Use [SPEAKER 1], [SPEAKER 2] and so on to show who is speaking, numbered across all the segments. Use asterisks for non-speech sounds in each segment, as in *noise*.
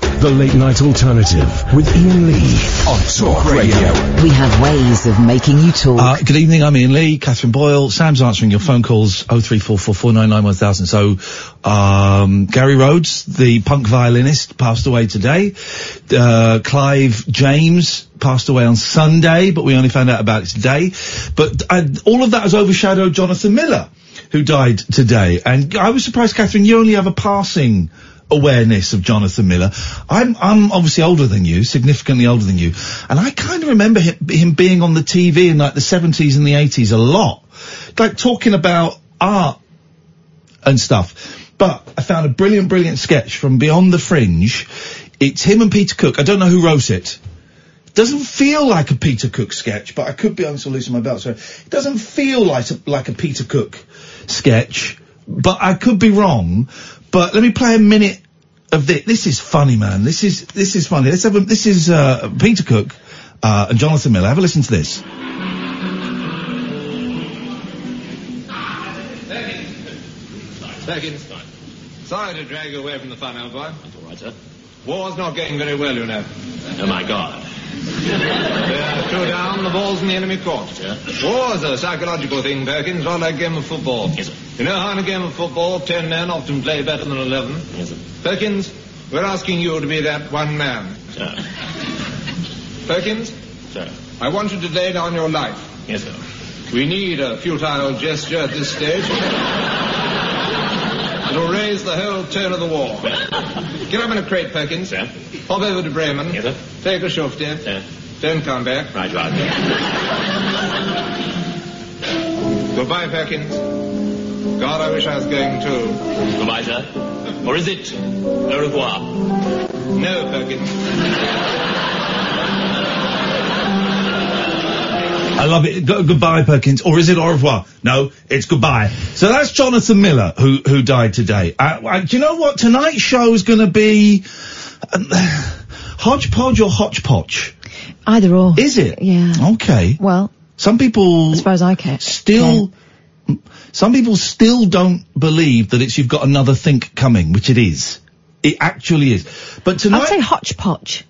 [SPEAKER 1] The Late Night Alternative with Ian Lee on Talk Radio.
[SPEAKER 2] We have ways of making you talk.
[SPEAKER 3] Uh, good evening, I'm Ian Lee, Catherine Boyle. Sam's answering your phone calls 03444991000. So, um, Gary Rhodes, the punk violinist, passed away today. Uh, Clive James passed away on Sunday, but we only found out about it today. But uh, all of that has overshadowed Jonathan Miller, who died today. And I was surprised, Catherine, you only have a passing awareness of Jonathan Miller. I'm I'm obviously older than you, significantly older than you, and I kind of remember him, him being on the TV in like the 70s and the 80s a lot, like talking about art and stuff. But I found a brilliant, brilliant sketch from Beyond the Fringe. It's him and Peter Cook. I don't know who wrote it. Doesn't feel like a Peter Cook sketch, but I could be. I'm still losing my belt. So it doesn't feel like a, like a Peter Cook sketch, but I could be wrong. But let me play a minute of this. This is funny, man. This is this is funny. Let's have a, this is uh, Peter Cook uh, and Jonathan Miller. Have a listen to this.
[SPEAKER 4] Perkins. Sorry to drag you away from the fun, old boy. That's all right, sir. War's not getting very well, you know. Oh, my God. They're two down, the ball's in the enemy court. War's a psychological thing, Perkins, not like a game of football. Yes, sir. You know how in a game of football, ten men often play better than eleven? Yes, sir. Perkins, we're asking you to be that one man. Sir. Perkins? Sir. I want you to lay down your life. Yes, sir. We need a futile gesture at this stage. It'll raise the whole tone of the war. Get up in a crate, Perkins. Sir. Hop over to Bremen. Yes, sir. Take a shift, dear. Don't come back. Right, right. Goodbye, Perkins. God, I wish I was going too. Goodbye, sir. Or is it au revoir? No, Perkins.
[SPEAKER 3] I love it. Go- goodbye, Perkins. Or is it au revoir? No, it's goodbye. So that's Jonathan Miller, who who died today. Uh, uh, do you know what? Tonight's show is going to be *sighs* um, hodgepodge or hodgepodge?
[SPEAKER 5] Either or.
[SPEAKER 3] Is it?
[SPEAKER 5] Yeah.
[SPEAKER 3] Okay.
[SPEAKER 5] Well,
[SPEAKER 3] Some people.
[SPEAKER 5] as far as I care.
[SPEAKER 3] still some people still don't believe that it's you've got another think coming, which it is. It actually is. But tonight
[SPEAKER 5] I'd say hodgepodge.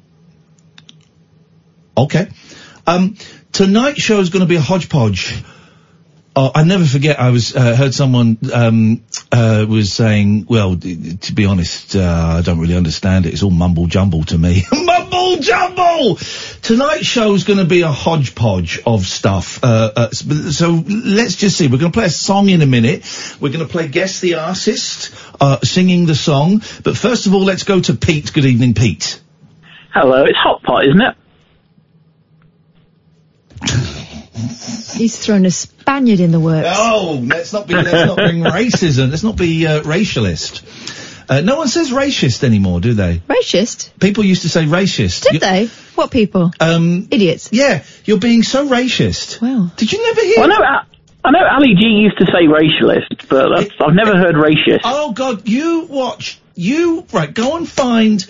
[SPEAKER 3] Okay. Um, tonight's show is going to be a hodgepodge. Oh, I never forget. I was uh, heard someone um, uh, was saying, "Well, d- d- to be honest, uh, I don't really understand it. It's all mumble jumble to me." *laughs* mumble jumble. Tonight's show is going to be a hodgepodge of stuff. Uh, uh, s- so let's just see. We're going to play a song in a minute. We're going to play guess the artist uh, singing the song. But first of all, let's go to Pete. Good evening, Pete.
[SPEAKER 6] Hello, it's Hot Pot, isn't it?
[SPEAKER 5] He's thrown a Spaniard in the works.
[SPEAKER 3] Oh, let's not be let's not bring racism. Let's not be uh, racialist. Uh, no one says racist anymore, do they?
[SPEAKER 5] Racist?
[SPEAKER 3] People used to say racist.
[SPEAKER 5] Did
[SPEAKER 3] You-
[SPEAKER 5] they? What people?
[SPEAKER 3] Um,
[SPEAKER 5] Idiots.
[SPEAKER 3] yeah, you're being so racist.
[SPEAKER 5] Wow.
[SPEAKER 3] Did you never hear?
[SPEAKER 6] Well, I know, Al- I know Ali G used to say racialist, but that's, I've never heard racist.
[SPEAKER 3] Oh God, you watch you right. Go and find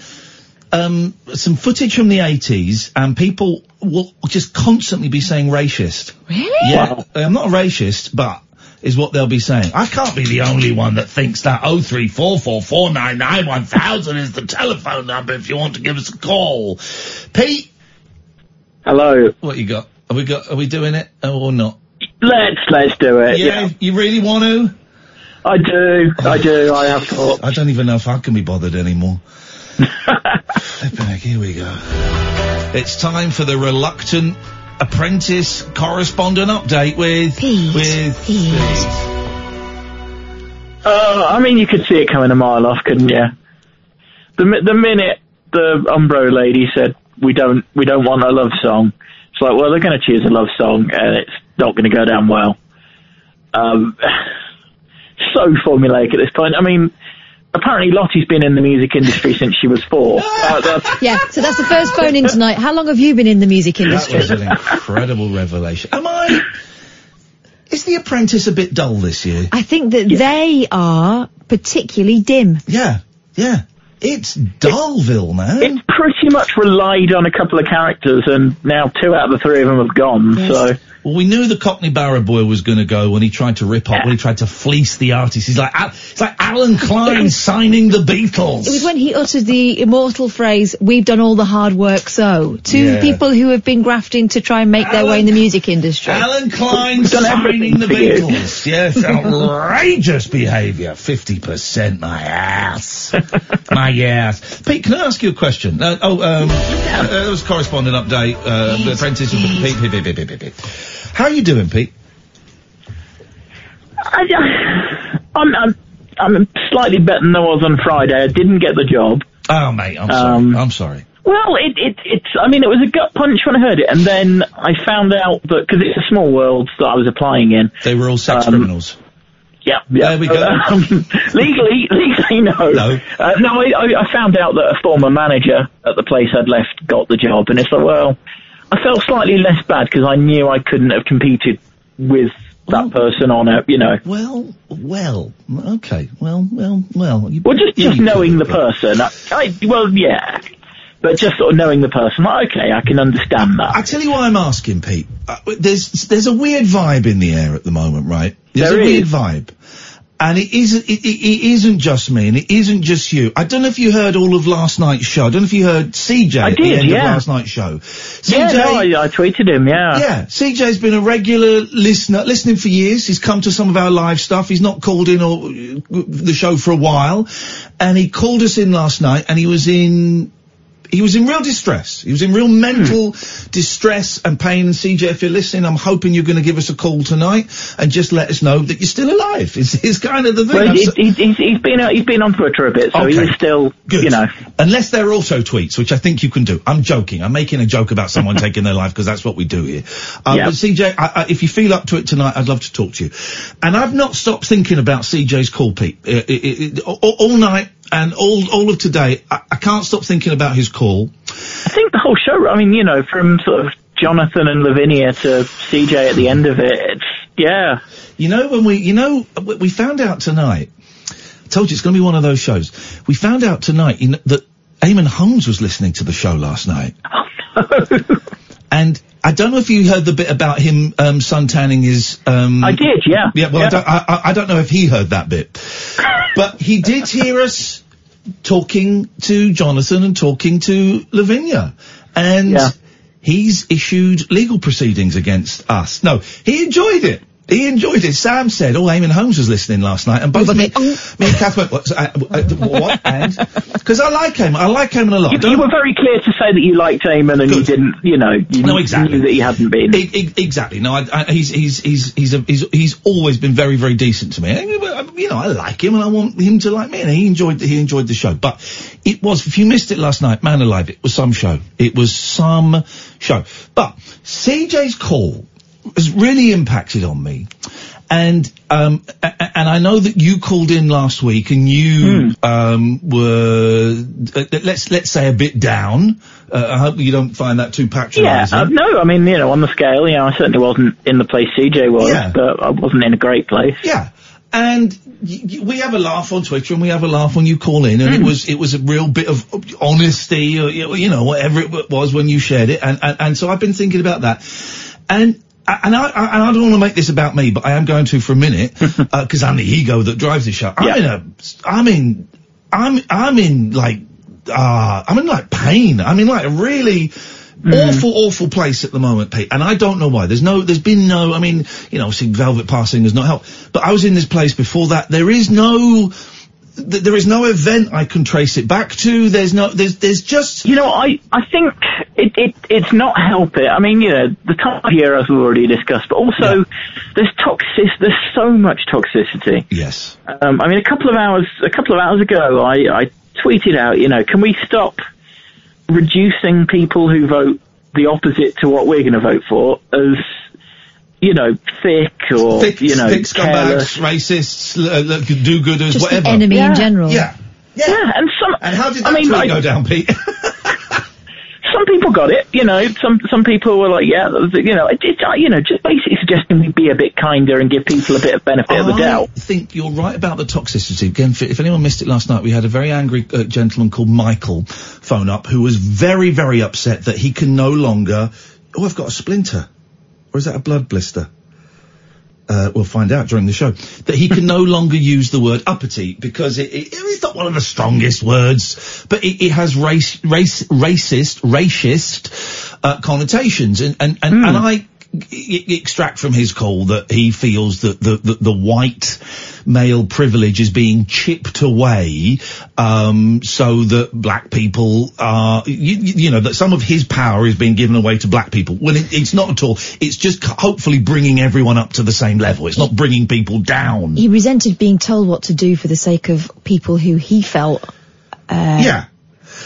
[SPEAKER 3] um, some footage from the eighties, and people will just constantly be saying racist.
[SPEAKER 5] Really?
[SPEAKER 3] Yeah, I'm not a racist, but is what they'll be saying. I can't be the only one that thinks that. Oh three four four four nine nine one thousand is the telephone number if you want to give us a call. Pete,
[SPEAKER 6] Hello.
[SPEAKER 3] what you got? Are we got? Are we doing it or not?
[SPEAKER 6] Let's let's do it.
[SPEAKER 3] yeah. you really want to?
[SPEAKER 6] I do. I do. I have thought.
[SPEAKER 3] I don't even know if I can be bothered anymore. Flippin' heck, here we go. It's time for the reluctant apprentice correspondent update with
[SPEAKER 5] Pete.
[SPEAKER 3] with
[SPEAKER 5] Pete.
[SPEAKER 6] Uh, I mean, you could see it coming a mile off, couldn't you? The mi- the minute the Umbro lady said we don't we don't want a love song, it's like well they're going to choose a love song and it's not going to go down well. Um, *sighs* so formulaic at this point. I mean, apparently Lottie's been in the music industry since she was four. Uh, that's-
[SPEAKER 5] *laughs* Yeah, so that's the first phone in tonight. How long have you been in the music
[SPEAKER 3] That
[SPEAKER 5] industry?
[SPEAKER 3] was an incredible revelation. Am I? Is the apprentice a bit dull this year?
[SPEAKER 5] I think that they are particularly dim.
[SPEAKER 3] Yeah, yeah. It's Dullville, man.
[SPEAKER 6] it's pretty much relied on a couple of characters, and now two out of the three of them have gone. So
[SPEAKER 3] Well, we knew the Cockney Barrow boy was going to go when he tried to rip off, when he tried to fleece the artist. He's like, Al- it's like
[SPEAKER 5] *laughs*
[SPEAKER 3] Alan Klein signing the Beatles.
[SPEAKER 5] It was when he uttered the immortal phrase, we've done all the hard work so, to
[SPEAKER 3] Yeah.
[SPEAKER 5] people who have been grafting to try and make their way in the music industry.
[SPEAKER 3] Alan Klein
[SPEAKER 6] We've done
[SPEAKER 3] signing
[SPEAKER 6] everything
[SPEAKER 3] the
[SPEAKER 6] for you.
[SPEAKER 3] Beatles. Yes,
[SPEAKER 6] *laughs*
[SPEAKER 3] outrageous behaviour. 50%, my ass. my ass. Pete, can I ask you a question? Uh, oh, um, uh, that was a correspondent update. Uh, the apprentice of Pete, Pete, Pete, Pete, Pete, Pete. How are you doing, Pete?
[SPEAKER 6] I, I'm, I'm, I'm slightly better than I was on Friday. I didn't get the job.
[SPEAKER 3] Oh, mate, I'm
[SPEAKER 6] Um,
[SPEAKER 3] sorry. I'm sorry.
[SPEAKER 6] Well, it, it, it's, I mean, it was a gut punch when I heard it. And then I found out that, because it's a small world that I was applying in.
[SPEAKER 3] They were all sex
[SPEAKER 6] um,
[SPEAKER 3] criminals.
[SPEAKER 6] Yeah, yeah.
[SPEAKER 3] There we go.
[SPEAKER 6] *laughs* Um, legally, legally, no.
[SPEAKER 3] No.
[SPEAKER 6] uh, no. I, I, I found out that a former manager at the place I'd left got the job, and it's like, well, I felt slightly less bad because I knew I couldn't have competed with that person on a, Uh, you know.
[SPEAKER 3] Well, well, okay. Well, well, well. You,
[SPEAKER 6] Well, just
[SPEAKER 3] yeah,
[SPEAKER 6] just
[SPEAKER 3] you
[SPEAKER 6] knowing the
[SPEAKER 3] could, Pete.
[SPEAKER 6] person. I, I, well, yeah, but just sort of knowing the person. Like, okay, I can understand
[SPEAKER 3] I
[SPEAKER 6] that.
[SPEAKER 3] tell you why I'm asking, Pete. Uh, there's there's a weird vibe in the air at the moment, right? There's
[SPEAKER 6] There
[SPEAKER 3] a
[SPEAKER 6] is.
[SPEAKER 3] weird vibe, and it isn't it, it, it isn't just me, and it isn't just you. I don't know if you heard all of last night's show. I don't know if you heard CJ at the
[SPEAKER 6] did,
[SPEAKER 3] end of
[SPEAKER 6] yeah.
[SPEAKER 3] last night's show. CJ,
[SPEAKER 6] Yeah, no, I, I tweeted him. Yeah,
[SPEAKER 3] yeah, CJ's been a regular listener, listening for years. He's come to some of our live stuff. He's not called in or uh, the show for a while, and he called us in last night, and he was in. He was in real distress. He was in
[SPEAKER 6] Hmm.
[SPEAKER 3] real mental distress and pain. And CJ, if you're listening, I'm hoping you're going to give us a call tonight and just let us know that you're still alive. It's, it's kind of the thing.
[SPEAKER 6] Well,
[SPEAKER 3] I'm
[SPEAKER 6] he,
[SPEAKER 3] so-
[SPEAKER 6] he, he's, he's been out- he's been on Twitter a bit, so
[SPEAKER 3] Okay.
[SPEAKER 6] he's still,
[SPEAKER 3] Good.
[SPEAKER 6] you know.
[SPEAKER 3] Unless they're also tweets, which I think you can do. I'm joking. I'm making a joke
[SPEAKER 6] *laughs*
[SPEAKER 3] about someone taking their life because that's what we do here. Um,
[SPEAKER 6] Yeah.
[SPEAKER 3] But CJ, I, I, if you feel up to it tonight, I'd love to talk to you. And I've not stopped thinking about CJ's call, Pete, I- I- I- all, all night and all all of today. I, I can't stop thinking about his call.
[SPEAKER 6] I think the whole show. I mean, you know, from sort of Jonathan and Lavinia to CJ at the end of it. It's yeah,
[SPEAKER 3] You know when we, you know, w- we found out tonight. I told you it's going to be one of those shows. We found out tonight you know, that Eamon Holmes was listening to the show
[SPEAKER 6] *laughs*
[SPEAKER 3] last night.
[SPEAKER 6] Oh,
[SPEAKER 3] And I don't know if you heard the bit about him um, suntanning his. Um,
[SPEAKER 6] I did. Yeah.
[SPEAKER 3] Yeah, well, I, don't, I, I- I don't know if he heard
[SPEAKER 6] *laughs*
[SPEAKER 3] that bit, but he did hear us talking to Jonathan and talking to Lavinia, and
[SPEAKER 6] Yeah.
[SPEAKER 3] he's issued legal proceedings against us. No, he enjoyed it. He enjoyed it. Sam said, "Oh, Eamon Holmes was listening last night, and both me, me and Kath went, what? uh, uh, *laughs* what? And because I like him, I like him a lot.
[SPEAKER 6] You, you were very clear to say that you liked Eamon and you
[SPEAKER 3] Oh, Good.
[SPEAKER 6] didn't, you know, you
[SPEAKER 3] No, exactly.
[SPEAKER 6] knew that he hadn't been.
[SPEAKER 3] E- e- exactly. No, I, I, he's he's he's he's, a, he's he's always been very very decent to me. I mean, well, I- you know, I like him and I want him to like me, and he enjoyed he enjoyed the show. But it was if you missed it last night, man alive, it was some show. It was some show. But CJ's call has really impacted on me. And um a- a- and I know that you called in last week and
[SPEAKER 6] Hmm.
[SPEAKER 3] you um were uh, let's let's say a bit down. Uh, I hope you don't find that too patronising.
[SPEAKER 6] yeah, uh, no, I mean, you know, on the scale, you know, I certainly wasn't in the place CJ was,
[SPEAKER 3] Yeah.
[SPEAKER 6] but I wasn't in a great place.
[SPEAKER 3] Yeah. And y- y- we have a laugh on Twitter and we have a laugh when you call in and it was, it was a real bit of honesty or, you know, you know, whatever it w- was when you shared it. And, and, and so I've been thinking about that and, and I, I- and I don't want to make this about me, but I am going to for a minute, uh, cause I'm the ego that drives the show. I'm
[SPEAKER 6] Yeah.
[SPEAKER 3] in a, I'm in, I'm, I'm in like, uh, I'm in like pain. I'm in like a really,
[SPEAKER 6] Hmm.
[SPEAKER 3] Awful, awful place at the moment, Pete. And I don't know why. There's no, there's been no, I mean, you know, obviously Velvet Passing has not helped. But I was in this place before that. There is no, th- there is no event I can trace it back to. There's no, there's, there's just,
[SPEAKER 6] You know, I, I think it, it it's not help it. I mean, you know, the time of year as we've already discussed, but also there's toxic. There's so much toxicity.
[SPEAKER 3] yes.
[SPEAKER 6] Um, I mean, a couple of hours a couple of hours ago, I, I tweeted out, you know, can we stop reducing people who vote the opposite to what we're going to vote for as you know thick or
[SPEAKER 3] Thick,
[SPEAKER 6] you know
[SPEAKER 3] thick
[SPEAKER 6] careless?
[SPEAKER 3] scumbags, racists, l- uh, do-gooders,
[SPEAKER 5] Just
[SPEAKER 3] whatever.
[SPEAKER 5] the enemy in
[SPEAKER 6] Yeah.
[SPEAKER 5] general.
[SPEAKER 3] Yeah. yeah.
[SPEAKER 6] Yeah, and some.
[SPEAKER 3] And how did that
[SPEAKER 6] I mean,
[SPEAKER 3] tweet
[SPEAKER 6] like,
[SPEAKER 3] go down, Pete?
[SPEAKER 6] some people got it, you know. Some some people were like, yeah, th- you know, it, it, uh, you know, just basically suggesting we be a bit kinder and give people a bit of benefit of the doubt.
[SPEAKER 3] I think you're right about the toxicity. Again, if, if anyone missed it last night, we had a very angry uh, gentleman called Michael phone up who was very, very upset that he can no longer. Oh, I've got a splinter. or is that a blood blister? Uh, we'll find out during the show that he can no *laughs* longer use the word uppity because it, it, it's not one of the strongest words, but it, it has race, race, racist, racist uh, connotations, and and and, and I e- e- extract from his call that he feels that the, the, the white male privilege is being chipped away um, so that black people are, you, you know, that some of his power is being given away to black people. Well, it, it's not at all. It's just c- hopefully bringing everyone up to the same level. It's not bringing people down.
[SPEAKER 5] He resented being told what to do for the sake of people who he felt uh,
[SPEAKER 3] yeah.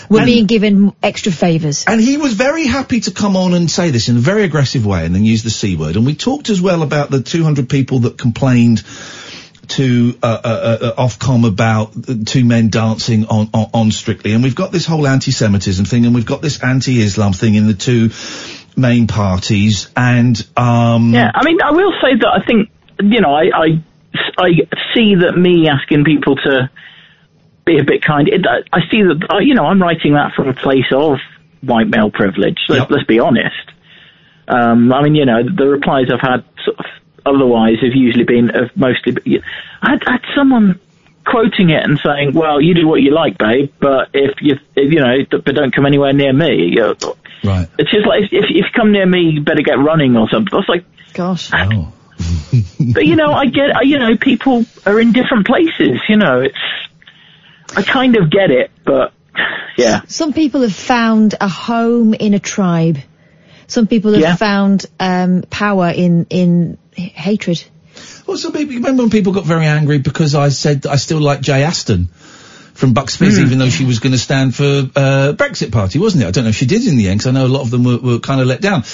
[SPEAKER 5] were
[SPEAKER 3] And-
[SPEAKER 5] being given extra favours.
[SPEAKER 3] And he was very happy to come on and say this in a very aggressive way and then use the C word. And we talked as well about the 200 people that complained to uh, uh, uh, Ofcom about the two men dancing on, on, on Strictly. And we've got this whole anti-Semitism thing and we've got this anti-Islam thing in the two main parties. And, um,
[SPEAKER 6] Yeah, I mean, I will say that I think you know, I I, I see that me asking people to be a bit kind. It, I I see that uh, you know I'm writing that from a place of white male privilege. Let's,
[SPEAKER 7] Yep.
[SPEAKER 6] let's be honest. Um, I mean, you know, the replies I've had sort of otherwise have usually been have mostly. Be, I had, had someone quoting it and saying, "Well, you do what you like, babe, but if you if, you know, but don't come anywhere near me." You know,
[SPEAKER 3] Right.
[SPEAKER 6] It's just like if, if you come near me, you better get running or something. I was like,
[SPEAKER 5] gosh.
[SPEAKER 6] *laughs* but you know, I get, I- you know, people are in different places. You know, it's, I kind of get it, but yeah,
[SPEAKER 5] Some people have found a home in a tribe. Some people have
[SPEAKER 6] Yeah.
[SPEAKER 5] found um, power in in h- hatred.
[SPEAKER 3] Well, some people, you remember when people got very angry because I said that I still like Jay Aston from Bucks Fizz, even though she was going to stand for uh, Brexit Party, wasn't it? I don't know if she did in the end, 'cause I know a lot of them were, were kind of let down.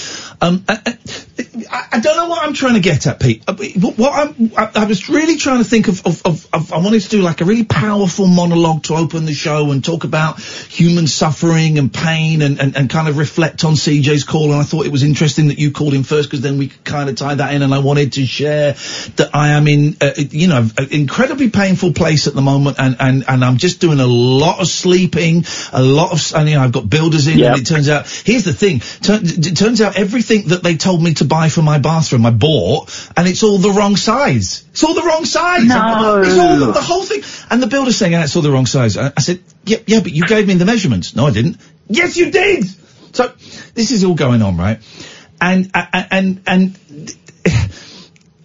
[SPEAKER 3] Um, I, I, I don't know what I'm trying to get at, Pete. Uh, What what I'm, I, I was really trying to think of, of, of, of, I wanted to do like a really powerful monologue to open the show and talk about human suffering and pain and, and, and kind of reflect on CJ's call. And I thought it was interesting that you called him first because then we could kind of tie that in. And I wanted to share that I am in, uh, you know, an incredibly painful place at the moment. And, and, and I'm just doing a lot of sleeping, a lot of, s- and you know, I've got builders in and it turns out, here's the thing. Tur- it turns out everything that they told me to buy for my bathroom, I bought and it's all the wrong size. It's all the wrong size.
[SPEAKER 7] No.
[SPEAKER 3] It's all the, the whole thing. And the builder's saying, "Ah, it's all the wrong size. I, I said, yeah, yeah, but you gave me the measurements. No, I didn't. Yes, you did. So this is all going on, right? And, and, and, and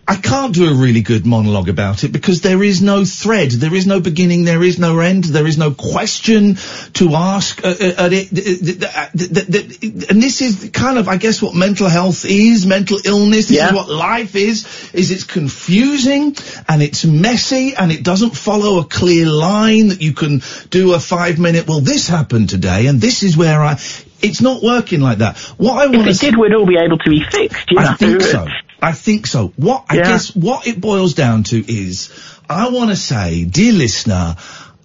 [SPEAKER 3] I can't do a really good monologue about it because there is no thread, there is no beginning, there is no end, there is no question to ask. Uh, uh, at it, th- th- th- th- th- th- and this is kind of, I guess, what mental health is, mental illness. This is what life is. Is it's confusing and it's messy and it doesn't follow a clear line that you can do a five minute. Well, this happened today, and this is where I. It's not working like that. What I
[SPEAKER 6] if
[SPEAKER 3] want
[SPEAKER 6] it
[SPEAKER 3] to
[SPEAKER 6] did, we'd all be able to be fixed. You know?
[SPEAKER 3] I think so. I think so. What I
[SPEAKER 6] Yeah.
[SPEAKER 3] guess what it boils down to is, I want to say, dear listener,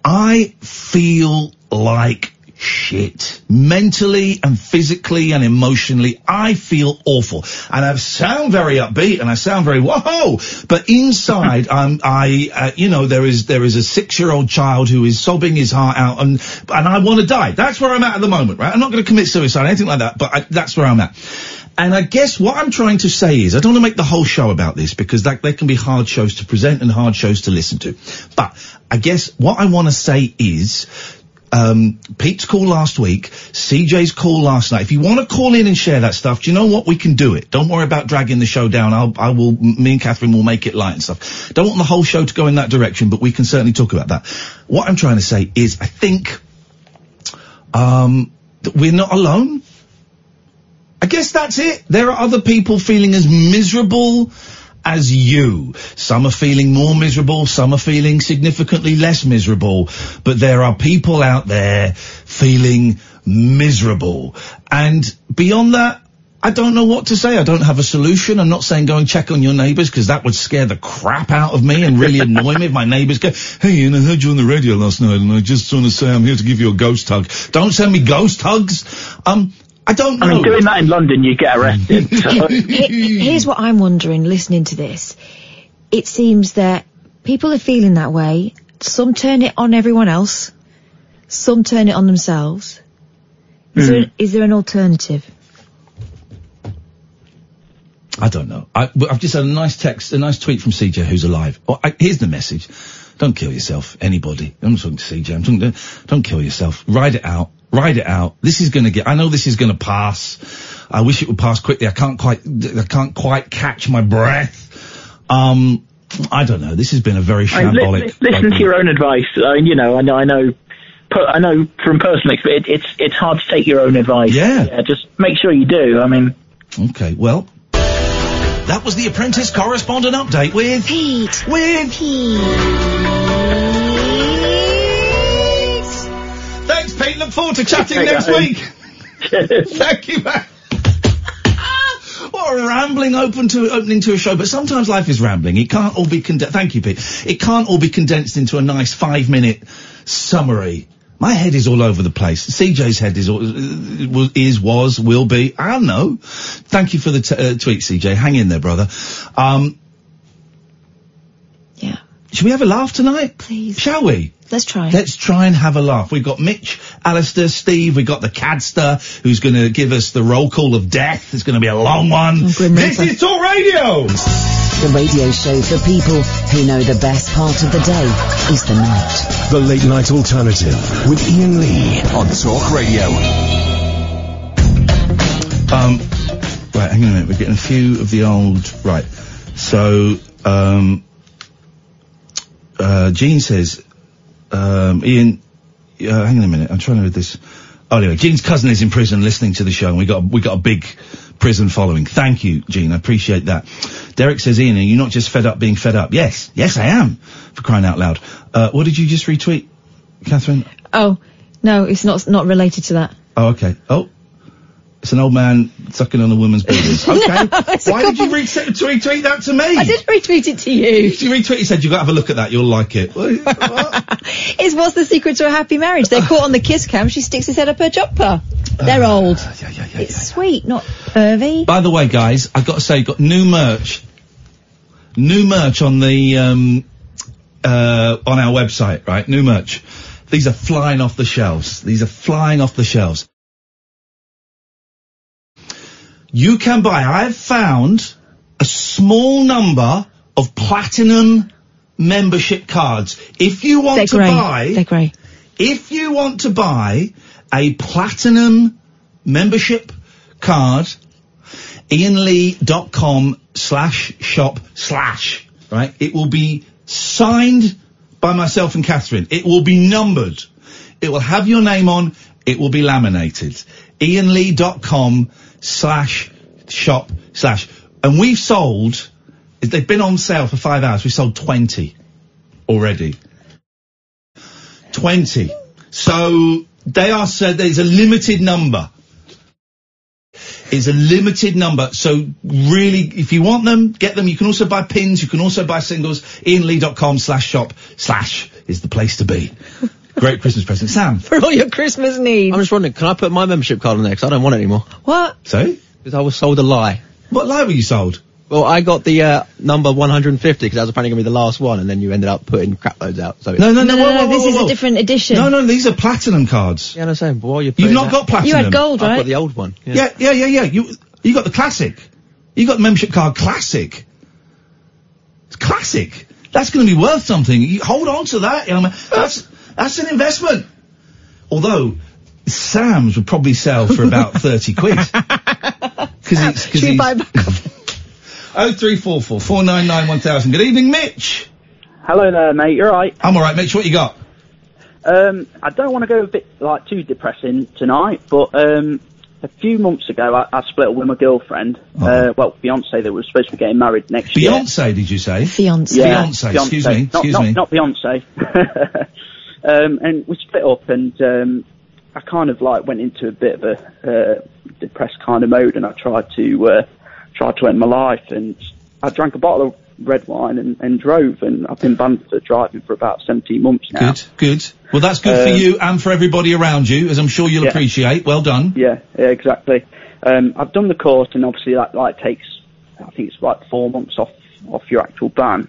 [SPEAKER 3] I feel like shit mentally and physically and emotionally. I feel awful, and I sound very upbeat and I sound very whoa,
[SPEAKER 6] *laughs*
[SPEAKER 3] but inside I'm I uh, you know there is there is a six year old child who is sobbing his heart out and and I want to die. That's where I'm at at the moment, right? I'm not going to commit suicide or anything like that, but I, that's where I'm at. And I guess what I'm trying to say is, I don't want to make the whole show about this because that, they can be hard shows to present and hard shows to listen to. But I guess what I want to say is, um, Pete's call last week, CJ's call last night. If you want to call in and share that stuff, do you know what? We can do it. Don't worry about dragging the show down. I'll, I will, me and Catherine will make it light and stuff. Don't want the whole show to go in that direction, but we can certainly talk about that. What I'm trying to say is, I think, um, that we're not alone. I guess that's it. There are other people feeling as miserable as you. Some are feeling more miserable, some are feeling significantly less miserable, but there are people out there feeling miserable. And beyond that, I don't know what to say. I don't have a solution. I'm not saying go and check on your neighbours because that would scare the crap out of me
[SPEAKER 6] *laughs*
[SPEAKER 3] and really annoy me if my neighbours go, hey Ian, I heard you on the radio last night and I just want to say I'm here to give you a ghost hug. Don't send me ghost hugs. Um, I don't know.
[SPEAKER 6] I mean, doing that in London, you get
[SPEAKER 3] *laughs*
[SPEAKER 6] arrested. So.
[SPEAKER 5] He- Here's what I'm wondering listening to this. It seems that people are feeling that way. Some turn it on everyone else. Some turn it on themselves. Is, there, is there an alternative?
[SPEAKER 3] I don't know. I, have just had a nice text, a nice tweet from CJ who's alive. Oh, I, here's the message. Don't kill yourself, anybody. I'm not talking to CJ. I'm talking to, don't kill yourself. Ride it out. Ride it out. This is going to get, I know this is going to pass. I wish it would pass quickly. I can't quite, I can't quite catch my breath. Um, I don't know. This has been a very
[SPEAKER 6] I mean, li-
[SPEAKER 3] shambolic.
[SPEAKER 6] li- listen to your own advice. I mean, you know, I know, I know, per- I know from personal experience. It's it's hard to take your own advice.
[SPEAKER 3] Yeah.
[SPEAKER 6] Just make sure you do. I mean,
[SPEAKER 3] Okay, well, that was the Apprentice Correspondent Update with Pete. With Pete. Thanks, Pete. Look forward to chatting
[SPEAKER 1] Hey,
[SPEAKER 3] next
[SPEAKER 1] guys.
[SPEAKER 3] week. Thank you, man. What a rambling open to opening to a show, but sometimes life is rambling. It can't all be condensed. Thank you, Pete. It can't all be condensed into a nice five minute summary. My head is all over the place. CJ's head is all, was- is was will be. I don't know. Thank you for the t- uh, tweet, CJ. Hang in there, brother. Um,
[SPEAKER 5] yeah.
[SPEAKER 3] Should we have a laugh tonight? Please. Shall we?
[SPEAKER 5] Let's try.
[SPEAKER 3] Let's try and have a laugh. We've got Mitch, Alistair, Steve. We've got the Cadster, who's going to give us the roll call of death. It's going to be a long one. This is Talk Radio!
[SPEAKER 2] The radio show for people who know the best part of the day is the night.
[SPEAKER 1] The Late Night Alternative with Ian Lee on Talk Radio.
[SPEAKER 3] Um, right, hang on a minute. We're getting a few of the old. Right. So, um, uh, Gene says, um, Ian, uh, hang on a minute. I'm trying to read this. Oh, anyway, Gene's cousin is in prison listening to the show, and we got we got a big prison following. Thank you, Gene. I appreciate that. Derek says, Ian, are you not just fed up being fed up? Yes, yes, I am. For crying out loud. Uh, what did you just retweet, Catherine?
[SPEAKER 5] Oh, no, it's not not related to that.
[SPEAKER 3] Oh, okay. Oh, it's an old man sucking on a
[SPEAKER 5] *laughs*
[SPEAKER 3] woman's boobs. Okay. Why did you re- retweet that to me?
[SPEAKER 5] I did retweet it to you.
[SPEAKER 3] you retweet? You said you've got to have a look at that. You'll like it. Well,
[SPEAKER 5] It's what's the secret to a happy marriage? They're caught on the kiss cam. She sticks his head up her jumper.
[SPEAKER 3] Ah,
[SPEAKER 5] They're old. it's sweet, not pervy.
[SPEAKER 3] By the way, guys, I've got to say, got new merch. New merch on the um, uh, on our website, right? New merch. These are flying off the shelves. These are flying off the shelves. You can buy. I've found a small number of platinum membership cards. If you want
[SPEAKER 5] They're
[SPEAKER 3] to
[SPEAKER 5] grey.
[SPEAKER 3] buy,
[SPEAKER 5] They're grey.
[SPEAKER 3] if you want to buy a platinum membership card, ianlee.com slash shop slash, right? It will be signed by myself and Catherine. It will be numbered. It will have your name on. It will be laminated. ianlee.com slash shop slash. And we've sold, they've been on sale for five hours. We've sold 20 already. 20. So they are said there's a limited number. It's a limited number. So really, if you want them, get them. You can also buy pins. You can also buy singles. IanLee.com slash shop slash is the place
[SPEAKER 7] *laughs*
[SPEAKER 3] to be. Great Christmas present. Sam.
[SPEAKER 5] For all your Christmas needs.
[SPEAKER 7] I'm just wondering, can I put my membership card on there? Because I don't want it anymore.
[SPEAKER 5] What?
[SPEAKER 3] So?
[SPEAKER 7] Because I was sold a lie.
[SPEAKER 3] What lie were you sold?
[SPEAKER 7] Well, I got the uh, number 150 because that was apparently going to be the last one, and then you ended up putting crap loads out. So
[SPEAKER 3] No, no, no, No, no, whoa, no, whoa,
[SPEAKER 5] this is a different edition.
[SPEAKER 3] No, no, these are platinum cards.
[SPEAKER 7] Yeah, I'm saying, but while you're
[SPEAKER 3] You've
[SPEAKER 7] putting
[SPEAKER 3] not
[SPEAKER 7] that-
[SPEAKER 3] got platinum.
[SPEAKER 7] I've got the old one. Yeah.
[SPEAKER 3] Yeah, yeah, yeah, yeah. You you got the classic. You got the membership card classic. It's classic. That's going to be worth something. You hold on to that, young man. That's that's an investment. Although Sam's would probably sell for about thirty quid. Because it's because he's. Oh three four four four nine nine one thousand. Good evening, Mitch.
[SPEAKER 8] Hello there, mate. You're right.
[SPEAKER 3] I'm all right, Mitch. What you got?
[SPEAKER 8] Um, I don't want to go a bit like too depressing tonight, but um, a few months ago I, I split up with my girlfriend. Uh, well, fiance that was supposed to be getting married next year.
[SPEAKER 3] Uh-huh. Beyonce, did you say?
[SPEAKER 5] Fiance.
[SPEAKER 8] Yeah,
[SPEAKER 3] Fiance. Excuse me.
[SPEAKER 8] Not,
[SPEAKER 3] Excuse
[SPEAKER 8] not,
[SPEAKER 3] me.
[SPEAKER 8] Not Beyonce. *laughs* um, and we split up, and um, I kind of like went into a bit of a uh, depressed kind of mode, and I tried to uh, tried to end my life, and I drank a bottle of red wine and, and drove, and I've been banned for driving for about 17 months now.
[SPEAKER 3] Good, good. Well, that's good for
[SPEAKER 8] Um,
[SPEAKER 3] you and for everybody around you, as I'm sure you'll
[SPEAKER 8] Yeah.
[SPEAKER 3] appreciate. Well done.
[SPEAKER 8] Yeah, yeah, exactly. Um, I've done the course, and obviously that like takes, I think it's like four months off off your actual ban.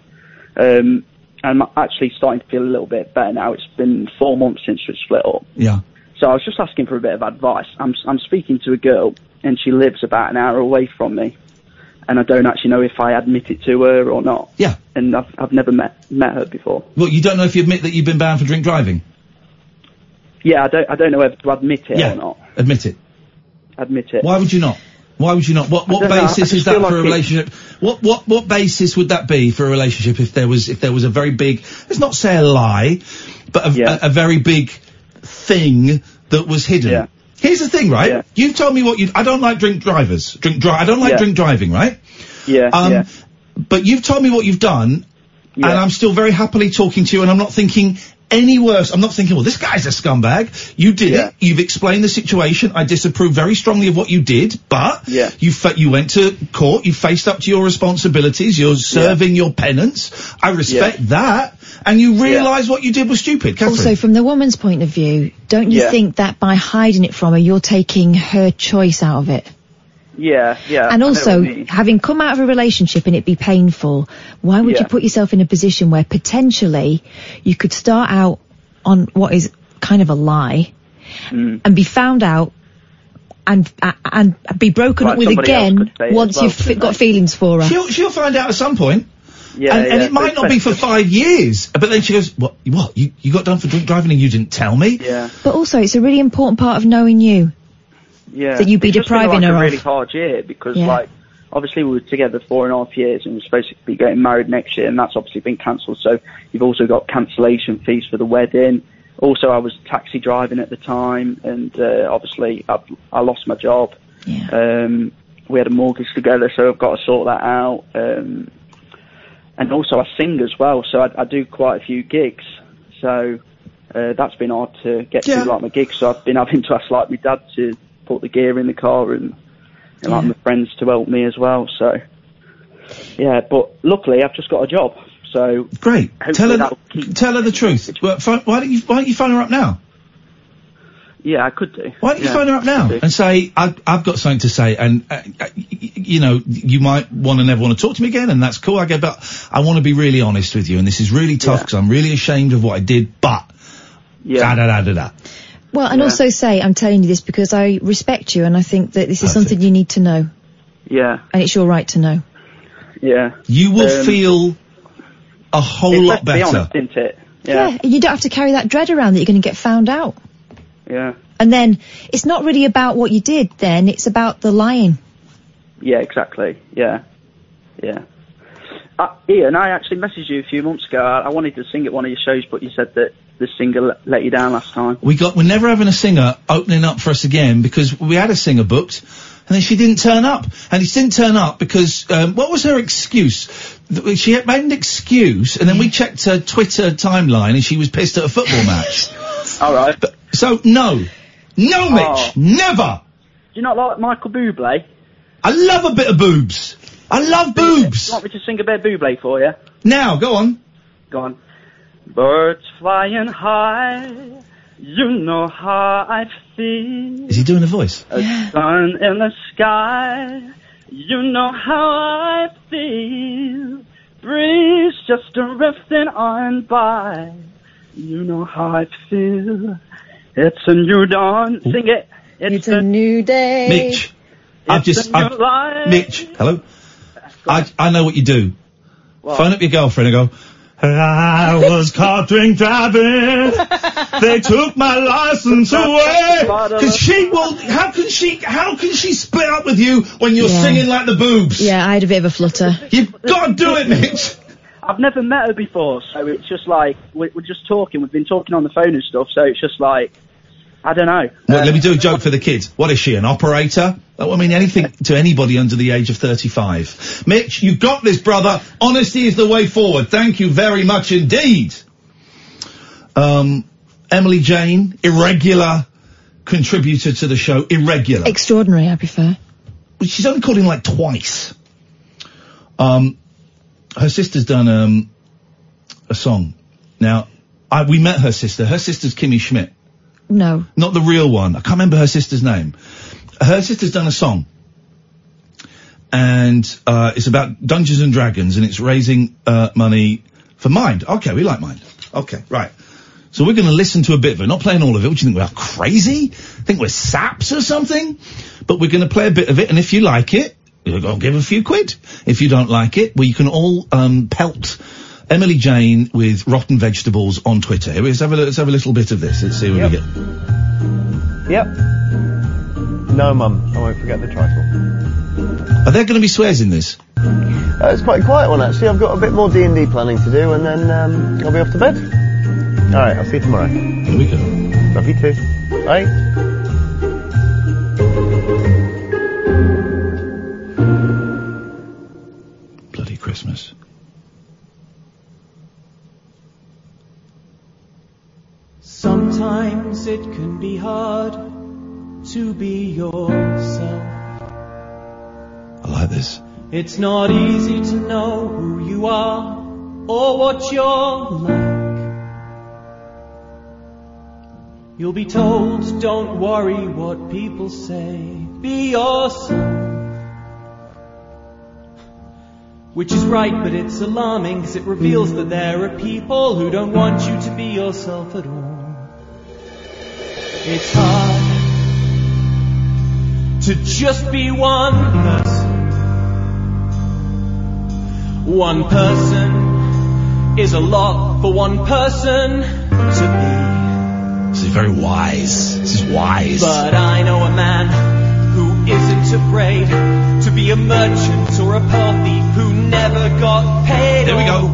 [SPEAKER 8] Um, I'm actually starting to feel a little bit better now. It's been four months since we split up,
[SPEAKER 3] Yeah.
[SPEAKER 8] so I was just asking for a bit of advice. I'm I'm speaking to a girl, and she lives about an hour away from me, and I don't actually know if I admit it to her or not.
[SPEAKER 3] Yeah.
[SPEAKER 8] And I've, I've never met met her before.
[SPEAKER 3] Well, you don't know if you admit that you've been banned for drink driving.
[SPEAKER 8] Yeah, I don't I don't know whether to admit it
[SPEAKER 3] Yeah.
[SPEAKER 8] or not.
[SPEAKER 3] Admit it.
[SPEAKER 8] Admit it.
[SPEAKER 3] Why would you not? Why would you not? What what
[SPEAKER 8] don't know. I
[SPEAKER 3] basis
[SPEAKER 8] just
[SPEAKER 3] is that
[SPEAKER 8] feel like
[SPEAKER 3] for a
[SPEAKER 8] it-
[SPEAKER 3] relationship? What what what basis would that be for a relationship if there was if there was a very big let's not say a lie, but a, a, a very big thing that was hidden. Here's the thing, right? You've told me what you I don't like drink drivers. Drink dri- I don't like
[SPEAKER 8] Yeah.
[SPEAKER 3] drink driving, right?
[SPEAKER 8] Yeah.
[SPEAKER 3] Um,
[SPEAKER 8] yeah.
[SPEAKER 3] But you've told me what you've done, and I'm still very happily talking to you, and I'm not thinking any worse. I'm not thinking, well, this guy's a scumbag. You did it. You've explained the situation. I disapprove very strongly of what you did, but
[SPEAKER 1] Yeah.
[SPEAKER 3] you fa- you went to court. You faced up to your responsibilities. You're serving your penance. I respect that, and you realise what you did was stupid. Catherine.
[SPEAKER 5] Also, from the woman's point of view, don't you
[SPEAKER 3] Yeah.
[SPEAKER 5] think that by hiding it from her, you're taking her choice out of it?
[SPEAKER 8] Yeah,
[SPEAKER 3] Uh,
[SPEAKER 8] yeah. I
[SPEAKER 5] and
[SPEAKER 8] know what you
[SPEAKER 5] also,
[SPEAKER 8] mean.
[SPEAKER 5] having come out of a relationship and it be painful, why would you
[SPEAKER 8] Yeah.
[SPEAKER 5] put yourself in a position where potentially you could start out on what is kind of a lie
[SPEAKER 3] Mm.
[SPEAKER 5] and be found out and a- and be broken
[SPEAKER 3] Right,
[SPEAKER 5] up with
[SPEAKER 3] somebody else
[SPEAKER 5] again
[SPEAKER 3] could say it as
[SPEAKER 5] once
[SPEAKER 3] well,
[SPEAKER 5] you've f-
[SPEAKER 3] couldn't
[SPEAKER 5] got
[SPEAKER 3] they?
[SPEAKER 5] feelings for her?
[SPEAKER 3] She'll, she'll find out at some point.
[SPEAKER 8] Yeah,
[SPEAKER 3] and, and
[SPEAKER 8] yeah,
[SPEAKER 3] it might
[SPEAKER 8] but
[SPEAKER 3] not be for five years, but then she goes, "What? What? You, you got done for drink driving and you didn't tell me?"
[SPEAKER 8] Yeah,
[SPEAKER 5] But also, it's a really important part of knowing you.
[SPEAKER 8] yeah.
[SPEAKER 5] That you'd be
[SPEAKER 8] It's just been,
[SPEAKER 5] depriving
[SPEAKER 8] like, a
[SPEAKER 5] her of.
[SPEAKER 8] really hard year because
[SPEAKER 5] Yeah.
[SPEAKER 8] like obviously we were together four and a half years and we're supposed to be getting married next year and that's obviously been cancelled. So you've also got cancellation fees for the wedding. Also, I was taxi driving at the time and uh, obviously I, I lost my job. Um, we had a mortgage together, so I've got to sort that out. Um, and also I sing as well, so I, I do quite a few gigs. So uh, that's been hard to get
[SPEAKER 3] Yeah.
[SPEAKER 8] to, like my gigs. So I've been having *laughs* to ask like my dad to put the gear in the car and, and like
[SPEAKER 5] Yeah.
[SPEAKER 8] my friends to help me as well. So yeah, but luckily I've just got a job. So
[SPEAKER 3] Great. Tell her,
[SPEAKER 8] that'll
[SPEAKER 3] the, tell her the truth. Well, phone, why don't you Why don't you phone her up now?
[SPEAKER 8] yeah, I could do.
[SPEAKER 3] Why don't you
[SPEAKER 8] Yeah.
[SPEAKER 3] phone her up now
[SPEAKER 8] Could do.
[SPEAKER 3] and say, I've, "I've got something to say," and uh, uh, y- y- you know, you might want to never want to talk to me again, and that's cool. I go, but I want to be really honest with you, and this is really tough because I'm really ashamed of what I did, but da da da da da.
[SPEAKER 5] Well, and
[SPEAKER 3] Yeah.
[SPEAKER 5] also say, I'm telling you this because I respect you and I think that this is something you need to know
[SPEAKER 8] Yeah,
[SPEAKER 5] and it's your right to know.
[SPEAKER 8] yeah.
[SPEAKER 3] You will
[SPEAKER 8] Um,
[SPEAKER 3] feel a whole
[SPEAKER 8] it's
[SPEAKER 3] lot
[SPEAKER 8] best to be
[SPEAKER 3] better.
[SPEAKER 8] honest, isn't it? Yeah,
[SPEAKER 5] and you don't have to carry that dread around that you're going to get found out.
[SPEAKER 8] yeah,
[SPEAKER 5] And then it's not really about what you did then, it's about the lying.
[SPEAKER 8] yeah. Exactly. Yeah, yeah. Uh, Ian, I actually messaged you a few months ago. I, I wanted to sing at one of your shows, but you said that the singer le- let you down last time.
[SPEAKER 3] We got we're never having a singer opening up for us again because we had a singer booked and then she didn't turn up and she didn't turn up because um, what was her excuse? Th- She had made an excuse and then we checked her Twitter timeline and she was pissed at a football match.
[SPEAKER 8] *laughs* All right.
[SPEAKER 3] But, so no, no,
[SPEAKER 8] Oh.
[SPEAKER 3] Mitch, never.
[SPEAKER 8] Do you not like Michael Bublé?
[SPEAKER 3] I love a bit of boobs. I love boobs.
[SPEAKER 8] You want me to sing a bit of Bublé for you?
[SPEAKER 3] Now go on.
[SPEAKER 8] Go on. Birds flying high, you know how I feel.
[SPEAKER 3] Is he doing a voice?
[SPEAKER 9] Uh,
[SPEAKER 8] A sun in the sky, you know how I feel. Breeze just drifting on by, you know how I feel. It's a new dawn. Sing it. It's, a,
[SPEAKER 5] new day.
[SPEAKER 3] Mitch, I've
[SPEAKER 8] It's
[SPEAKER 3] just,
[SPEAKER 8] a new
[SPEAKER 3] I've-
[SPEAKER 8] life.
[SPEAKER 3] Mitch, hello. I, I know what you do.
[SPEAKER 8] What?
[SPEAKER 3] Phone up your girlfriend and go, I was caught drink driving. They took my license away. Cause she will, how can she, how can she split up with you when you're
[SPEAKER 5] Yeah.
[SPEAKER 3] singing like the boobs?
[SPEAKER 5] Yeah, I had a bit of a flutter.
[SPEAKER 3] You've got to do it, Mitch.
[SPEAKER 8] I've never met her before, so it's just like we're, we're just talking. We've been talking on the phone and stuff, so it's just like I don't know.
[SPEAKER 3] Look, let me do a joke for the kids. What is she, an operator? That won't mean anything to anybody under the age of 35. Mitch, you got this, brother. Honesty is the way forward. Thank you very much indeed. Um, Emily Jane, irregular contributor to the show, irregular.
[SPEAKER 5] Extraordinary, I prefer.
[SPEAKER 3] She's only called in like twice. Um, her sister's done um, a song. Now, I, we met her sister. Her sister's Kimmy Schmidt
[SPEAKER 5] No.
[SPEAKER 3] not the real one. I can't remember her sister's name. Her sister's done a song, and uh, it's about Dungeons and Dragons, and it's raising uh, money for Mind. Okay, we like Mind. Okay, right. So we're going to listen to a bit of it. Not playing all of it. What do you think we are crazy? Think we're saps or something? But we're going to play a bit of it, and if you like it, I'll give a few quid if you don't like it. Well, you can all um, pelt Emily Jane with rotten vegetables on Twitter. Here, Let's have a, let's have a little bit of this. Let's see what we get.
[SPEAKER 10] Yep. No, mum, I won't forget the title.
[SPEAKER 3] Are there going to be swears in this?
[SPEAKER 10] Uh, it's quite a quiet one actually. I've got a bit more D and D planning to do, and then um, I'll be off to bed. All right, I'll see you tomorrow.
[SPEAKER 3] Here we go.
[SPEAKER 10] Love you too. Bye.
[SPEAKER 3] Bloody Christmas.
[SPEAKER 11] Sometimes it can be hard to be yourself.
[SPEAKER 3] I like this.
[SPEAKER 11] It's not easy to know who you are or what you're like. You'll be told, don't worry what people say, be yourself. Which is right, but it's alarming because it reveals that there are people who don't want you to be yourself at all. It's hard to just be one person. One person is a lot for one person to
[SPEAKER 3] This is very wise. This is
[SPEAKER 11] be.
[SPEAKER 3] wise.
[SPEAKER 11] But I know a man who isn't afraid to be a merchant or a poor thief who never got paid. There we go.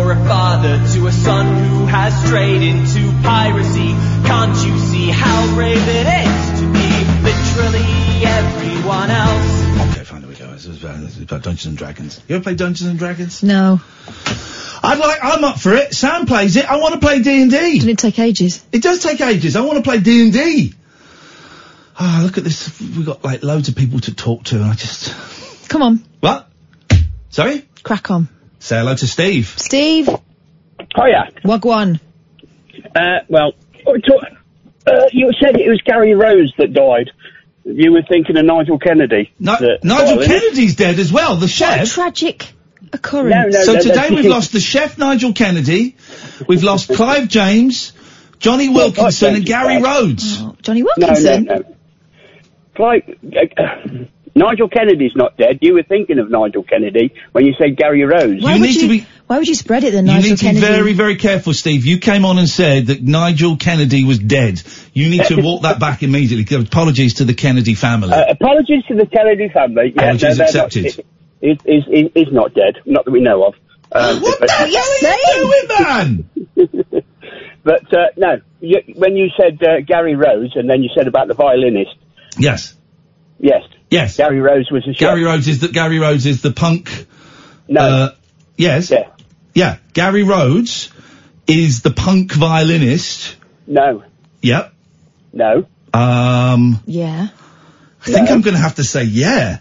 [SPEAKER 11] Or a father to a son who has strayed into piracy. Can't you see how brave it is to be literally everyone else?
[SPEAKER 3] Okay, fine. There we go. This is about, this is about Dungeons and Dragons. You ever play Dungeons and Dragons?
[SPEAKER 5] No.
[SPEAKER 3] I'd like. I'm up for it. Sam plays it. I want to play D and D.
[SPEAKER 5] Didn't it take ages?
[SPEAKER 3] It does take ages. I want to play D and D. Ah, look at this. We've got like loads of people to talk to, and I just
[SPEAKER 5] Come on,
[SPEAKER 3] what? Sorry.
[SPEAKER 5] crack on.
[SPEAKER 3] Say hello to Steve.
[SPEAKER 5] Steve,
[SPEAKER 8] Oh yeah.
[SPEAKER 5] Wagwan.
[SPEAKER 8] Uh, well, oh, to- uh, you said it was Gary Rose that died. You were thinking of Nigel Kennedy.
[SPEAKER 3] No,
[SPEAKER 8] that-
[SPEAKER 3] Nigel
[SPEAKER 8] well,
[SPEAKER 3] Kennedy's dead as well. The
[SPEAKER 5] What a
[SPEAKER 3] chef.
[SPEAKER 5] tragic occurrence.
[SPEAKER 8] No, no,
[SPEAKER 3] so
[SPEAKER 8] no,
[SPEAKER 3] today
[SPEAKER 8] no,
[SPEAKER 3] we've
[SPEAKER 8] no.
[SPEAKER 3] lost the chef Nigel Kennedy,
[SPEAKER 8] *laughs*
[SPEAKER 3] we've lost Clive James,
[SPEAKER 8] Oh,
[SPEAKER 3] Johnny Wilkinson, and Gary Rhodes.
[SPEAKER 5] Johnny uh,
[SPEAKER 8] No, no,
[SPEAKER 5] Wilkinson.
[SPEAKER 8] no. Like, uh, Nigel Kennedy's not dead. You were thinking of Nigel Kennedy when you said Gary Rose.
[SPEAKER 5] Why
[SPEAKER 3] You
[SPEAKER 5] would
[SPEAKER 3] need
[SPEAKER 5] you,
[SPEAKER 3] to be-
[SPEAKER 5] Why would you spread it then,
[SPEAKER 3] You
[SPEAKER 5] Nigel
[SPEAKER 3] need to
[SPEAKER 5] Kennedy?
[SPEAKER 3] be very, very careful, Steve. You came on and said that Nigel Kennedy was dead. You need
[SPEAKER 8] *laughs*
[SPEAKER 3] to walk that back immediately. Apologies to the Kennedy family.
[SPEAKER 8] Uh, apologies to the Kennedy family. Yeah,
[SPEAKER 3] Apologies
[SPEAKER 8] they're not-
[SPEAKER 3] accepted.
[SPEAKER 8] he- he- He's he's- he's not dead. Not that we know of. Um,
[SPEAKER 3] Oh, what
[SPEAKER 8] but-
[SPEAKER 3] the hell are you doing, man?
[SPEAKER 8] *laughs* But uh, no, you, when you said uh, Gary Rose, and then you said about the violinist.
[SPEAKER 3] Yes,
[SPEAKER 8] Yes,
[SPEAKER 3] yes.
[SPEAKER 8] Gary Rose was a chef.
[SPEAKER 3] Gary Rhodes is that Gary Rhodes is the punk.
[SPEAKER 8] no,
[SPEAKER 3] Uh, yes,
[SPEAKER 8] yeah,
[SPEAKER 3] yeah. Gary Rhodes is the punk violinist.
[SPEAKER 8] no,
[SPEAKER 3] Yep.
[SPEAKER 8] no,
[SPEAKER 3] Um,
[SPEAKER 5] Yeah.
[SPEAKER 3] I think I'm going to have to say yeah.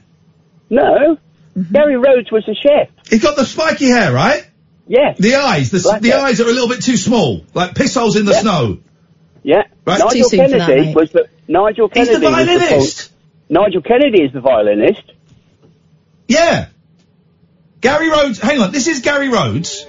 [SPEAKER 8] no.
[SPEAKER 5] Mm-hmm.
[SPEAKER 8] Gary Rhodes was a chef.
[SPEAKER 3] He's got the spiky hair, right?
[SPEAKER 8] Yes,
[SPEAKER 3] The eyes, the, s
[SPEAKER 8] Black
[SPEAKER 3] the
[SPEAKER 8] hair.
[SPEAKER 3] eyes are a little bit too small, like piss holes in the snow.
[SPEAKER 8] yeah.
[SPEAKER 3] Right.
[SPEAKER 8] Nigel
[SPEAKER 5] Too soon for
[SPEAKER 8] Kennedy
[SPEAKER 5] that, mate.
[SPEAKER 8] was the Nigel
[SPEAKER 3] He's
[SPEAKER 8] Kennedy.
[SPEAKER 3] the
[SPEAKER 8] Was
[SPEAKER 3] violinist.
[SPEAKER 8] the, pol- Nigel Kennedy is the violinist. *laughs*
[SPEAKER 3] Yeah. Gary Rhodes, hang on, this is Gary Rhodes.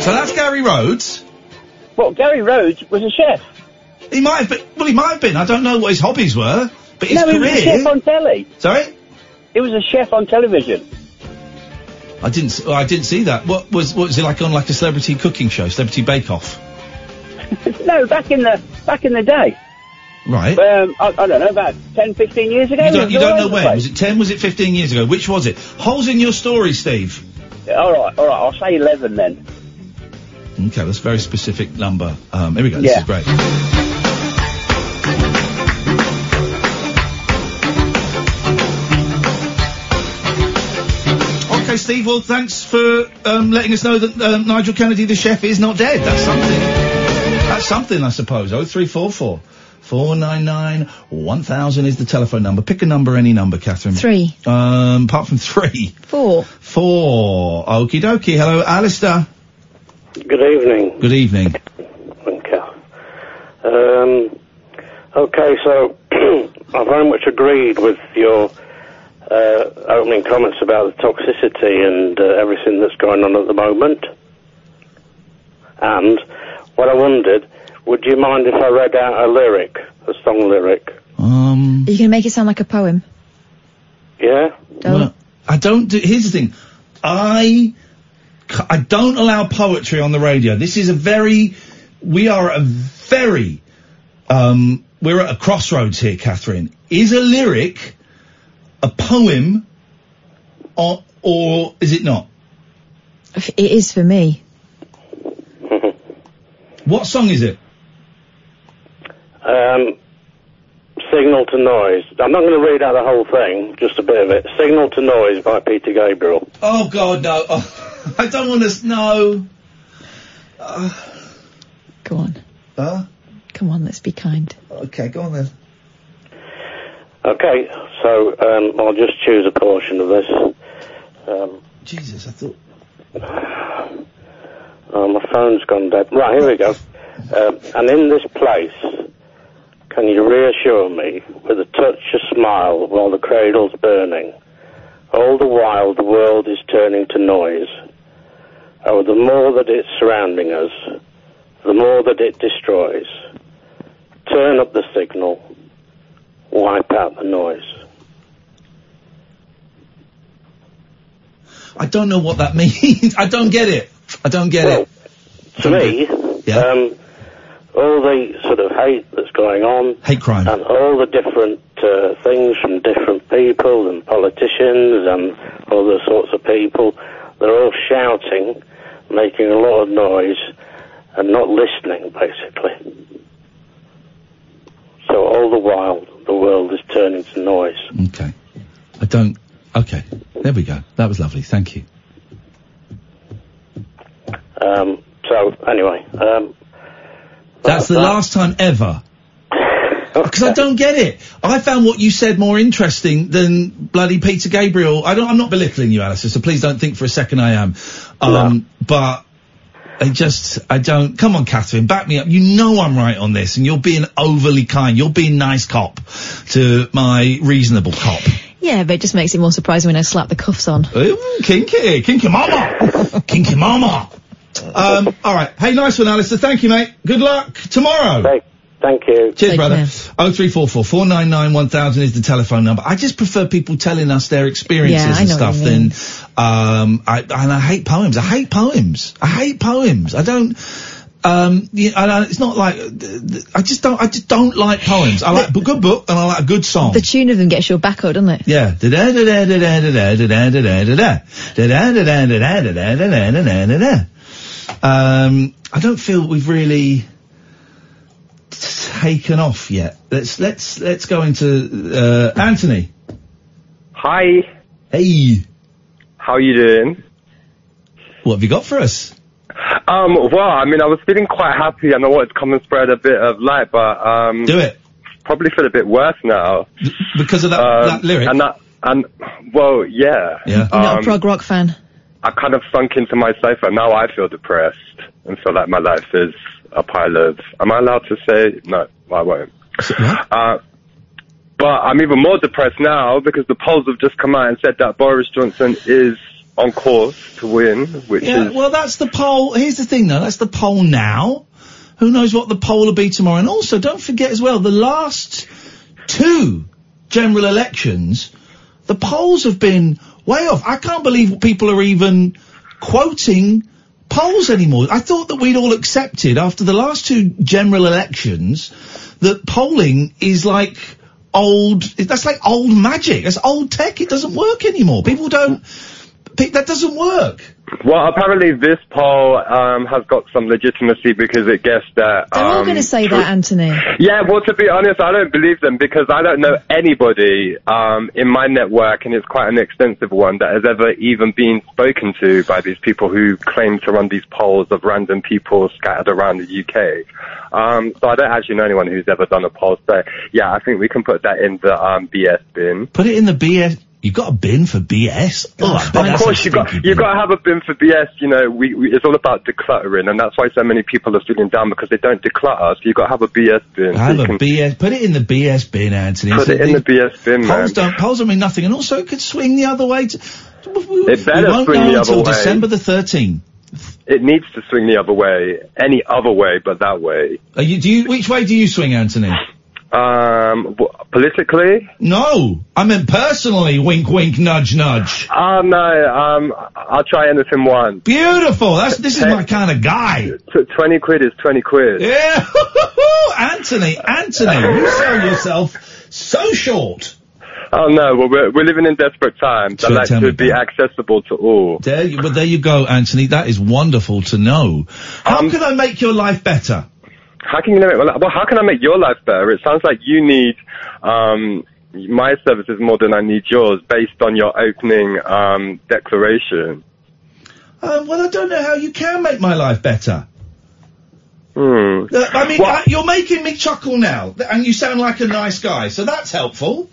[SPEAKER 3] So that's Gary Rhodes.
[SPEAKER 8] Well, Gary Rhodes was a chef.
[SPEAKER 3] He might have been, well, he might have been. I don't know what his hobbies were, but his
[SPEAKER 8] no, he was a
[SPEAKER 3] career.
[SPEAKER 8] chef on telly.
[SPEAKER 3] Sorry,
[SPEAKER 8] He was a chef on television.
[SPEAKER 3] I didn't. s- I didn't see that. What was what was it like on like a celebrity cooking show, Celebrity Bake Off?
[SPEAKER 8] no, back in the back in the day.
[SPEAKER 3] Right.
[SPEAKER 8] Um, I, I don't know about 10, 15 years ago.
[SPEAKER 3] you
[SPEAKER 8] he
[SPEAKER 3] don't,
[SPEAKER 8] was
[SPEAKER 3] you
[SPEAKER 8] all
[SPEAKER 3] don't know
[SPEAKER 8] over the
[SPEAKER 3] when.
[SPEAKER 8] place.
[SPEAKER 3] Was it ten? Was it fifteen years ago? Which was it? Holes in your story, Steve.
[SPEAKER 8] All right, all right. I'll say eleven then.
[SPEAKER 3] Okay, that's a very specific number. Um, here we go. This
[SPEAKER 8] Yeah.
[SPEAKER 3] is great. Okay, Steve. Well, thanks for um, letting us know that um, Nigel Kennedy, the chef, is not dead. That's something. That's something, I suppose. Oh three four four four nine nine one thousand is the telephone number. Pick a number, any number, Catherine.
[SPEAKER 5] Three,
[SPEAKER 3] Um, apart from three,
[SPEAKER 5] four.
[SPEAKER 3] four. Okie dokie. Hello, Alistair.
[SPEAKER 12] Good evening,
[SPEAKER 3] Good evening.
[SPEAKER 12] Winker. Um, okay, so *clears throat* I very much agreed with your uh, opening comments about the toxicity and uh, everything that's going on at the moment. And what I wondered, would you mind if I read out a lyric, a song lyric?
[SPEAKER 3] Um,
[SPEAKER 5] Are you going to make it sound like a poem?
[SPEAKER 12] Yeah?
[SPEAKER 3] Well, I don't do. Here's the thing, I c- I don't allow poetry on the radio. This is a very we are at a very um we're at a crossroads here, Catherine. Is a lyric a poem, or or is it not?
[SPEAKER 5] If It is for me.
[SPEAKER 3] What song is it?
[SPEAKER 12] Um, Signal to Noise. I'm not going to read out the whole thing, just a bit of it. Signal to Noise by Peter Gabriel.
[SPEAKER 3] Oh God, no! *laughs* Oh, I don't want to. No. Uh,
[SPEAKER 5] Go on.
[SPEAKER 3] Huh?
[SPEAKER 5] Come on, let's be kind.
[SPEAKER 3] Okay, go on then.
[SPEAKER 12] Okay, so um, I'll just choose a portion of this. Um,
[SPEAKER 3] Jesus, I thought.
[SPEAKER 12] Oh, my phone's gone dead. Right, here we go. Um, and in this place, can you reassure me with a touch, a smile, while the cradle's burning? All the while, the world is turning to noise. Oh, the more that it's surrounding us, the more that it destroys. Turn up the signal, wipe out the noise.
[SPEAKER 3] I don't know what that *laughs* means. I don't get it. I don't get it.
[SPEAKER 12] to me, um, all the sort of hate that's going on,
[SPEAKER 3] hate crime,
[SPEAKER 12] and all the different uh, things from different people and politicians and other sorts of people, they're all shouting, making a lot of noise, and not listening, basically. So all the while, the world is turning to noise.
[SPEAKER 3] Okay. I don't. Okay. There we go. That was lovely. Thank you.
[SPEAKER 12] Um, so anyway, um,
[SPEAKER 3] That's the last time ever. Because I don't get it. I found what you said more interesting than bloody Peter Gabriel. I don't. I'm not belittling you, Alistair. So please don't think for a second I am. Um, But I just, I don't. Come on, Catherine, back me up. You know I'm right on this, and you're being overly kind. You're being nice cop to my reasonable cop.
[SPEAKER 5] Yeah, but it just makes it more surprising when I slap the cuffs on.
[SPEAKER 3] Ooh, kinky,
[SPEAKER 5] *laughs*
[SPEAKER 3] kinky mama, kinky mama. Um, all right. Hey, nice one, Alistair. Thank you, mate. Good luck tomorrow.
[SPEAKER 12] Thank you.
[SPEAKER 3] Cheers, brother. Oh three four four four nine nine one thousand is the telephone number. I just prefer people telling us their experiences
[SPEAKER 5] Yeah, I
[SPEAKER 3] and
[SPEAKER 5] know what
[SPEAKER 3] stuff
[SPEAKER 5] you
[SPEAKER 3] than, um, I, and I hate poems. I hate poems. I hate poems. I don't. Um, you, and I, it's not like th- th- I just don't. I just don't like poems. I like a good book and I like a good song.
[SPEAKER 5] The tune of them gets your back out, doesn't it?
[SPEAKER 3] Yeah. Um, Da-da, da-da, da-da, da-da, da-da, da-da, da-da. Da-da, da-da, da-da, da-da, da-da, da-da, da-da. Um, I don't feel we've really taken off yet. Let's let's let's go into uh, Anthony.
[SPEAKER 13] Hi.
[SPEAKER 3] Hey.
[SPEAKER 13] How you doing?
[SPEAKER 3] What have you got for us?
[SPEAKER 13] Um, well, I mean, I was feeling quite happy and I wanted to come and spread a bit of light, but, um.
[SPEAKER 3] Do it.
[SPEAKER 13] Probably feel a bit worse now.
[SPEAKER 3] Because of that,
[SPEAKER 13] that lyric? And that, and, well, yeah. Yeah.
[SPEAKER 5] I'm not a prog rock fan.
[SPEAKER 13] I kind of sunk into myself and now I feel depressed and feel like my life is a pile of. Am I allowed to say? No, I won't. Uh, but I'm even more depressed now because the polls have just come out and said that Boris Johnson is on course to win, which
[SPEAKER 3] Yeah.
[SPEAKER 13] is.
[SPEAKER 3] Well, that's the poll. Here's the thing, though. That's the poll now. Who knows what the poll will be tomorrow? And also, don't forget as well, the last two general elections, the polls have been way off. I can't believe people are even quoting polls anymore. I thought that we'd all accepted after the last two general elections that polling is like old, that's like old magic. That's old tech. It doesn't work anymore. People don't, pe- that doesn't work.
[SPEAKER 13] Well, apparently this poll um, has got some legitimacy because it guessed that.
[SPEAKER 5] They're all
[SPEAKER 13] um,
[SPEAKER 5] going to say
[SPEAKER 13] Ther-
[SPEAKER 5] that, Anthony.
[SPEAKER 13] Yeah, well, to be honest, I don't believe them because I don't know anybody um, in my network, and it's quite an extensive one, that has ever even been spoken to by these people who claim to run these polls of random people scattered around the UK. Um, so I don't actually know anyone who's ever done a poll. So, yeah, I think we can put that in the um, BS bin.
[SPEAKER 3] Put it in the BS. You've got a bin for BS? Oh, I bet
[SPEAKER 13] of
[SPEAKER 3] that's a
[SPEAKER 13] course, you got you got to have a bin for BS. You know, we, we it's all about decluttering, and that's why so many people are sitting down because they don't declutter. So you got to have a BS bin. so
[SPEAKER 3] I have
[SPEAKER 13] you
[SPEAKER 3] a
[SPEAKER 13] can
[SPEAKER 3] BS. Put it in the BS bin, Anthony.
[SPEAKER 13] Put
[SPEAKER 3] So
[SPEAKER 13] it in the BS bin, man.
[SPEAKER 3] Polls don't, polls don't mean nothing, and also it could swing the other way. To,
[SPEAKER 13] It better
[SPEAKER 3] we won't
[SPEAKER 13] swing
[SPEAKER 3] know
[SPEAKER 13] the
[SPEAKER 3] until
[SPEAKER 13] other way.
[SPEAKER 3] December the 13th.
[SPEAKER 13] It needs to swing the other way, any other way but that way.
[SPEAKER 3] Are you, do you, which way do you swing, Anthony?
[SPEAKER 13] Um, w- politically?
[SPEAKER 3] No, I meant personally. Wink, wink, nudge, nudge.
[SPEAKER 13] Oh no, um, I'll try anything one.
[SPEAKER 3] Beautiful. That's this is my kind of guy.
[SPEAKER 13] T- twenty quid is twenty quid.
[SPEAKER 3] Yeah, *laughs* Anthony, Anthony, you sell yourself so short.
[SPEAKER 13] Oh no, well we're we're living in desperate times. I
[SPEAKER 3] So
[SPEAKER 13] like
[SPEAKER 3] tell me
[SPEAKER 13] to be accessible to all.
[SPEAKER 3] There, you, well, there you go, Anthony. That is wonderful to know. How
[SPEAKER 13] Um,
[SPEAKER 3] can I make your life better?
[SPEAKER 13] How can you make my li- well? How can I make your life better? It sounds like you need um, my services more than I need yours, based on your opening um, declaration.
[SPEAKER 3] Um, well, I don't know how you can make my life better.
[SPEAKER 13] Hmm.
[SPEAKER 3] Uh, I mean, I, you're making me chuckle now, th- and you sound like a nice guy, so that's helpful.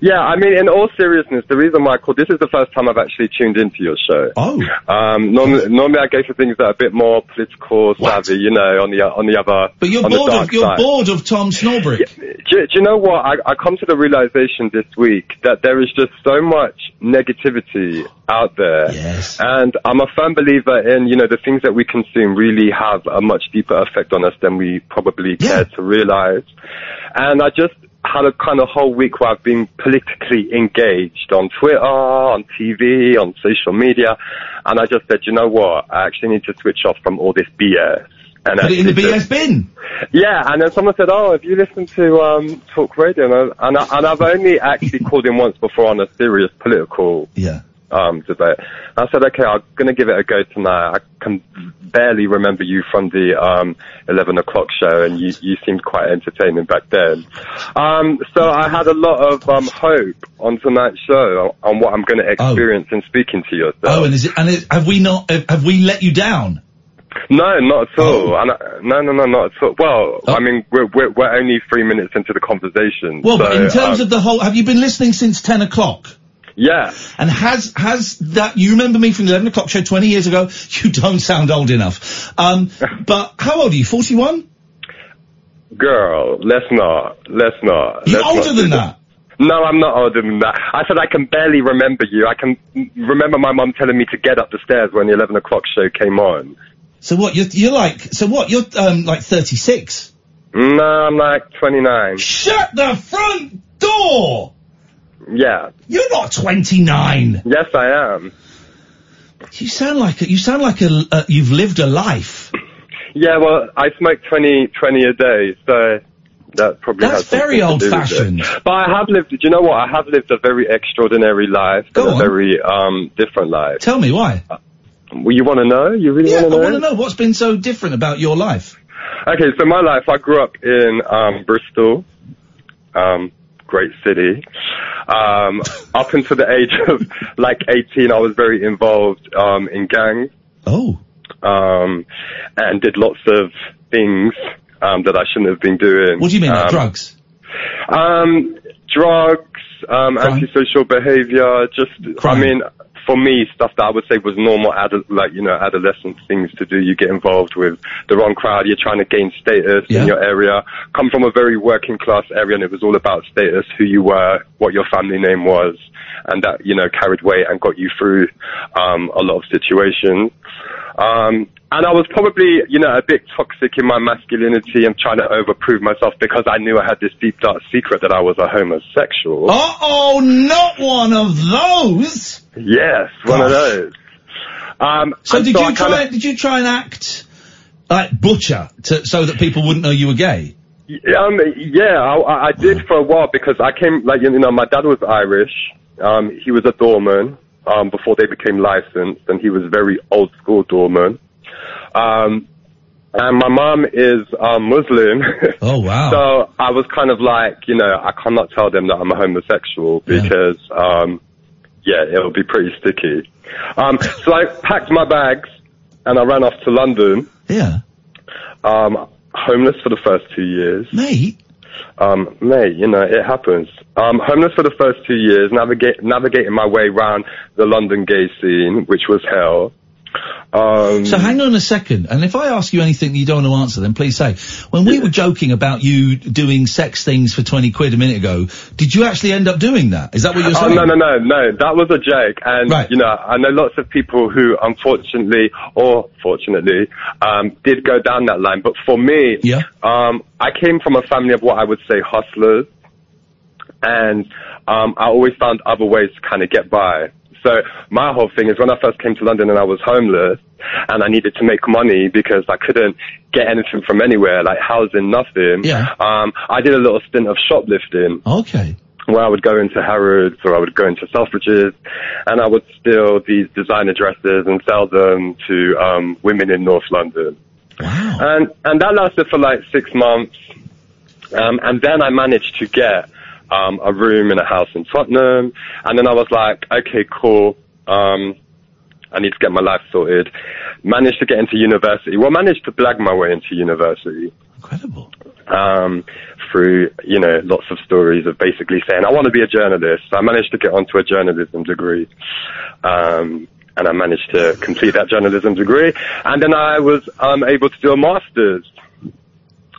[SPEAKER 13] Yeah, I mean, in all seriousness, the reason why I called this is the first time I've actually tuned into your show.
[SPEAKER 3] Oh.
[SPEAKER 13] Um, normally, normally I go for things that are a bit more political savvy, you know, on the on the other.
[SPEAKER 3] But you're
[SPEAKER 13] on the
[SPEAKER 3] bored
[SPEAKER 13] dark
[SPEAKER 3] of you're
[SPEAKER 13] side.
[SPEAKER 3] bored of Tom Snorbrick.
[SPEAKER 13] Do, do you know what? I, I come to the realization this week that there is just so much negativity out there. Yes. And I'm a firm believer in, you know, the things that we consume really have a much deeper effect on us than we probably care to realize. And I just had a kind of whole week where I've been politically engaged on Twitter, on TV, on social media. And I just said, you know what? I actually need to switch off from all this BS. And
[SPEAKER 3] Put it in the
[SPEAKER 13] actually just-
[SPEAKER 3] BS bin.
[SPEAKER 13] yeah, and then someone said, "Oh, have you listened to um, Talk Radio?" And, I, and, I, and I've only actually called in once before on a serious political
[SPEAKER 3] yeah.
[SPEAKER 13] um, debate. I said, "Okay, I'm going to give it a go tonight." I can barely remember you from the um, eleven o'clock show, and you, you seemed quite entertaining back then. Um, so I had a lot of um, hope on tonight's show on what I'm going to experience in speaking to yourself.
[SPEAKER 3] Oh, and is it? And is, have we not? Have have we let you down?
[SPEAKER 13] No, not at all.
[SPEAKER 3] Oh.
[SPEAKER 13] And I, no, no, no, not at all. Well, I mean, we're, we're we're only three minutes into the conversation.
[SPEAKER 3] Well,
[SPEAKER 13] so,
[SPEAKER 3] but in
[SPEAKER 13] um,
[SPEAKER 3] terms of the whole, have you been listening since ten o'clock?
[SPEAKER 13] yeah,
[SPEAKER 3] And has has that? You remember me from the eleven o'clock show twenty years ago? *laughs* You don't sound old enough.
[SPEAKER 13] *laughs*
[SPEAKER 3] Um, but how old are you? Forty one.
[SPEAKER 13] girl, let's not, let's not.
[SPEAKER 3] You're
[SPEAKER 13] let's not
[SPEAKER 3] older
[SPEAKER 13] do
[SPEAKER 3] than
[SPEAKER 13] this.
[SPEAKER 3] that.
[SPEAKER 13] No, I'm not older than that. I said I can barely remember you. I can remember my mum telling me to get up the stairs when the eleven o'clock show came on.
[SPEAKER 3] So what? You're you're like so what? You're um like thirty six.
[SPEAKER 13] No, I'm like twenty nine.
[SPEAKER 3] Shut the front door.
[SPEAKER 13] Yeah.
[SPEAKER 3] You're not twenty nine.
[SPEAKER 13] Yes, I am.
[SPEAKER 3] You sound like a, you sound like a, a you've lived a life.
[SPEAKER 13] Yeah, well, I smoke 20, 20 a day, so that probably
[SPEAKER 3] That's
[SPEAKER 13] has something
[SPEAKER 3] very
[SPEAKER 13] to do with it.
[SPEAKER 3] old-fashioned.
[SPEAKER 13] But I have lived. Do you know what? I have lived a very extraordinary life, and a very um, different life. Uh,
[SPEAKER 3] Tell me why.
[SPEAKER 13] Well, you want to know? You really
[SPEAKER 3] yeah,
[SPEAKER 13] want
[SPEAKER 3] I
[SPEAKER 13] to
[SPEAKER 3] want to know what's been so different about your life.
[SPEAKER 13] Okay, so my life, I grew up in um, Bristol, um, great city. Um, up until the age of like 18, I was very involved um, in gangs.
[SPEAKER 3] Oh.
[SPEAKER 13] Um, and did lots of things um, that I shouldn't have been doing.
[SPEAKER 3] What do you mean, like
[SPEAKER 13] Um,
[SPEAKER 3] drugs?
[SPEAKER 13] Um, drugs, um, antisocial behavior, just, I mean, for me, stuff that I would say was normal, ado- like, you know, adolescent things to do. You get involved with the wrong crowd. You're trying to gain status in your area. Come from a very working class area and it was all about status, who you were, what your family name was, and that, you know, carried weight and got you through, um, a lot of situations. Um, and I was probably, you know, a bit toxic in my masculinity and trying to overprove myself because I knew I had this deep dark secret that I was a homosexual.
[SPEAKER 3] Uh oh, not one of those.
[SPEAKER 13] Yes, one of those. Um,
[SPEAKER 3] So
[SPEAKER 13] and
[SPEAKER 3] did
[SPEAKER 13] I
[SPEAKER 3] you try?
[SPEAKER 13] kinda-
[SPEAKER 3] Did you try and act like butcher to, so that people wouldn't know you were gay?
[SPEAKER 13] Um, yeah, I- I, I did for a while because I came, like, you know, my dad was Irish. Um, he was a doorman um, before they became licensed, and he was very old school doorman. Um, and my mom is um, Muslim. *laughs*
[SPEAKER 3] Oh, wow.
[SPEAKER 13] so I was kind of like, you know, I cannot tell them that I'm a homosexual because, um, yeah, it'll be pretty sticky. Um, so I packed my bags and I ran off to London.
[SPEAKER 3] Yeah.
[SPEAKER 13] Um, homeless for the first two years.
[SPEAKER 3] Mate,
[SPEAKER 13] Um, mate, you know, it happens. Um, homeless for the first two years, navigate, navigating my way around the London gay scene, which was hell. Um,
[SPEAKER 3] So hang on a second, and if I ask you anything you don't want to answer, then please say. When we were joking about you doing sex things for twenty quid a minute ago, did you actually end up doing that? Is that what you're
[SPEAKER 13] oh,
[SPEAKER 3] saying?
[SPEAKER 13] no, no, no, no. That was a joke. And, you know, I know lots of people who, unfortunately or fortunately, um, did go down that line. But for me,
[SPEAKER 3] Yeah.
[SPEAKER 13] um, I came from a family of what I would say hustlers. And um, I always found other ways to kind of get by. So my whole thing is when I first came to London and I was homeless and I needed to make money because I couldn't get anything from anywhere, like housing, nothing.
[SPEAKER 3] Yeah.
[SPEAKER 13] Um, I did a little stint of shoplifting
[SPEAKER 3] Okay.
[SPEAKER 13] where I would go into Harrods or I would go into Selfridges and I would steal these designer dresses and sell them to um, women in North London. Wow. And, and that lasted for like six months. Um, and then I managed to get um, a room in a house in Tottenham. And then I was like, okay, cool. Um, I need to get my life sorted. Managed to get into university. Well, managed to blag my way into university um, through you know lots of stories of basically saying I want to be a journalist. So I managed to get onto a journalism degree, um, and I managed to complete that journalism degree, and then I was um, able to do a master's.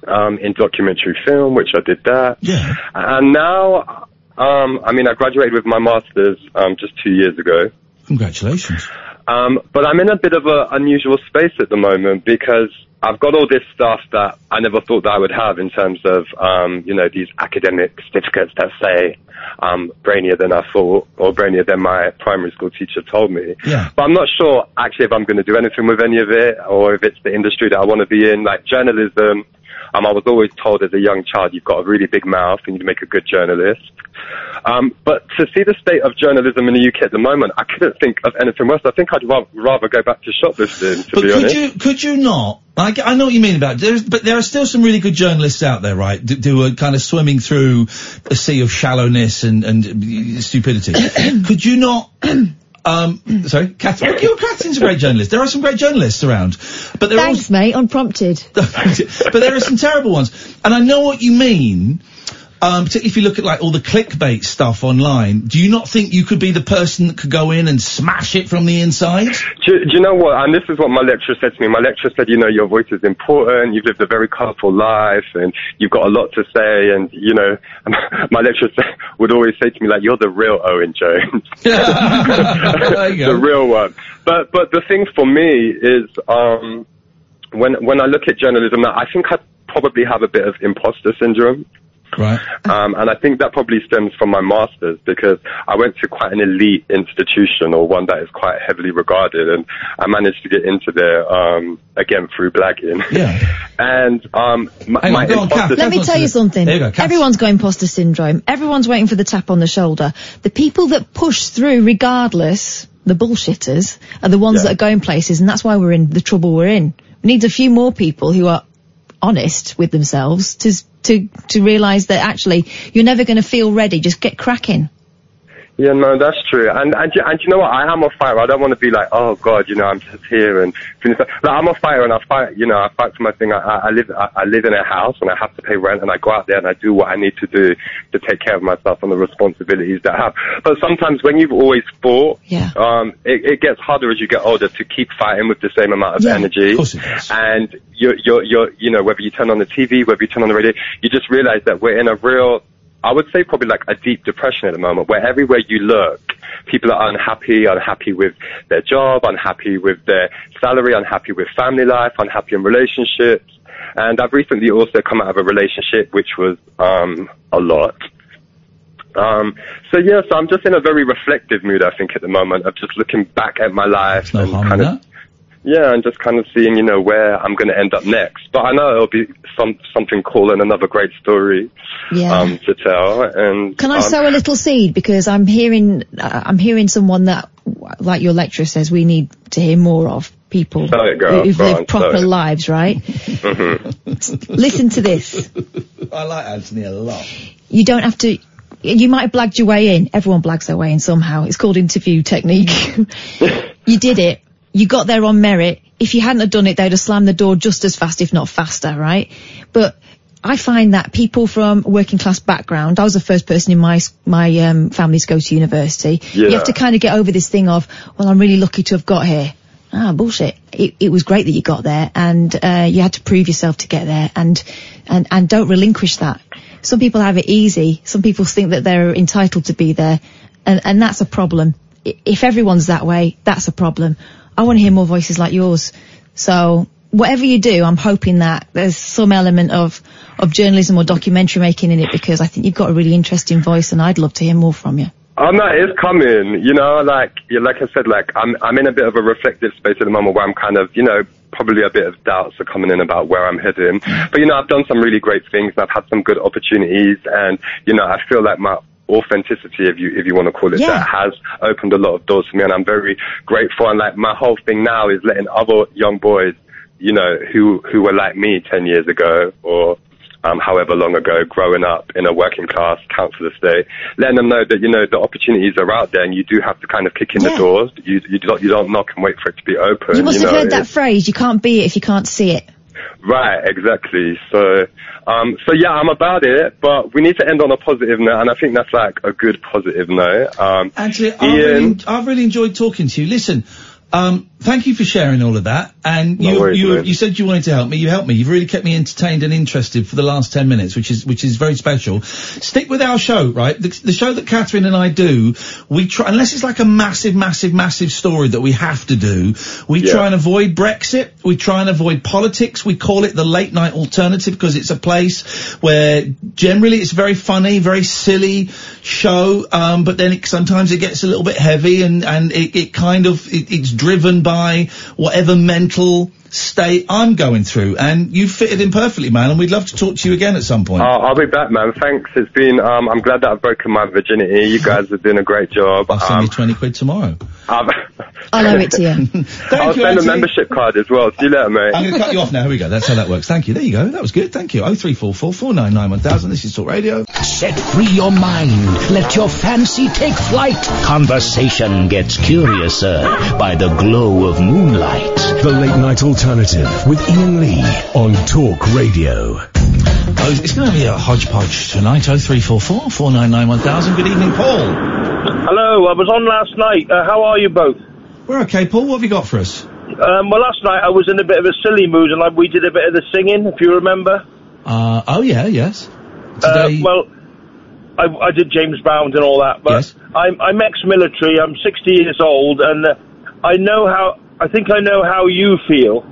[SPEAKER 13] Um, in documentary film, which I did that. Yeah. And now, um, I mean, I graduated with my master's um, just two years ago.
[SPEAKER 3] Congratulations.
[SPEAKER 13] Um, but I'm in a bit of an unusual space at the moment because I've got all this stuff that I never thought that I would have in terms of, um, you know, these academic certificates that say um, brainier than I thought or brainier than my primary school teacher told me.
[SPEAKER 3] Yeah.
[SPEAKER 13] But I'm not sure actually if I'm going to do anything with any of it or if it's the industry that I want to be in, like journalism. Um, I was always told as a young child, you've got a really big mouth and you make a good journalist. Um, but to see the state of journalism in the UK at the moment, I couldn't think of anything worse. I think I'd ra- rather go back to shoplifting, to
[SPEAKER 3] But
[SPEAKER 13] be
[SPEAKER 3] could
[SPEAKER 13] honest.
[SPEAKER 3] you could you not? I, g- I know what you mean about. There's, but there are still some really good journalists out there, right? D- who are kind of swimming through a sea of shallowness and and
[SPEAKER 13] *coughs*
[SPEAKER 3] uh, stupidity. could you not? Um, sorry, Catherine. Your Catherine's a great journalist. There are some great journalists around, but there are
[SPEAKER 5] Thanks, mate. Unprompted.
[SPEAKER 3] *laughs* but there are some terrible ones. And I know what you mean. Um, particularly if you look at like all the clickbait stuff online, do you not think you could be the person that could go in and smash it from
[SPEAKER 13] *laughs*
[SPEAKER 3] the inside?
[SPEAKER 13] Do, do you know what? And this is what my lecturer said to me. My lecturer said, you know, your voice is important. You've lived a very colourful life, and you've got a lot to say. And you know, *laughs* my lecturer said, would always say to me, like, you're the real Owen
[SPEAKER 3] *laughs*
[SPEAKER 13] Jones, *laughs* the real one. But but the thing for me is, um, when when I look at journalism, now, I think I probably have a bit of imposter syndrome.
[SPEAKER 3] Right.
[SPEAKER 13] Um, and I think that probably stems from my master's because I went to quite an elite institution or one that is quite heavily regarded and I managed to get into there, um, again through blagging.
[SPEAKER 3] Yeah.
[SPEAKER 13] *laughs* and, um, my, my imposter-
[SPEAKER 5] Let me tell you something. Everyone's got imposter syndrome. Everyone's waiting for the tap on the shoulder. The people that push through regardless, the bullshitters, are the ones
[SPEAKER 13] Yeah.
[SPEAKER 5] that are going places, and that's why we're in the trouble we're in. We need a few more people who are honest with themselves to to to realise that actually you're never going to feel ready. Just get cracking.
[SPEAKER 13] Yeah, no, that's true. And and, you- and you know what? I am a fighter. I don't want to be like, oh God, you know, I'm just here and finish. Like, I'm a fighter, and I fight. You know, I fight for my thing. I, I I live I, I live in a house, and I have to pay rent, and I go out there and I do what I need to do to take care of myself and the responsibilities that I have. But sometimes when you've always fought,
[SPEAKER 5] yeah.
[SPEAKER 13] um, it, it gets harder as you get older to keep fighting with the same amount of
[SPEAKER 3] Yeah,
[SPEAKER 13] energy.
[SPEAKER 3] of course it
[SPEAKER 13] and you're you're you're you know whether you turn on the TV, whether you turn on the radio, you just realize that we're in a real I would say probably like a deep depression at the moment where everywhere you look, people are unhappy, unhappy with their job, unhappy with their salary, unhappy with family life, unhappy in relationships. And I've recently also come out of a relationship which was, um, a lot. Um, so yeah, so I'm just in a very reflective mood, I think, at the moment of just looking back at my life and kind of, yeah, and just kind of seeing, you know, where I'm going to end up next. But I know it'll be some something cool and another great story
[SPEAKER 5] Yeah.
[SPEAKER 13] um, to tell. And
[SPEAKER 5] Can I
[SPEAKER 13] um,
[SPEAKER 5] sow a little seed because I'm hearing uh, I'm hearing someone that, like your lecturer says, we need to hear more of people
[SPEAKER 13] Sow it, girl.
[SPEAKER 5] who've
[SPEAKER 13] Go
[SPEAKER 5] lived
[SPEAKER 13] on, sow
[SPEAKER 5] proper
[SPEAKER 13] it.
[SPEAKER 5] lives, right?
[SPEAKER 3] *laughs*
[SPEAKER 13] Mhm.
[SPEAKER 5] Listen to this.
[SPEAKER 3] I like Anthony a lot.
[SPEAKER 5] You don't have to. You might have blagged your way in. Everyone blags their way in somehow. It's called interview technique.
[SPEAKER 13] *laughs*
[SPEAKER 5] you did it. You got there on merit. If you hadn't have done it, they'd have slammed the door just as fast, if not faster, right? But I find that people from working class background, I was the first person in my s- my um, family to go to university. You
[SPEAKER 14] Yeah.
[SPEAKER 5] have to kind of get over this thing of, well, I'm really lucky to have got here. Ah, bullshit. It, it was great that you got there, and uh, you had to prove yourself to get there, and and and don't relinquish that. Some people have it easy. Some people think that they're entitled to be there, and and that's a problem. I- If everyone's that way, that's a problem. I want to hear more voices like yours. So whatever you do, I'm hoping that there's some element of, of journalism or documentary making in it because I think you've got a really interesting voice and I'd love to hear more from you.
[SPEAKER 13] Oh no, it's coming. You know, like yeah, like I said, like I'm I'm in a bit of a reflective space at the moment where I'm kind of, you know, probably a bit of doubts are coming in about where I'm heading. But you know, I've done some really great things. I've had some good opportunities, and you know, I feel like my authenticity, if you if you want to call it
[SPEAKER 15] Yeah.
[SPEAKER 13] that, has opened a lot of doors for me, and I'm very grateful. And like my whole thing now is letting other young boys, you know, who who were like me ten years ago or um, however long ago, growing up in a working class council estate, letting them know that you know the opportunities are out there, and you do have to kind of kick in the doors. You you don't you don't knock and wait for it to be open.
[SPEAKER 5] You must
[SPEAKER 13] know,
[SPEAKER 5] have heard that
[SPEAKER 13] it's-
[SPEAKER 5] phrase, you can't be it if you can't see it.
[SPEAKER 13] Right, exactly. So, um, so yeah, I'm about it, but we need to end on a positive note, and I think that's like a good positive note. Um,
[SPEAKER 3] Actually, I've
[SPEAKER 13] Ian,
[SPEAKER 3] really, I've really enjoyed talking to you. Listen, um, thank you for sharing all of that. And
[SPEAKER 13] No
[SPEAKER 3] you,
[SPEAKER 13] worries,
[SPEAKER 3] you,
[SPEAKER 13] man.
[SPEAKER 3] you said you wanted to help me. You helped me. You've really kept me entertained and interested for the last 10 minutes, which is, which is very special. Stick with our show, right? The, the show that Catherine and I do, we try, unless it's like a massive, massive, massive story that we have to do, we try and avoid Brexit. We try and avoid politics. We call it the late night alternative because it's a place where generally it's very funny, very silly show. Um, but then it, sometimes it gets a little bit heavy and, and it, it kind of, it, it's driven by whatever mental state I'm going through. And you fitted in perfectly, man. And we'd love to talk to you again at some point.
[SPEAKER 13] I'll, I'll be back, man. Thanks. It's been. Um, I'm glad that I've broken my virginity. You guys have done a great job.
[SPEAKER 3] I'll send
[SPEAKER 13] Um,
[SPEAKER 3] you 20 quid tomorrow.
[SPEAKER 13] I've,
[SPEAKER 5] I'll owe it to
[SPEAKER 3] *laughs*
[SPEAKER 13] *laughs*
[SPEAKER 5] you.
[SPEAKER 13] I'll
[SPEAKER 3] you,
[SPEAKER 13] send a
[SPEAKER 3] Anthony.
[SPEAKER 13] membership card as well. See you later, mate.
[SPEAKER 3] I'm going to cut you off now. Here we go. That's how that works. Thank you. There you go. That was good. Thank you. 0344 499 1000. This is Talk Radio.
[SPEAKER 1] Set free your mind. Let your fancy take flight. Conversation gets curiouser by the glow of moonlight. The late night alternative with Ian Lee on Talk Radio.
[SPEAKER 3] Oh, it's going to be a hodgepodge tonight. 0344 499 1000. Good evening, Paul.
[SPEAKER 16] Hello, I was on last night. Uh, how are you both?
[SPEAKER 3] We're okay, Paul. What have you got for us?
[SPEAKER 16] Um, well, last night I was in a bit of a silly mood and I, we did a bit of the singing, if you remember.
[SPEAKER 3] Uh, oh, yeah, yes.
[SPEAKER 16] Uh, well, I, I did James Brown and all that, but I'm, I'm ex-military. I'm 60 years old, and uh, I know how. I think I know how you feel.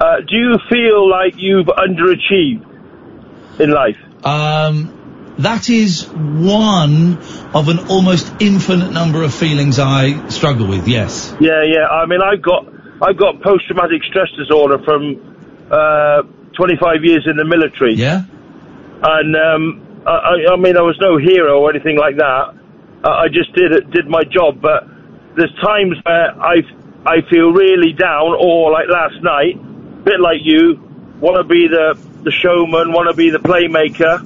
[SPEAKER 16] Uh, do you feel like you've underachieved in life?
[SPEAKER 3] Um, that is one of an almost infinite number of feelings I struggle with, yes.
[SPEAKER 16] Yeah, yeah. I mean, I've got I've got post-traumatic stress disorder from uh, 25 years in the military.
[SPEAKER 3] Yeah.
[SPEAKER 16] And um, I, I- I mean, I was no hero or anything like that. I I just did it- did my job, but there's times where I I feel really down, or like last night, bit like you, want to be the the showman, want to be the playmaker.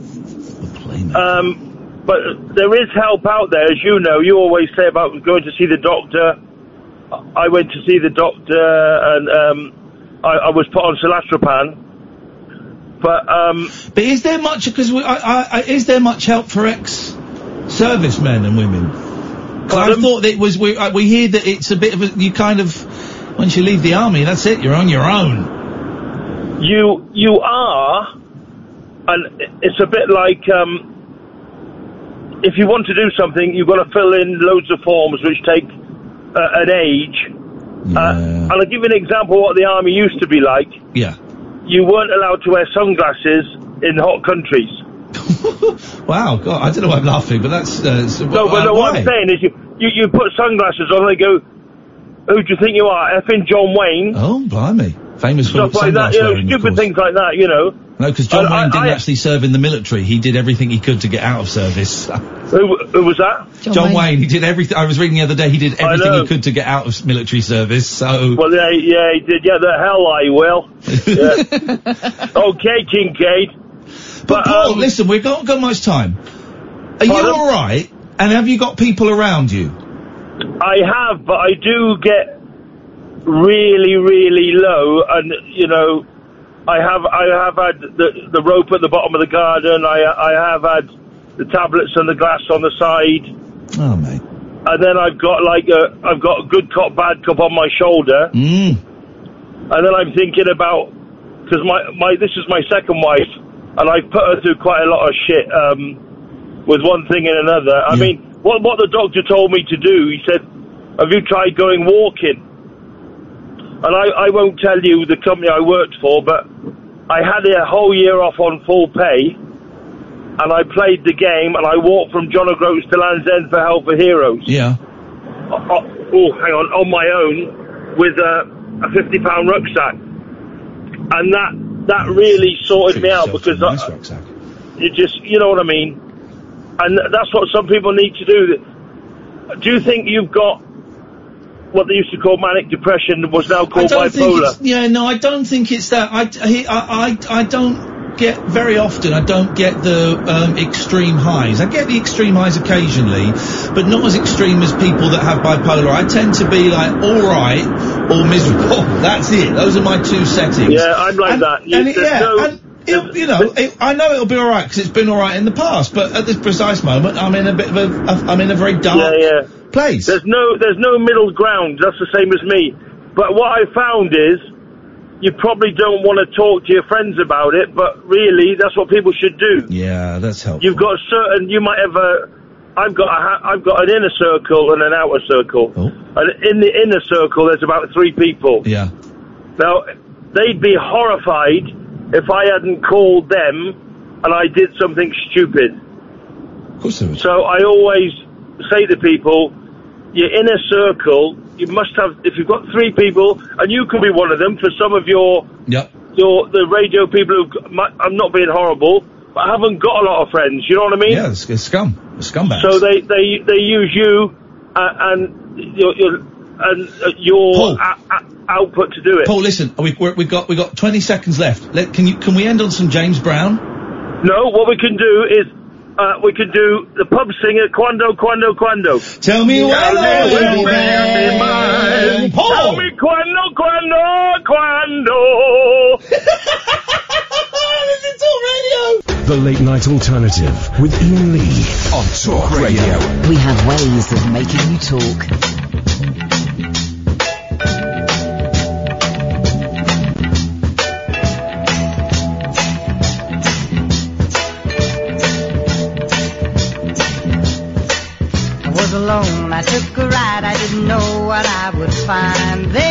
[SPEAKER 16] Um, but there is help out there, as you know. You always say about going to see the doctor. I went to see the doctor, and um, I, I was put on cilatropan. But um,
[SPEAKER 3] But is there much, because I, I, I, is there much help for ex servicemen and women? 'Cause I thought that it was, we, uh, we hear that it's a bit of a, you kind of, once you leave the army, that's it, you're on your own.
[SPEAKER 16] you you are, and it's a bit like um, if you want to do something, you've got to fill in loads of forms which take uh, an age. Uh, and I'll give you an example of what the army used to be like.
[SPEAKER 3] Yeah.
[SPEAKER 16] You weren't allowed to wear sunglasses in hot countries.
[SPEAKER 3] Wow, God, I don't know why I'm laughing, but that's, uh, s-
[SPEAKER 16] No, but
[SPEAKER 3] uh,
[SPEAKER 16] no, what
[SPEAKER 3] why?
[SPEAKER 16] I'm saying is you, you, you put sunglasses on and they go, who do you think you are? Effing John Wayne.
[SPEAKER 3] Oh, blimey. Famous for
[SPEAKER 16] Stuff like
[SPEAKER 3] sunglass
[SPEAKER 16] that, you know,
[SPEAKER 3] wearing, of
[SPEAKER 16] stupid
[SPEAKER 3] course.
[SPEAKER 16] things like that, you know.
[SPEAKER 3] No, because John
[SPEAKER 16] I- I-
[SPEAKER 3] Wayne didn't
[SPEAKER 16] I-
[SPEAKER 3] actually serve in the military. He did everything he could to get out of service. *laughs* John,
[SPEAKER 16] Who, who was that?
[SPEAKER 3] Wayne. he did everything. I was reading the other day. He did everything
[SPEAKER 16] know.
[SPEAKER 3] he could to get out of s- military service. So
[SPEAKER 16] Well, yeah, yeah, he did. Yeah, the hell
[SPEAKER 3] *laughs*
[SPEAKER 16] I will. Yeah. okay, Kincaid.
[SPEAKER 3] But Paul, listen, we've not got much time. Are you
[SPEAKER 16] Pardon?
[SPEAKER 3] all right? And have you got people around you?
[SPEAKER 16] I have, but I do get really, really low, and you know, I have I have had the the rope at the bottom of the garden. I I have had the tablets and the glass on the side.
[SPEAKER 3] Oh, mate.
[SPEAKER 16] And then I've got like a I've got a good cop bad cop on my shoulder.
[SPEAKER 3] Mm.
[SPEAKER 16] And then I'm thinking about because my my this is my second wife, and I've put her through quite a lot of shit um, with one thing and another. I mean, what what the doctor told me to do, he said, "Have you tried going walking?" And I I won't tell you the company I worked for, but I had a whole year off on full pay, and I played the game, and I walked from John O'Groats to Land's End for Help for Heroes
[SPEAKER 3] Yeah.
[SPEAKER 16] oh, oh, hang on, on my own with a, a fifty pound rucksack, and that that really sorted me out because I, you just you know what I mean, and th- that's what some people need to do. Do you think you've got what they used to call manic depression was now
[SPEAKER 3] I
[SPEAKER 16] called
[SPEAKER 3] don't think
[SPEAKER 16] bipolar?
[SPEAKER 3] it's, yeah, no, I don't think it's that. I, he- I, I, I don't get very often. I don't get the um, extreme highs. I get the extreme highs occasionally, but not as extreme as people that have bipolar. I tend to be like all right or miserable. *laughs* That's it. Those are my two settings.
[SPEAKER 16] Yeah, I'm like
[SPEAKER 3] And-
[SPEAKER 16] that. You-
[SPEAKER 3] and it-
[SPEAKER 16] there's
[SPEAKER 3] yeah,
[SPEAKER 16] no-
[SPEAKER 3] and it'll- you know, it, I know it'll be all right because it's been all right in the past. But at this precise moment, I'm in a bit of a, I'm in a very dark.
[SPEAKER 16] yeah, yeah.
[SPEAKER 3] place.
[SPEAKER 16] There's no there's no middle ground. That's the same as me. But what I found is you probably don't want to talk to your friends about it, but really that's what people should do.
[SPEAKER 3] Yeah, that's helpful.
[SPEAKER 16] You've got certain you might have a I've got a ha- I've got an inner circle and an outer circle.
[SPEAKER 3] Oh.
[SPEAKER 16] And in the inner circle there's about three people.
[SPEAKER 3] Yeah.
[SPEAKER 16] Now they'd be horrified if I hadn't called them and I did something stupid. So I always say to people, your inner circle, you must have, if you've got three people, and you could be one of them for some of your,
[SPEAKER 3] Yep.
[SPEAKER 16] your the radio people who, g- mi- I'm not being horrible, but haven't got a lot of friends, you know what I mean?
[SPEAKER 3] Yeah, it's, it's scum. It's scumbags.
[SPEAKER 16] So they, they, they use you uh, and your, your, and uh, your a, a, output to do it.
[SPEAKER 3] Paul, listen, we've, we're, we've got we've got 20 seconds left. Let, can you can we end on some James Brown?
[SPEAKER 16] No, what we can do is uh, we can do the pub singer Quando Quando Quando.
[SPEAKER 3] Tell me
[SPEAKER 16] when
[SPEAKER 3] I will be
[SPEAKER 16] mine. Tell me Quando Quando Quando.
[SPEAKER 3] this is all radio.
[SPEAKER 1] The Late Night Alternative with Ian Lee on Talk Radio.
[SPEAKER 2] We have ways of making you talk.
[SPEAKER 14] I was alone. I took a ride. I didn't know what I would find there.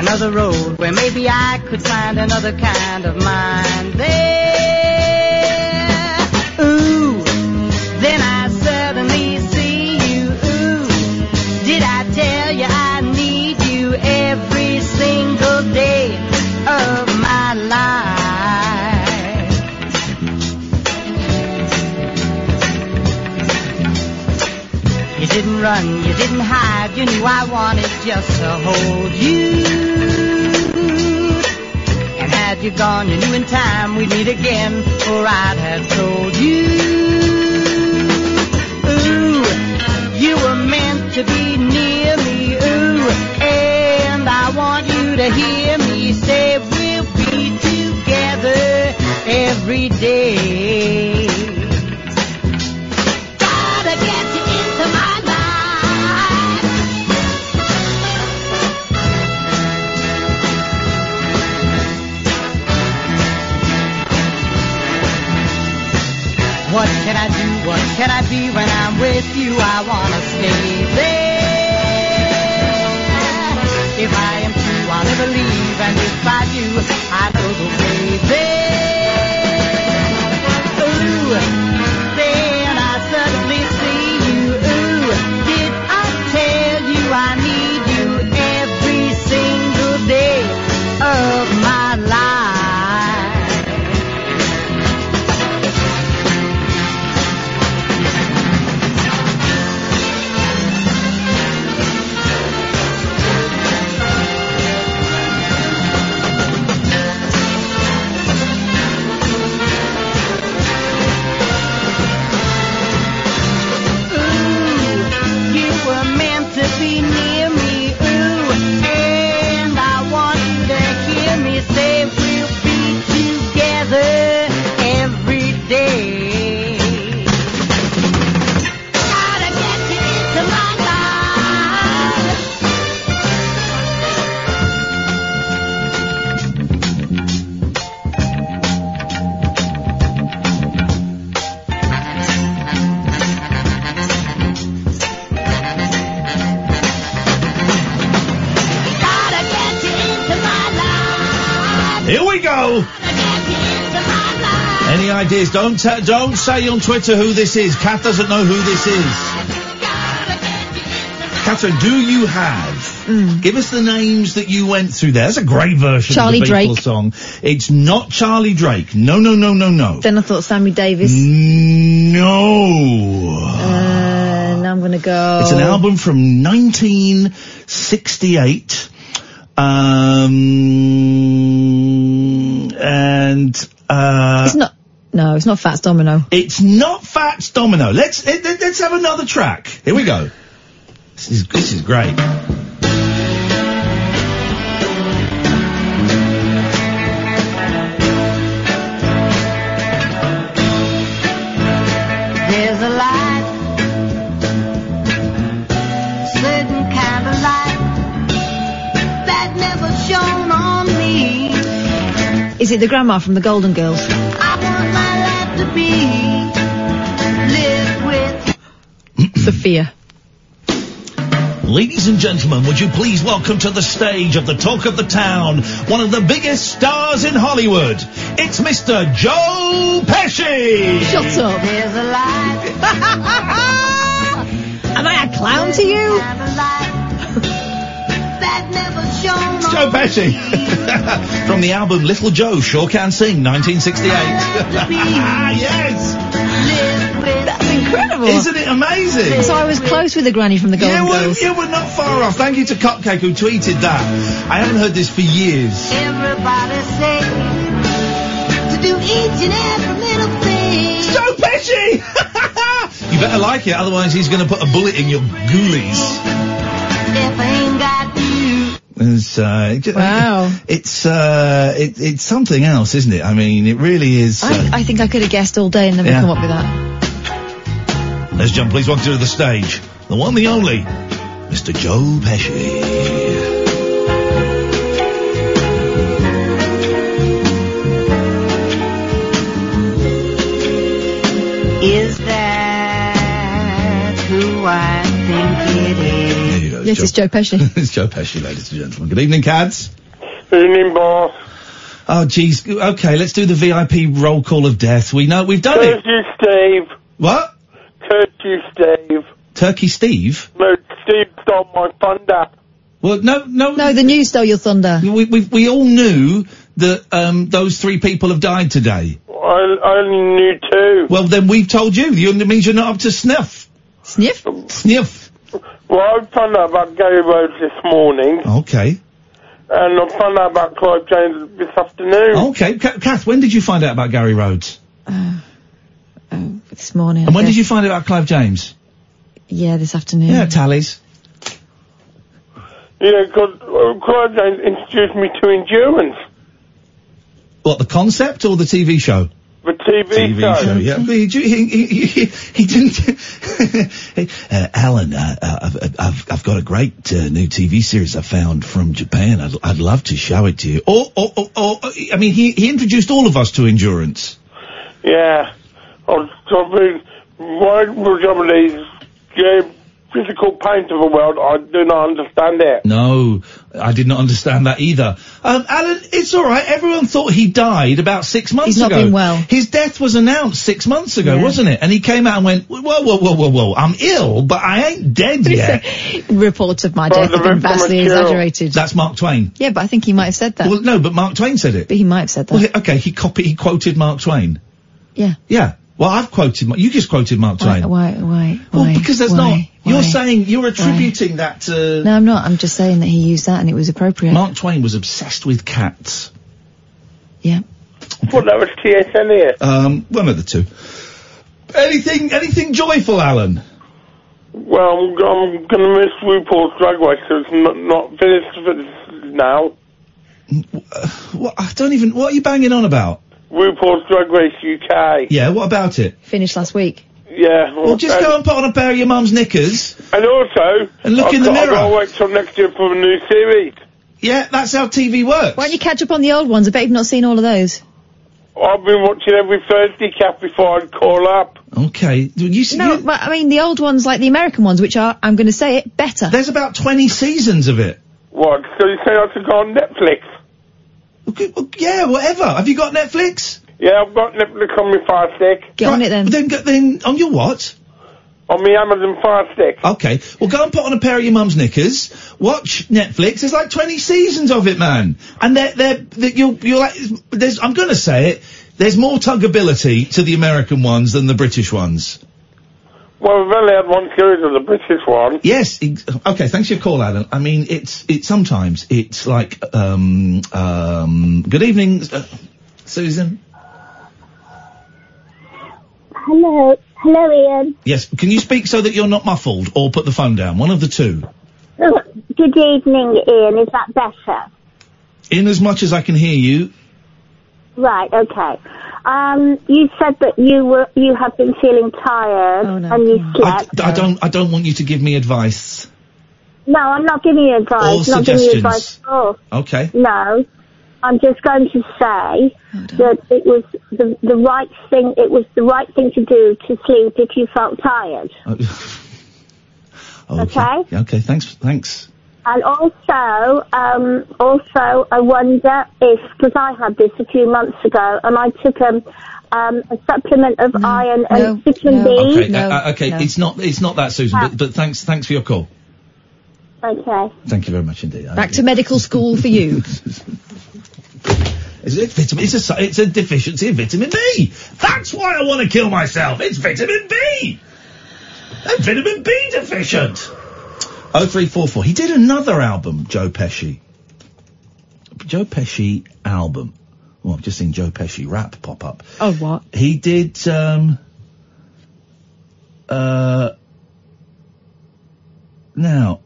[SPEAKER 14] Another road where maybe I could find another kind of mind there. Ooh, then I suddenly see you. Ooh, did I tell you I need you every single day of my life? You didn't run, you didn't hide, you knew I wanted just to hold you. And had you gone, you knew in time we'd meet again, for I'd have told you. Ooh, you were meant to be near me, ooh, and I want you to hear me say we'll be together every day. Gotta get you into my life. What can I do? What can I be when I'm with you? I wanna stay there. If I am true, I'll never leave, and if I do, I know the way there. Ooh. Then I suddenly see you. Ooh, did I tell you I need you every single day of my life?
[SPEAKER 3] ideas. Don't te- don't say on Twitter who this is. Kath doesn't know who this is. Catherine, do you have? Give us the names that you went through there. That's a great version
[SPEAKER 5] Mm. Charlie
[SPEAKER 3] of the Beatles
[SPEAKER 5] Drake.
[SPEAKER 3] song. It's not Charlie Drake. No, no, no, no, no.
[SPEAKER 5] Then I thought Sammy Davis.
[SPEAKER 3] No.
[SPEAKER 5] Uh, now I'm gonna go.
[SPEAKER 3] It's an album from 1968. Um, and, uh.
[SPEAKER 5] It's not. No, it's not Fats Domino.
[SPEAKER 3] It's not Fats Domino. Let's, let- let- let's have another track. Here we go. This is, this is great.
[SPEAKER 17] There's a light, certain kind of light that never shone on me.
[SPEAKER 5] Is it the grandma from the Golden
[SPEAKER 3] *clears throat*
[SPEAKER 5] Girls?
[SPEAKER 17] I want my life to be lived with.
[SPEAKER 5] Sophia.
[SPEAKER 3] Ladies and gentlemen, would you please welcome to the stage of the talk of the town, one of the biggest stars in Hollywood. It's Mr. Joe Pesci.
[SPEAKER 5] Shut up.
[SPEAKER 17] There's a
[SPEAKER 5] *laughs*
[SPEAKER 17] light.
[SPEAKER 5] Am I a clown to you?
[SPEAKER 17] Kind of light that never shone
[SPEAKER 3] It's Joe
[SPEAKER 17] on
[SPEAKER 3] Pesci *laughs* from the album Little Joe Sure Can Sing, 1968.
[SPEAKER 5] *laughs*
[SPEAKER 3] yes,
[SPEAKER 17] that's
[SPEAKER 5] incredible.
[SPEAKER 3] Isn't it amazing?
[SPEAKER 5] So I was close with the granny from the Golden
[SPEAKER 3] *laughs* You were,
[SPEAKER 5] Girls.
[SPEAKER 3] you were not far off. Thank you to Cupcake who tweeted that. I haven't heard this for years.
[SPEAKER 17] Everybody say to do each and every little thing.
[SPEAKER 3] So Pesci! You better like it, otherwise he's going to put a bullet in your ghoulies.
[SPEAKER 17] if I ain't got you,
[SPEAKER 3] It's, uh, it- *laughs* It's uh, it, it's something else, isn't it? I mean, it really is. Uh,
[SPEAKER 5] I, I think I could have guessed all day and never
[SPEAKER 3] Yeah.
[SPEAKER 5] come up with that.
[SPEAKER 3] Let's jump, please, welcome to the stage. The one, the only, Mr. Joe Pesci.
[SPEAKER 17] is that who I think it is?
[SPEAKER 5] Yes, it's Joe Pesci.
[SPEAKER 3] it's Joe Pesci, ladies and gentlemen. Good evening, cads.
[SPEAKER 1] Evening, boss.
[SPEAKER 3] Oh, geez. Okay, let's do the VIP roll call of death. We know we've done it.
[SPEAKER 1] you, Steve.
[SPEAKER 3] What?
[SPEAKER 1] Curse you, Steve.
[SPEAKER 3] Turkey Steve.
[SPEAKER 1] No, Steve stole my thunder.
[SPEAKER 3] Well, no, no.
[SPEAKER 5] No, the news stole your thunder.
[SPEAKER 3] We we we all knew that um, those three people have died today.
[SPEAKER 1] I, I only knew two.
[SPEAKER 3] Well, then we've told you. You that means you're not up to sniff.
[SPEAKER 5] Sniff.
[SPEAKER 3] Sniff.
[SPEAKER 1] Well, I found out about Gary Rhodes this morning,
[SPEAKER 3] Okay.
[SPEAKER 1] and I found out about Clive James this afternoon.
[SPEAKER 3] Okay, Ca- Kath, when did you find out about Gary Rhodes?
[SPEAKER 5] This morning.
[SPEAKER 3] And when did you find out about Clive James?
[SPEAKER 5] Yeah, this afternoon.
[SPEAKER 3] Yeah, tallies.
[SPEAKER 1] You know, 'cause, uh, Clive James introduced me to endurance,
[SPEAKER 3] What, the concept or the TV show?
[SPEAKER 1] the TV, show.
[SPEAKER 3] yeah. He, he, he, he, he *laughs* didn't. uh, Alan, uh, uh, I've, I've, I've got a great uh, new TV series I found from Japan. I'd, I'd love to show it to you. Or, or, or, or I mean, he, he introduced all of us to endurance.
[SPEAKER 1] Yeah. I was talking, why would some of these yeah, physical pains of the world, I do not understand it.
[SPEAKER 3] No, I did not understand that either. Um, Alan, it's all right. Everyone thought he died about six months
[SPEAKER 5] He's not
[SPEAKER 3] ago.
[SPEAKER 5] been well.
[SPEAKER 3] His death was announced six months ago,
[SPEAKER 5] Yeah.
[SPEAKER 3] wasn't it? And he came out and went, whoa, whoa, whoa, whoa, whoa. I'm ill, but I ain't dead yet.
[SPEAKER 5] Reports of my
[SPEAKER 3] Oh,
[SPEAKER 5] death have been vastly exaggerated.
[SPEAKER 3] That's Mark Twain.
[SPEAKER 5] Yeah, but I think he might have said that.
[SPEAKER 3] Well, no, but Mark Twain said it.
[SPEAKER 5] But he might have said that.
[SPEAKER 3] Well, he- okay, he copied, he quoted Mark Twain.
[SPEAKER 5] Yeah.
[SPEAKER 3] Yeah. Well, I've quoted, Mar- you just quoted Mark
[SPEAKER 5] Why,
[SPEAKER 3] Twain.
[SPEAKER 5] why, why,
[SPEAKER 3] Well,
[SPEAKER 5] why,
[SPEAKER 3] because there's
[SPEAKER 5] why,
[SPEAKER 3] not. You're
[SPEAKER 5] why?
[SPEAKER 3] saying, you're attributing that to...
[SPEAKER 5] No, I'm not. I'm just saying that he used that and it was appropriate.
[SPEAKER 3] Mark Twain was obsessed with cats.
[SPEAKER 5] Yeah.
[SPEAKER 1] Well, that was TSN here.
[SPEAKER 3] Um, one of the two. Anything, anything joyful, Alan?
[SPEAKER 1] Well, I'm, I'm going to miss RuPaul's Drag Race, so it's not, not finished for this now.
[SPEAKER 3] What, I don't even, what are you banging on about?
[SPEAKER 1] RuPaul's Drag Race UK.
[SPEAKER 3] Yeah, what about it?
[SPEAKER 5] Finished last week.
[SPEAKER 1] Yeah.
[SPEAKER 3] Well, just
[SPEAKER 1] and,
[SPEAKER 3] go and put on a pair of your mum's knickers.
[SPEAKER 1] And also...
[SPEAKER 3] And look
[SPEAKER 1] I've
[SPEAKER 3] in the
[SPEAKER 1] got,
[SPEAKER 3] mirror.
[SPEAKER 1] I've got to wait till next year for a new series.
[SPEAKER 3] Yeah, that's how TV works.
[SPEAKER 5] Why don't you catch up on the old ones? I bet you've not seen all of those.
[SPEAKER 1] I've been watching every Thursday cap before I'd call up.
[SPEAKER 3] Okay. You, s-
[SPEAKER 5] No, but I mean the old ones, like the American ones, which are, I'm going to say it, better.
[SPEAKER 3] There's about 20 seasons of it.
[SPEAKER 1] What? So you say I should go on Netflix?
[SPEAKER 3] Okay, well, yeah, whatever. Have you got Netflix?
[SPEAKER 1] Yeah, I've got Netflix on my fire stick.
[SPEAKER 5] Get on it then.
[SPEAKER 3] Then, go- then on your what?
[SPEAKER 1] On me Amazon Fire Stick.
[SPEAKER 3] Okay. Well, go and put on a pair of your mum's knickers. Watch Netflix. There's like 20 seasons of it, man. And they're, they're, that you'll, you'll, like- there's, I'm going to say it. There's more tugability to the American ones than the British ones.
[SPEAKER 1] Well, we've only had one series of the British one.
[SPEAKER 3] Yes. ex- Okay. Thanks for your call, Alan. I mean, it's, it's sometimes, it's like, um, um, good evening, uh, Susan.
[SPEAKER 18] Hello, hello, Ian.
[SPEAKER 3] Yes. Can you speak so that you're not muffled or put the phone down? One of the two.
[SPEAKER 18] Oh, good evening, Ian. Is that better?
[SPEAKER 3] In as much as I can hear you,
[SPEAKER 18] Right, okay. Um, you said that you were you have been feeling tired and you
[SPEAKER 3] Oh, I,
[SPEAKER 18] slept.
[SPEAKER 3] I don't. I don't want you to give me advice.
[SPEAKER 18] No, I'm not giving you advice.
[SPEAKER 3] Or
[SPEAKER 18] not giving you advice
[SPEAKER 3] suggestions.
[SPEAKER 18] at all.
[SPEAKER 3] Okay. *laughs*
[SPEAKER 18] No. I'm just going to say that it was the, the right thing. It was the right thing to do to sleep if you felt tired. Okay.
[SPEAKER 3] Oh, Okay. Thanks. Thanks.
[SPEAKER 18] And also, um, also, I wonder if because I had this a few months ago, and I took um, um, a supplement of iron and vitamin B.
[SPEAKER 3] okay. uh, uh, okay. It's not. It's not that, Susan. But, but thanks. Thanks for your call.
[SPEAKER 18] Okay.
[SPEAKER 3] Thank you very much indeed. I-
[SPEAKER 5] Back to medical school for you.
[SPEAKER 3] Is it vitamin? It's a. su- It's a deficiency of vitamin B. That's why I want to kill myself. It's vitamin B. I'm vitamin B deficient. Oh three four four. He did another album, Joe Pesci. Joe Pesci album. Well, I've just seen Joe Pesci rap pop up.
[SPEAKER 5] Oh, what?
[SPEAKER 3] He did um uh now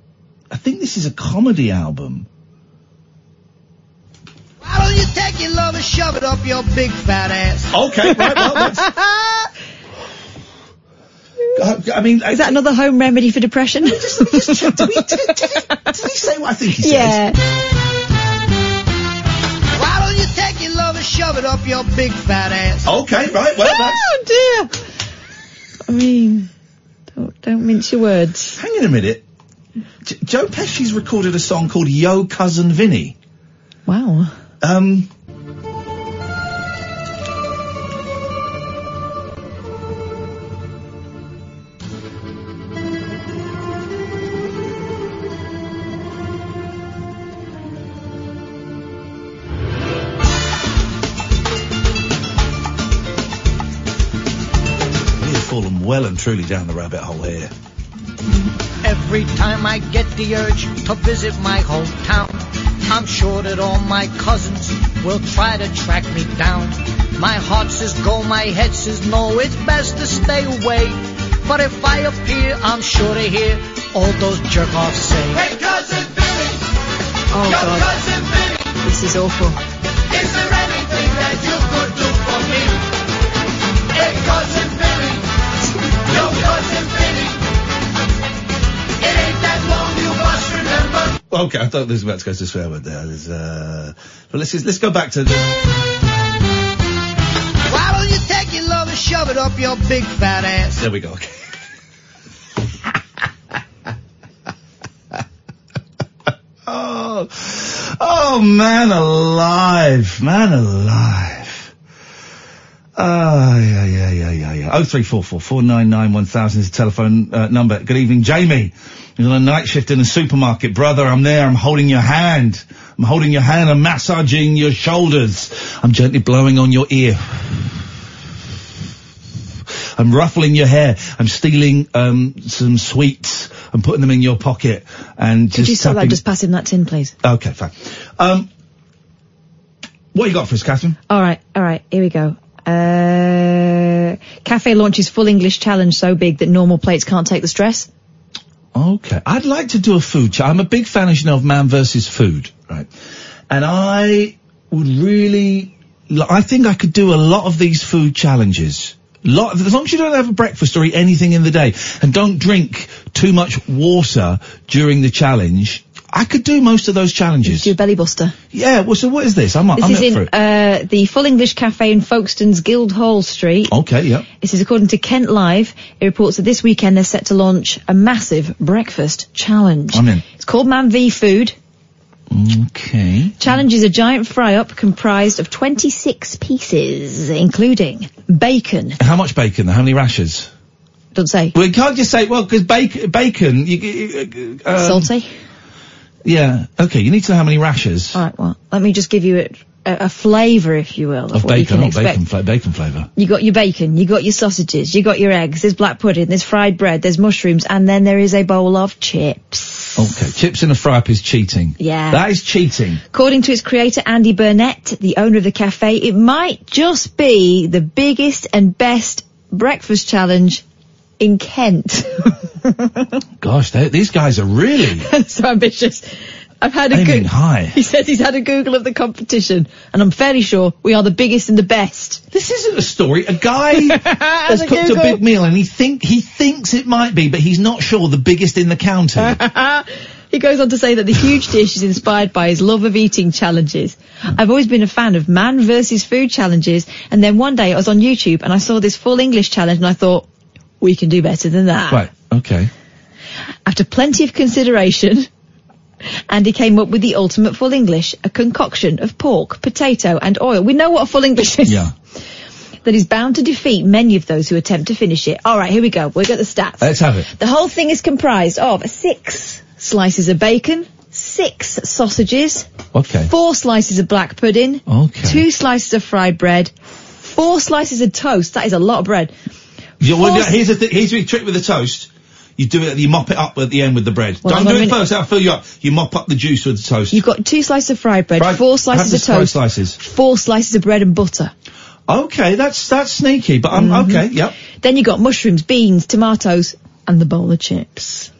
[SPEAKER 3] I think this is a comedy album.
[SPEAKER 19] Why don't you take your love and shove it up your big fat ass?
[SPEAKER 3] Okay,
[SPEAKER 19] *laughs*
[SPEAKER 3] right, well, I, *laughs* I mean,
[SPEAKER 5] is that another home remedy for depression?
[SPEAKER 3] Did he say what I think he
[SPEAKER 5] yeah.
[SPEAKER 19] Why don't you take your love and shove it up your big fat ass?
[SPEAKER 3] Okay, right,
[SPEAKER 7] *laughs*
[SPEAKER 3] well,
[SPEAKER 5] Oh dear. I mean, don't don't mince your words.
[SPEAKER 3] Hang on a minute. J- Joe Pesci's recorded a song called Yo Cousin Vinny.
[SPEAKER 5] Wow.
[SPEAKER 3] Um We've fallen well and truly down the rabbit hole here.
[SPEAKER 19] Every time I get the urge to visit my hometown, I'm sure that all my cousins will try to track me down. My heart says go, my head says no, it's best to stay away. But if I appear, I'm sure to hear all those jerk offs say, Hey cousin Billy! Oh God. cousin Billy! This is awful. Is there anything that you could do for me? Hey cousin Billy! Yo cousin Billy! It ain't that long, you must remember.
[SPEAKER 3] Okay, I thought this was about to go to a swear word there. There's, uh, but let's just, let's go back to the.
[SPEAKER 19] Why don't you take your love and shove it up your big fat ass?
[SPEAKER 3] There we go. Okay. oh, oh man alive, man alive. Ah, yeah, yeah, yeah, yeah, yeah. Oh three four four four nine nine one thousand is the telephone uh, number. Good evening, Jamie. You're on a night shift in a supermarket, brother. I'm there. I'm holding your hand. I'm holding your hand. I'm massaging your shoulders. I'm gently blowing on your ear. I'm ruffling your hair. I'm stealing um, some sweets. I'm putting them in your pocket and
[SPEAKER 5] Could
[SPEAKER 3] just
[SPEAKER 5] you stop that?
[SPEAKER 3] tapping-
[SPEAKER 5] Just pass him that tin, please.
[SPEAKER 3] Okay, fine. Um, what you got for us, Catherine?
[SPEAKER 5] All right, all right. Here we go. Uh, Cafe launches full English challenge so big that normal plates can't take the stress.
[SPEAKER 3] Okay, I'd like to do a food. Ch- I'm a big fan, as you know, of man versus food, right? And I would really, li- I think I could do a lot of these food challenges. Lot, as long as you don't have a breakfast or eat anything in the day, and don't drink too much water during the challenge, I could do most of those challenges.
[SPEAKER 5] Do belly buster.
[SPEAKER 3] Yeah. Well, so what is this? I'm,
[SPEAKER 5] This
[SPEAKER 3] I'm
[SPEAKER 5] is
[SPEAKER 3] up for
[SPEAKER 5] in
[SPEAKER 3] it.
[SPEAKER 5] uh, the Full English Cafe in Folkestone's Guildhall Street.
[SPEAKER 3] okay. Yeah.
[SPEAKER 5] This is according to Kent Live. It reports that this weekend they're set to launch a massive breakfast challenge.
[SPEAKER 3] I'm in.
[SPEAKER 5] It's called Man v Food.
[SPEAKER 3] Mm, Okay.
[SPEAKER 5] Challenge is a giant fry up comprised of 26 pieces, including bacon.
[SPEAKER 3] How much bacon? How many rashers?
[SPEAKER 5] Don't say.
[SPEAKER 3] Well, you can't just say, well, because bacon, bacon, you, g- uh, um,
[SPEAKER 5] Salty.
[SPEAKER 3] Yeah. Okay. You need to know how many rashers
[SPEAKER 5] All right, well, let me just give you a, a, a flavour, if you will, of,
[SPEAKER 3] of
[SPEAKER 5] what you
[SPEAKER 3] bacon,
[SPEAKER 5] can
[SPEAKER 3] not
[SPEAKER 5] expect.
[SPEAKER 3] bacon, fla- bacon flavour.
[SPEAKER 5] You got your bacon, you got your sausages, you got your eggs, there's black pudding, there's fried bread, there's mushrooms, and then there is a bowl of chips.
[SPEAKER 3] Okay. Chips in a fry up is cheating.
[SPEAKER 5] Yeah.
[SPEAKER 3] That is cheating.
[SPEAKER 5] According to its creator, Andy Burnett, the owner of the cafe, it might just be the biggest and best breakfast challenge in Kent. *laughs*
[SPEAKER 3] Gosh, they, these guys are really.
[SPEAKER 5] so ambitious. I've had a
[SPEAKER 3] Aiming
[SPEAKER 5] good.
[SPEAKER 3] high.
[SPEAKER 5] He says he's had a Google of the competition, and I'm fairly sure we are the biggest and the best. *laughs*
[SPEAKER 3] This isn't a story. A guy has
[SPEAKER 5] a
[SPEAKER 3] cooked a
[SPEAKER 5] Google.
[SPEAKER 3] big meal and he think he thinks it might be, but he's not sure. The biggest in the county.
[SPEAKER 5] *laughs* he goes on to say that the huge dish is inspired by his love of eating challenges. I've always been a fan of man versus food challenges, and then one day I was on YouTube and I saw this full English challenge, and I thought, we can do better than that.
[SPEAKER 3] Right. Okay.
[SPEAKER 5] After plenty of consideration, Andy came up with the ultimate full English, a concoction of pork, potato, and oil. We know what a full English is.
[SPEAKER 3] Yeah.
[SPEAKER 5] *laughs* That is bound to defeat many of those who attempt to finish it. All right, here we go. We've got the stats.
[SPEAKER 3] Uh, Let's have it.
[SPEAKER 5] The whole thing is comprised of six slices of bacon, six sausages,
[SPEAKER 3] Okay.
[SPEAKER 5] four slices of black pudding,
[SPEAKER 3] Okay.
[SPEAKER 5] two slices of fried bread, four slices of toast. That is a lot of bread.
[SPEAKER 3] Yeah, well,
[SPEAKER 5] Force-
[SPEAKER 3] yeah, here's the th- here's the trick with the toast. You do it, you mop it up at the end with the bread.
[SPEAKER 5] Well, hang
[SPEAKER 3] Don't do
[SPEAKER 5] on a
[SPEAKER 3] it
[SPEAKER 5] minute.
[SPEAKER 3] first. That'll fill you up. You mop up the juice with the toast.
[SPEAKER 5] You've got two slices of fried bread,
[SPEAKER 3] Fried-
[SPEAKER 5] four slices
[SPEAKER 3] have
[SPEAKER 5] of
[SPEAKER 3] the fried
[SPEAKER 5] toast,
[SPEAKER 3] slices.
[SPEAKER 5] four slices of bread and butter.
[SPEAKER 3] Okay, that's that's sneaky, but I'm
[SPEAKER 5] Mhm.
[SPEAKER 3] okay. Yep,
[SPEAKER 5] Then you got mushrooms, beans, tomatoes, and the bowl of chips.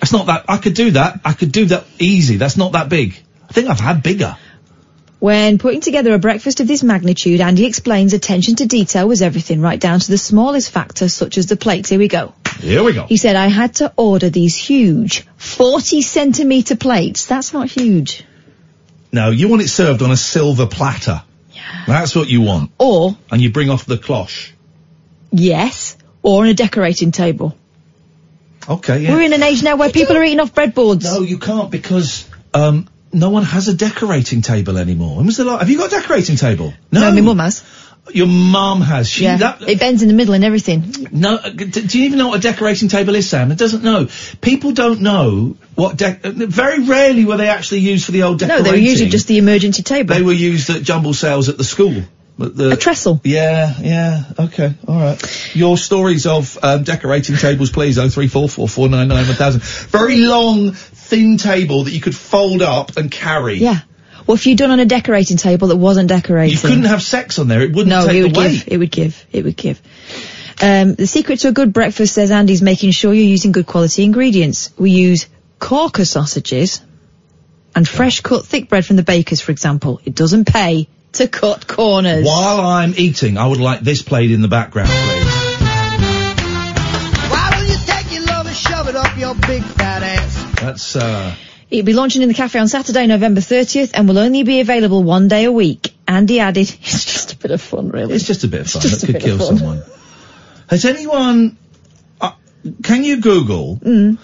[SPEAKER 3] that's not that. I could do that. I could do that easy. That's not that big. I think I've had bigger.
[SPEAKER 5] When putting together a breakfast of this magnitude, Andy explains attention to detail was everything, right down to the smallest factor, such as the plates. Here we go.
[SPEAKER 3] Here we go.
[SPEAKER 5] He said, I had to order these huge 40 centimetre plates. That's not huge.
[SPEAKER 3] No, you want it served on a silver platter. That's what you want.
[SPEAKER 5] Or,
[SPEAKER 3] And you bring off the cloche.
[SPEAKER 5] yes, or on a decorating table.
[SPEAKER 3] Okay, yeah.
[SPEAKER 5] We're in an age now where people are eating off breadboards.
[SPEAKER 3] No, you can't because um, no one has a decorating table anymore. When was the last? Have you got a decorating table? No,
[SPEAKER 5] my mum has.
[SPEAKER 3] Your mum has. She
[SPEAKER 5] yeah.
[SPEAKER 3] that
[SPEAKER 5] it bends in the middle and everything.
[SPEAKER 3] No, uh, d- do you even know what a decorating table is, Sam? It doesn't know. People don't know what dec- uh, very rarely were they actually used for the old
[SPEAKER 5] No,
[SPEAKER 3] decorating.
[SPEAKER 5] they were usually just the emergency table.
[SPEAKER 3] They were used at jumble sales at the school. But The, a
[SPEAKER 5] trestle.
[SPEAKER 3] Yeah, yeah. Okay, all right. Your stories of um, decorating tables, please. Oh three four four four nine nine one thousand. Very long, thin table that you could fold up and carry.
[SPEAKER 5] Yeah. Well, if you'd done on a decorating table that wasn't decorated,
[SPEAKER 3] You couldn't have sex on there. It wouldn't
[SPEAKER 5] no,
[SPEAKER 3] take
[SPEAKER 5] it would
[SPEAKER 3] the weight.
[SPEAKER 5] give. It would give. It would give. Um, the secret to a good breakfast, says Andy, is making sure you're using good quality ingredients. We use corker sausages and fresh cut thick bread from the bakers, for example. It doesn't pay to cut corners.
[SPEAKER 3] While I'm eating, I would like this played in the background, please.
[SPEAKER 14] Why don't you take your love and shove it up your big fat ass?
[SPEAKER 3] That's uh.
[SPEAKER 5] It'll be launching in the cafe on Saturday, November 30th, and will only be available one day a week. Andy added, *laughs* it's just a bit of fun, really.
[SPEAKER 3] It's just a bit of fun.
[SPEAKER 5] just
[SPEAKER 3] It
[SPEAKER 5] a
[SPEAKER 3] could
[SPEAKER 5] bit of
[SPEAKER 3] kill
[SPEAKER 5] fun.
[SPEAKER 3] someone. Has anyone? Uh, can you Google?
[SPEAKER 5] Mm.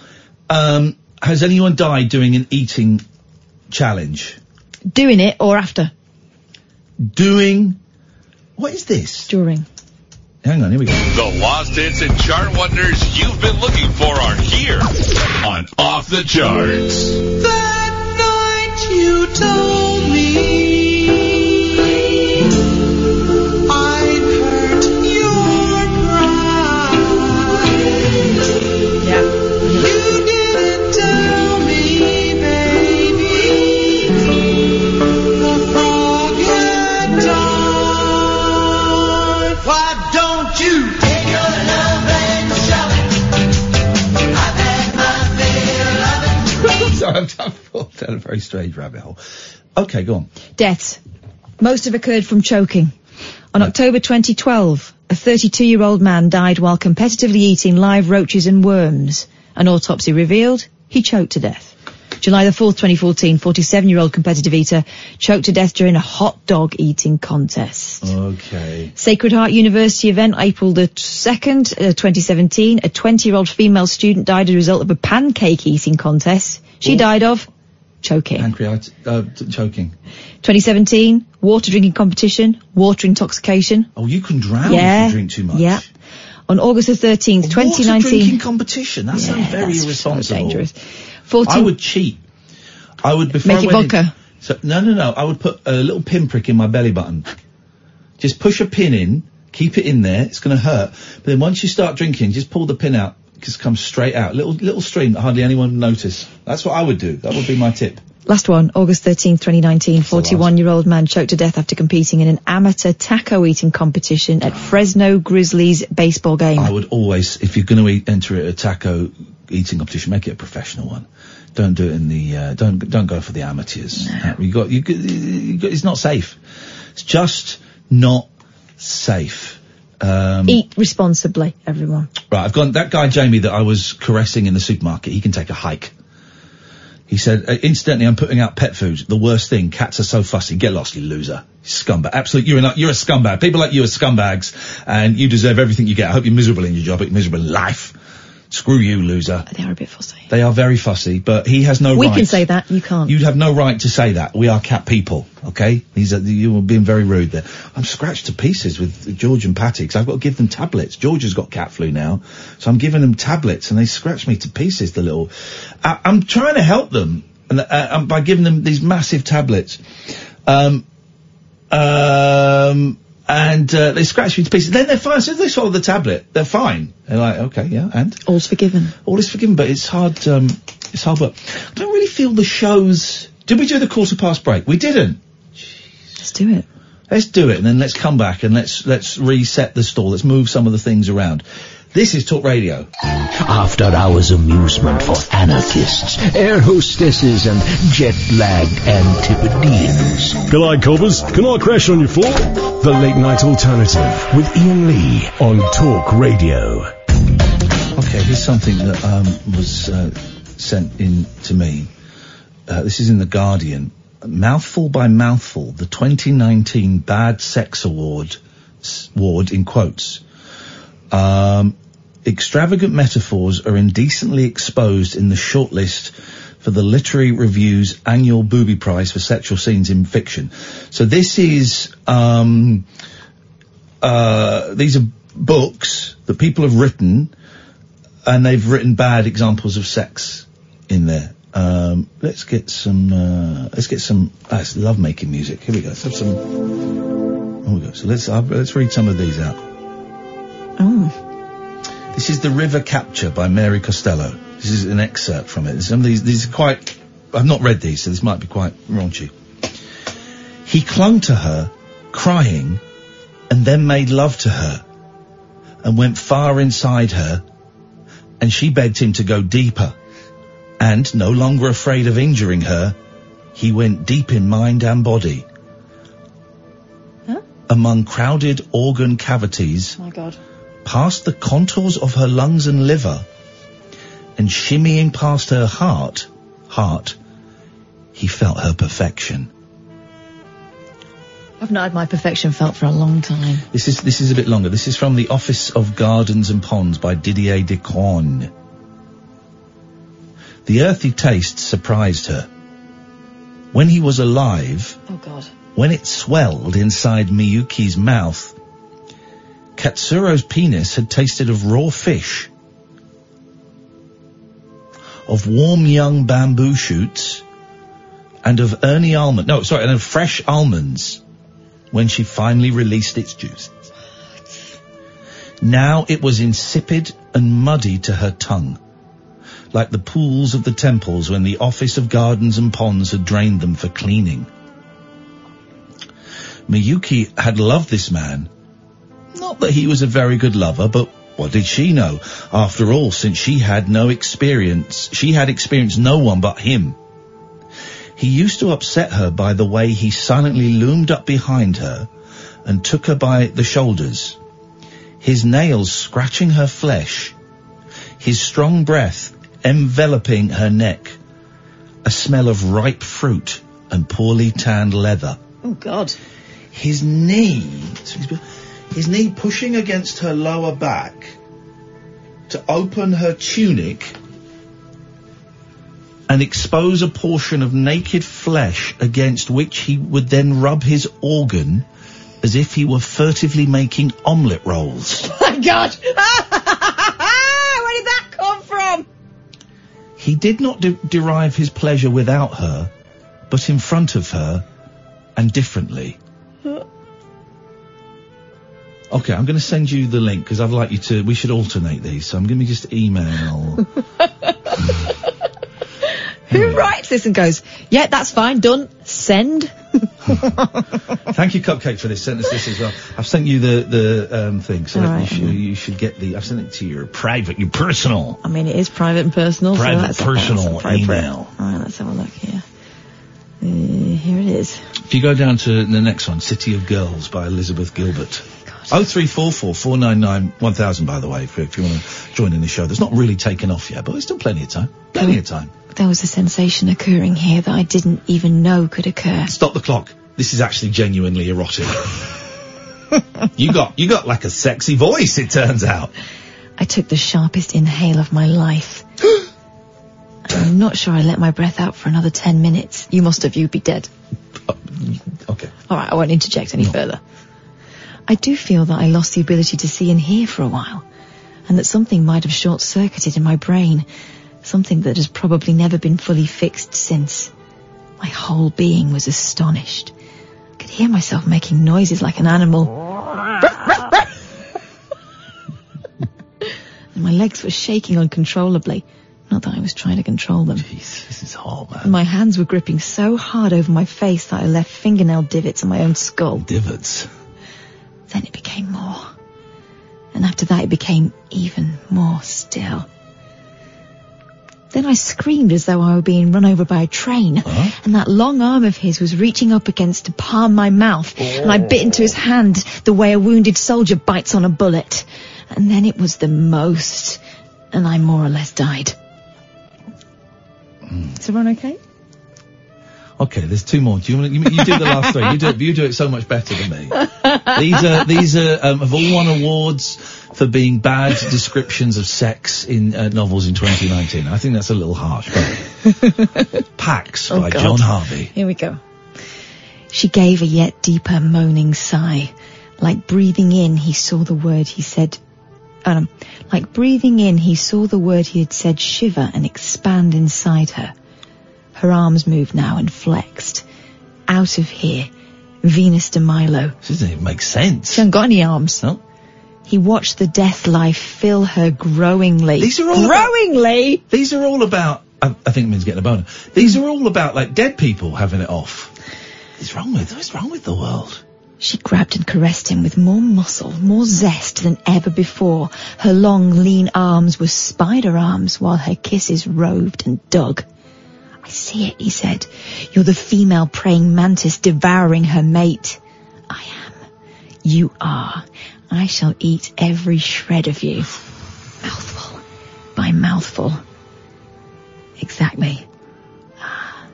[SPEAKER 3] Um, has anyone died doing an eating challenge?
[SPEAKER 5] Doing it or after?
[SPEAKER 3] Doing. What is this?
[SPEAKER 5] During.
[SPEAKER 3] Hang on. Here we go. *laughs*
[SPEAKER 19] The lost hits and chart wonders you've been looking for are here on Off the Charts.
[SPEAKER 14] That night you told me I'd hurt your pride. Yeah. You didn't tell me, baby. The frog had died. Why don't you take your love and shove it? I've had my fill of it.
[SPEAKER 3] Sorry, I've done- I've done a very strange rabbit hole. Okay, go on.
[SPEAKER 5] Deaths. Most have occurred from choking. On October 2012, a 32-year-old man died while competitively eating live roaches and worms. An autopsy revealed he choked to death. July the 4th, 2014, 47-year-old competitive eater choked to death during a hot dog eating contest.
[SPEAKER 3] Okay.
[SPEAKER 5] Sacred Heart University event, April the 2nd, uh, 2017. A 20 year old female student died as a result of a pancake eating contest. She died of choking.
[SPEAKER 3] Pancreatic, uh, t- choking.
[SPEAKER 5] 2017, water drinking competition, water intoxication.
[SPEAKER 3] Oh, you can drown
[SPEAKER 5] yeah.
[SPEAKER 3] if you drink too much.
[SPEAKER 5] Yeah. On August the 13th, 2019.
[SPEAKER 3] Water drinking competition. That sounds very irresponsible.
[SPEAKER 5] dangerous. 14
[SPEAKER 3] I would cheat. I would before
[SPEAKER 5] Make
[SPEAKER 3] I
[SPEAKER 5] it
[SPEAKER 3] went in-
[SPEAKER 5] vodka.
[SPEAKER 3] so no, no, no. I would put a little pinprick in my belly button. Just push a pin in, keep it in there. It's going to hurt, but then once you start drinking, just pull the pin out. Just comes straight out. Little little stream that hardly anyone would notice. That's what I would do. That would be my tip.
[SPEAKER 5] Last one, August 13th, 2019, 41 year old man choked to death after competing in an amateur taco eating competition at Fresno Grizzlies baseball game.
[SPEAKER 3] I would always, if you're going to eat, enter a taco eating competition, make it a professional one. Don't do it in the uh, don't don't go for the amateurs. Uh, You got you, got- you got, it's not safe. It's just not safe. Um,
[SPEAKER 5] Eat responsibly, everyone.
[SPEAKER 3] Right, I've gone. That guy Jamie that I was caressing in the supermarket, he can take a hike. He said, uh, incidentally, I'm putting out pet food. The worst thing. Cats are so fussy. Get lost, you loser. Scumbag. Absolute. You're, an, you're a scumbag. People like you are scumbags and you deserve everything you get. I hope you're miserable in your job, but you're miserable in life. Screw you, loser.
[SPEAKER 5] They are a bit fussy.
[SPEAKER 3] They are very fussy, but he has no
[SPEAKER 5] we
[SPEAKER 3] Oh, right.
[SPEAKER 5] can say that, you can't.
[SPEAKER 3] You'd have no right to say that. We are cat people, okay? These are, you were being very rude there. I'm scratched to pieces with George and Patty 'cause I've got to give them tablets. George has got cat flu now, so I'm giving them tablets and they scratch me to pieces, the little... I, I'm trying to help them and, uh, and by giving them these massive tablets. Um, um, and uh, they scratch me to pieces. Then they're fine. As soon as they swallow the tablet, they're fine. They're like, okay, yeah, and
[SPEAKER 5] all's forgiven.
[SPEAKER 3] All is forgiven, but it's hard. Um, it's hard work. I don't really feel the shows. Did we do the quarter past break? We didn't.
[SPEAKER 5] Let's do it.
[SPEAKER 3] Let's do it, and then let's come back and let's let's reset the stall. Let's move some of the things around. This is Talk Radio.
[SPEAKER 1] After hours amusement for anarchists, air hostesses, and jet lag antipodeans.
[SPEAKER 17] G'day, Cobbers. Can I crash on your floor? The Late Night Alternative with Ian Lee on Talk Radio.
[SPEAKER 5] Oh
[SPEAKER 3] Okay, here's something that um, was uh, sent in to me. Uh, this is in The Guardian. Mouthful by mouthful, the 2019 Bad Sex Award, s- award in quotes. Um, extravagant metaphors are indecently exposed in the shortlist for the Literary Review's annual booby prize for sexual scenes in fiction. So this is, um, uh, these are books that people have written and they've written bad examples of sex in there. Um, let's get some. Uh, let's get some. Ah, it's love making music. Here we go. Let's have some. Here we go. So let's uh, let's read some of these out.
[SPEAKER 5] Oh.
[SPEAKER 3] This is the River Capture by Mary Costello. This is an excerpt from it. Some of these these are quite. I've not read these, so this might be quite raunchy. He clung to her, crying, and then made love to her, and went far inside her, and she begged him to go deeper. And, no longer afraid of injuring her, he went deep in mind and body. Among crowded organ cavities,
[SPEAKER 5] my God.
[SPEAKER 3] past the contours of her lungs and liver, and shimmying past her heart, heart, he felt her perfection.
[SPEAKER 5] I've not had my perfection felt for a long time. *laughs*
[SPEAKER 3] This is this is a bit longer. This is from the Office of Gardens and Ponds by Didier Decorn. The earthy taste surprised her. When he was alive,
[SPEAKER 5] Oh, God.
[SPEAKER 3] when it swelled inside Miyuki's mouth, Katsuro's penis had tasted of raw fish, of warm young bamboo shoots, and of Ernie almond. No, sorry, and of fresh almonds when she finally released its juice. Now it was insipid and muddy to her tongue, like the pools of the temples when the office of gardens and ponds had drained them for cleaning. Miyuki had loved this man. Not that he was a very good lover, but what did she know? After all, since she had no experience, she had experienced no one but him. He used to upset her by the way he silently loomed up behind her and took her by the shoulders, his nails scratching her flesh, his strong breath enveloping her neck, a smell of ripe fruit and poorly tanned leather
[SPEAKER 5] Oh, God.
[SPEAKER 3] his knee, his knee pushing against her lower back to open her tunic and expose a portion of naked flesh against which he would then rub his organ as if he were furtively making
[SPEAKER 5] *laughs*
[SPEAKER 3] omelette rolls.
[SPEAKER 14] My God! Where did that come from?
[SPEAKER 3] He did not de- derive his pleasure without her, but in front of her and differently. Okay, I'm going to send you the link because I'd like you to. We should alternate these. So I'm going to just
[SPEAKER 5] *laughs*
[SPEAKER 3] email.
[SPEAKER 5] Who writes this and goes, yeah, that's fine, done, send?
[SPEAKER 3] Thank you, Cupcake, for this. Sent us this as well. I've sent you the the um, thing, so
[SPEAKER 5] All
[SPEAKER 3] that you
[SPEAKER 5] right.
[SPEAKER 3] should you should get the. I've sent it to your private, your personal,
[SPEAKER 5] I mean, it is private and personal. so
[SPEAKER 3] private,
[SPEAKER 5] that's, that's
[SPEAKER 3] personal
[SPEAKER 5] appropriate.
[SPEAKER 3] email.
[SPEAKER 5] All right, let's have a look here. Uh, here it is.
[SPEAKER 3] If you go down to the next one, City of Girls by Elizabeth Gilbert. Oh three four four four nine nine one thousand. By the way, if, if you want to join in the show, that's not really taken off yet, but there's still plenty of time. Plenty of time.
[SPEAKER 5] There was a sensation occurring here that I didn't even know could occur.
[SPEAKER 3] Stop the clock. This is actually
[SPEAKER 5] *laughs*
[SPEAKER 3] genuinely erotic. you got you got like a sexy voice. It turns out.
[SPEAKER 5] I took the sharpest inhale of my life. I'm not sure I let my breath out for another 10 minutes. You must have, you'd be dead.
[SPEAKER 3] okay.
[SPEAKER 5] All right, I won't interject any further. I do feel that I lost the ability to see and hear for a while, and that something might have short circuited in my brain, something that has probably never been fully fixed since. My whole being was astonished. I could hear myself making noises like an animal. and my legs were shaking uncontrollably. Not that I was trying to control them.
[SPEAKER 3] Jeez, this is hot, man.
[SPEAKER 5] My hands were gripping so hard over my face that I left fingernail divots in my own skull.
[SPEAKER 3] Divots?
[SPEAKER 5] Then it became more. And after that, it became even more still. Then I screamed as though I were being run over by a train, and that long arm of his was reaching up against to palm my mouth, and I bit into his hand the way a wounded soldier bites on a bullet. And then it was the most, and I more or less died. Is everyone okay?
[SPEAKER 3] Okay, there's two more. Do you want you, you do the last three? You do it. You do it so much better than me.
[SPEAKER 17] *laughs*
[SPEAKER 3] These are these are um, have all won awards for being bad *laughs* descriptions of sex in uh, novels in 2019. I think that's a little harsh. But
[SPEAKER 5] *laughs*
[SPEAKER 3] Pax by
[SPEAKER 5] Oh, God.
[SPEAKER 3] John Harvey.
[SPEAKER 5] Here we go. She gave a yet deeper moaning sigh. Like breathing in, he saw the word he said. Um, like breathing in, he saw the word he had said shiver and expand inside her. Her arms moved now and flexed. Out of here, Venus de Milo.
[SPEAKER 3] This doesn't even make sense.
[SPEAKER 5] She hasn't got any arms.
[SPEAKER 3] No.
[SPEAKER 5] He watched the death life fill her growingly.
[SPEAKER 3] These are all
[SPEAKER 5] growingly.
[SPEAKER 3] these are all about. I, I think it means getting a boner. These are all about like dead people having it off. What's wrong with? What's wrong with the world?
[SPEAKER 5] She grabbed and caressed him with more muscle, more zest than ever before. Her long, lean arms were spider arms while her kisses roved and dug. I see it, he said. You're the female praying mantis devouring her mate. I am. You are. I shall eat every shred of you. Mouthful by mouthful. Exactly. Ah,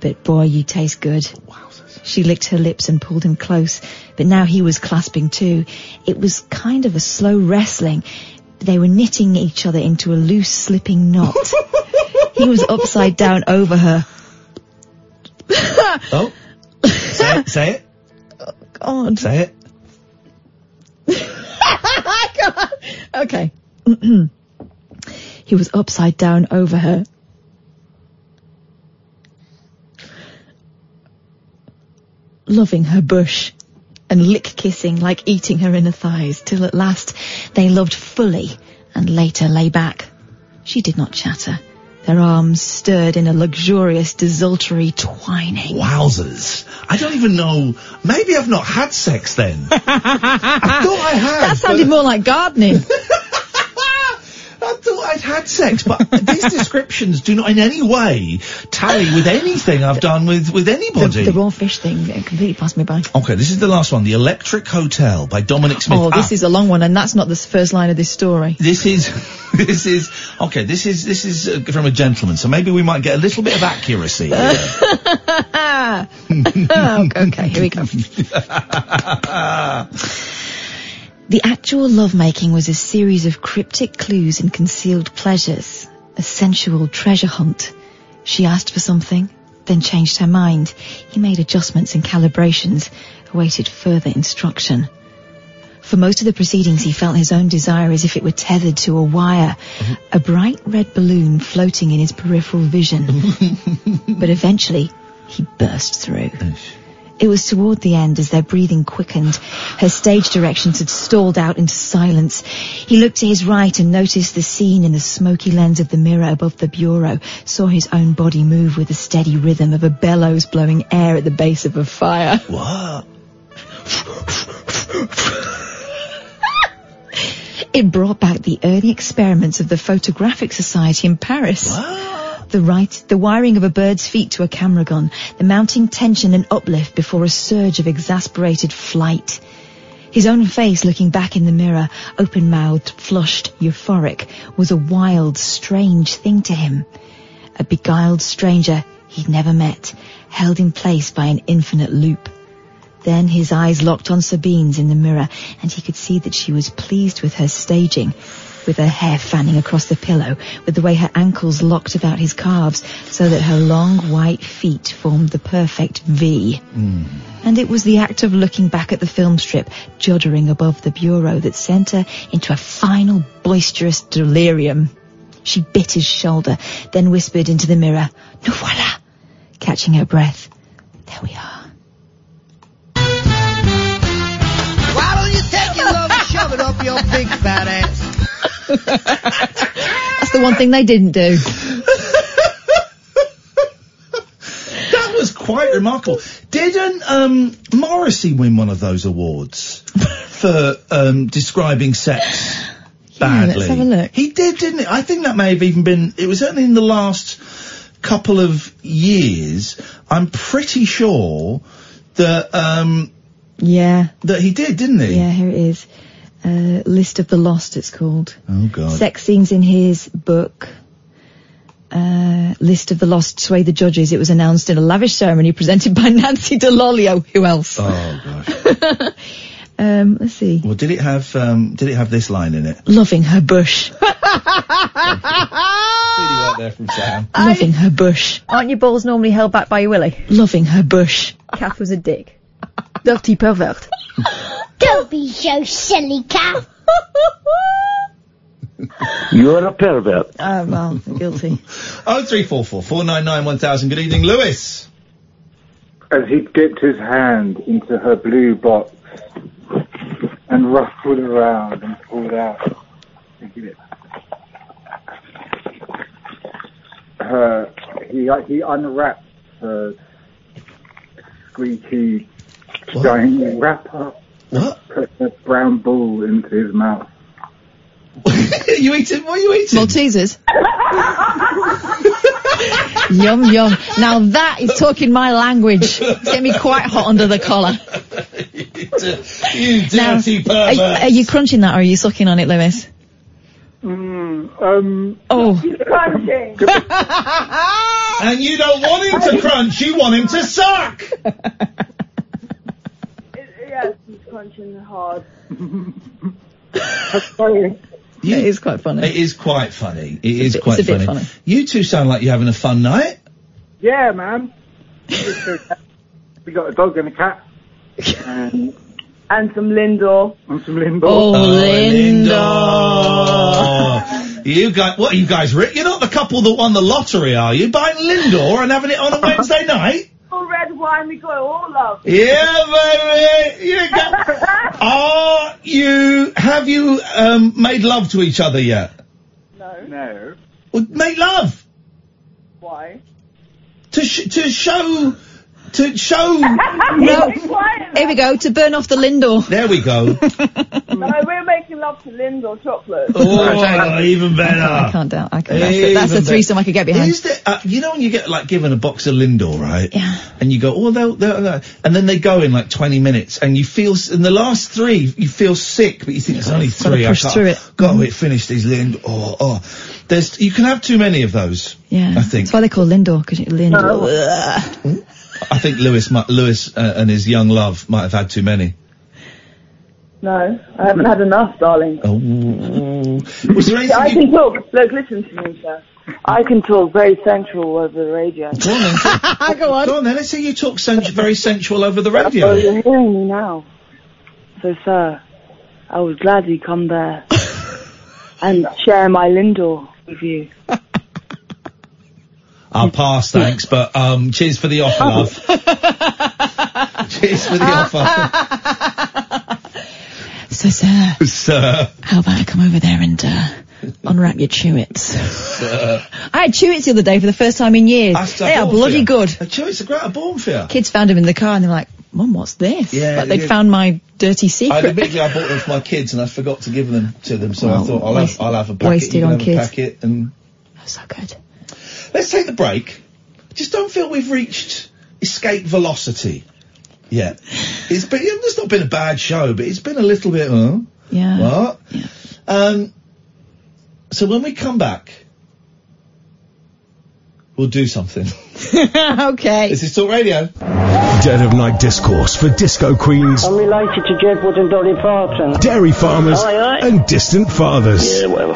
[SPEAKER 5] But boy, you taste good. She licked her lips and pulled him close, but now he was clasping too. It was kind of a slow wrestling. They were knitting each other into a loose, slipping
[SPEAKER 3] *laughs*
[SPEAKER 5] knot. he was upside down over her.
[SPEAKER 3] Oh, say it. Say it.
[SPEAKER 5] Oh, God.
[SPEAKER 3] Say it.
[SPEAKER 5] *laughs* okay. *clears throat* he was upside down over her. Loving her bush and lick kissing like eating her inner thighs till at last they loved fully and later lay back. She did not chatter. Their arms stirred in a luxurious, desultory twining.
[SPEAKER 3] Wowzers. I don't even know. Maybe I've not had sex then. I thought I had.
[SPEAKER 5] That sounded more like gardening.
[SPEAKER 3] *laughs* I thought I'd had sex,
[SPEAKER 5] *laughs*
[SPEAKER 3] but these descriptions do not in any way tally with anything I've done with, with
[SPEAKER 5] the,
[SPEAKER 3] anybody.
[SPEAKER 5] the raw fish thing uh, completely passed me by.
[SPEAKER 3] okay, this is the last one. The Electric Hotel by Dominic Smith.
[SPEAKER 5] Oh, this
[SPEAKER 3] Ah,
[SPEAKER 5] is a long one, and that's not the s- first line of this story.
[SPEAKER 3] This is, *laughs* this is, okay, this is, this is uh, from a gentleman, so maybe we might get a little bit of accuracy.
[SPEAKER 5] *laughs*
[SPEAKER 3] here.
[SPEAKER 5] *laughs*
[SPEAKER 3] *laughs*
[SPEAKER 5] okay, okay, here we
[SPEAKER 17] *laughs*
[SPEAKER 5] go. The actual lovemaking was a series of cryptic clues and concealed pleasures, a sensual treasure hunt. She asked for something, then changed her mind. He made adjustments and calibrations, awaited further instruction. For most of the proceedings, he felt his own desire as if it were tethered to a wire, a bright red balloon floating in his peripheral vision. but eventually, he burst through. It was toward the end as their breathing quickened. Her stage directions had stalled out into silence. He looked to his right and noticed the scene in the smoky lens of the mirror above the bureau, saw his own body move with the steady rhythm of a bellows blowing air at the base of a fire. *laughs*
[SPEAKER 3] What?
[SPEAKER 5] It brought back the early experiments of the Photographic Society in Paris. The right, the wiring of a bird's feet to a camera gun, the mounting tension and uplift before a surge of exasperated flight. His own face looking back in the mirror, open-mouthed, flushed, euphoric, was a wild, strange thing to him. A beguiled stranger he'd never met, held in place by an infinite loop. Then his eyes locked on Sabine's in the mirror, and he could see that she was pleased with her staging, with her hair fanning across the pillow, with the way her ankles locked about his calves, so that her long white feet formed the perfect V.
[SPEAKER 3] Mm.
[SPEAKER 5] And it was the act of looking back at the film strip, juddering above the bureau, that sent her into a final boisterous delirium. She bit his shoulder, then whispered into the mirror, "Nous voilà!" catching her breath.
[SPEAKER 14] Why don't you take your love and shove it up your big fat ass?
[SPEAKER 5] That's the one thing they didn't do.
[SPEAKER 3] That was quite remarkable. Didn't um, Morrissey win one of those awards for um, describing sex badly?
[SPEAKER 5] let's have a look.
[SPEAKER 3] He did, didn't he? I think that may have even been. It was certainly in the last couple of years. I'm pretty sure that. Um,
[SPEAKER 5] yeah.
[SPEAKER 3] That he did, didn't he?
[SPEAKER 5] Yeah, here it is. Uh, List of the Lost, it's called.
[SPEAKER 3] Oh God.
[SPEAKER 5] Sex scenes in his book. Uh, List of the Lost sway the judges. It was announced in a lavish ceremony presented by *laughs* Nancy DeLolio. Who else?
[SPEAKER 3] Oh God.
[SPEAKER 5] *laughs* Um, let's see.
[SPEAKER 3] Well, did it have um, did it have this line in it?
[SPEAKER 5] Loving her
[SPEAKER 3] *laughs*
[SPEAKER 5] bush.
[SPEAKER 3] there from Sam.
[SPEAKER 5] Loving her bush.
[SPEAKER 20] Aren't your balls normally held back by your willy?
[SPEAKER 5] Loving her bush.
[SPEAKER 20] Kath was a
[SPEAKER 5] *laughs*
[SPEAKER 20] dick. Dirty pervert.
[SPEAKER 21] *laughs* Don't be so silly,
[SPEAKER 5] *laughs*
[SPEAKER 21] cat.
[SPEAKER 3] You're a pervert.
[SPEAKER 5] Oh, well, guilty.
[SPEAKER 3] Oh three four four four nine nine one thousand. Good evening, Lewis.
[SPEAKER 22] as he dipped his hand into her blue box and ruffled around and pulled out her. He he unwrapped her squeaky, shiny wrapper.
[SPEAKER 3] What?
[SPEAKER 22] Put a brown ball into his mouth.
[SPEAKER 3] you eating? What *laughs* are you eating?
[SPEAKER 5] Maltesers. *laughs* yum yum. Now that is talking my language. It's getting me quite hot under the collar.
[SPEAKER 3] You
[SPEAKER 5] Now,
[SPEAKER 3] dirty
[SPEAKER 5] are, you-
[SPEAKER 3] pervert.
[SPEAKER 5] are you crunching that or are you sucking on it, Lewis?
[SPEAKER 22] Mm, um. *laughs*
[SPEAKER 5] Oh.
[SPEAKER 3] *laughs* and you don't want him to crunch. You want him to suck.
[SPEAKER 18] Yes, he's crunching hard.
[SPEAKER 3] it
[SPEAKER 5] is quite funny.
[SPEAKER 3] It is quite funny. It is
[SPEAKER 22] bit-
[SPEAKER 3] quite
[SPEAKER 22] it's a bit
[SPEAKER 3] funny.
[SPEAKER 22] funny.
[SPEAKER 3] You two sound like you're having a fun night.
[SPEAKER 22] Yeah, man. we got a dog and a cat. And,
[SPEAKER 18] And some Lindor. Oh.
[SPEAKER 22] and some Lindor.
[SPEAKER 3] Lindor. *laughs* You guys, what are you guys? Rick, you're not the couple that won the lottery, are you? Buying Lindor and having it on a Wednesday
[SPEAKER 5] Uh-huh.
[SPEAKER 3] night?
[SPEAKER 18] Oh, red wine, we got it all love.
[SPEAKER 3] Oh, Yeah, baby. You got, are you? Have you um, made love to each other yet?
[SPEAKER 18] No.
[SPEAKER 22] No.
[SPEAKER 3] Well, make love
[SPEAKER 18] Why?
[SPEAKER 3] to sh- to show to show.
[SPEAKER 5] No. Here we go, to burn off the Lindor.
[SPEAKER 3] There
[SPEAKER 5] *laughs*
[SPEAKER 3] we go.
[SPEAKER 18] No, we're making love to Lindor chocolate.
[SPEAKER 3] Oh, even better.
[SPEAKER 5] I can't doubt. I can, that's, a, that's a threesome I could get behind.
[SPEAKER 3] Is there, uh, you know when you get like given a box of Lindor, right? Yeah. And you go, oh, they'll, they'll, they'll- and then they go in like 20 minutes and you feel, s- in the last three, you feel sick, but you think there's only
[SPEAKER 5] gotta
[SPEAKER 3] three. I
[SPEAKER 5] push
[SPEAKER 3] can't,
[SPEAKER 5] through it. Mm-hmm.
[SPEAKER 3] Got to finish these Lindor. Oh, oh. There's, you can have too many of those.
[SPEAKER 5] Yeah.
[SPEAKER 3] I think.
[SPEAKER 5] That's why they call Lindor, because Lindor. Ugh.
[SPEAKER 3] I think Lewis, might, Lewis uh, and his young love might have had too many.
[SPEAKER 18] No, I haven't had enough, darling.
[SPEAKER 3] Oh. Was there anything?
[SPEAKER 18] I
[SPEAKER 3] you-
[SPEAKER 18] can talk. Look, listen to me, sir. I can talk very sensual over the radio.
[SPEAKER 5] *laughs*
[SPEAKER 3] Go on, *laughs* then.
[SPEAKER 18] Go on.
[SPEAKER 3] Go on then. Let's say you talk sensu- very sensual over the radio.
[SPEAKER 18] Well, you're hearing me now. So, sir, I was glad you come
[SPEAKER 3] *laughs*
[SPEAKER 18] there and share my Lindor with you.
[SPEAKER 3] I'll Ah, pass, thanks. But um, cheers for the offer,
[SPEAKER 5] *laughs*
[SPEAKER 3] love. cheers for the offer,
[SPEAKER 5] So, sir,
[SPEAKER 3] *laughs* sir.
[SPEAKER 5] how about I come over there and uh, unwrap your chewits? *laughs*
[SPEAKER 3] sir.
[SPEAKER 5] I had chewits the other day for the first time in years.
[SPEAKER 3] That's
[SPEAKER 5] They are
[SPEAKER 3] born for
[SPEAKER 5] bloody
[SPEAKER 3] you.
[SPEAKER 5] good.
[SPEAKER 3] A chewits are great. Are born for you.
[SPEAKER 5] Kids found them in the car and they're like, Mum, what's this?
[SPEAKER 3] Yeah, Oh,
[SPEAKER 5] like
[SPEAKER 3] they
[SPEAKER 5] they'd
[SPEAKER 3] did.
[SPEAKER 5] found my dirty secret.
[SPEAKER 3] I admittedly I bought them for my kids and I forgot to give them to them, so I
[SPEAKER 5] Well,
[SPEAKER 3] thought I'll
[SPEAKER 5] waste-
[SPEAKER 3] have I'll have a packet.
[SPEAKER 5] wasted
[SPEAKER 3] you can
[SPEAKER 5] on
[SPEAKER 3] have
[SPEAKER 5] kids.
[SPEAKER 3] A packet and
[SPEAKER 5] so good.
[SPEAKER 3] Let's take the break. Just don't feel we've reached escape velocity yet. It's been it's not been a bad show, but it's been a little bit. Uh,
[SPEAKER 5] *laughs* Yeah.
[SPEAKER 3] What? Um. So when we come back, we'll do something.
[SPEAKER 5] *laughs* okay.
[SPEAKER 3] This is Talk Radio.
[SPEAKER 17] Dead of Night Discourse for disco queens,
[SPEAKER 4] I'm related to Jedwood and Dolly Parton.
[SPEAKER 17] dairy farmers,
[SPEAKER 4] Aye, aye.
[SPEAKER 17] and distant fathers.
[SPEAKER 4] Yeah, whatever.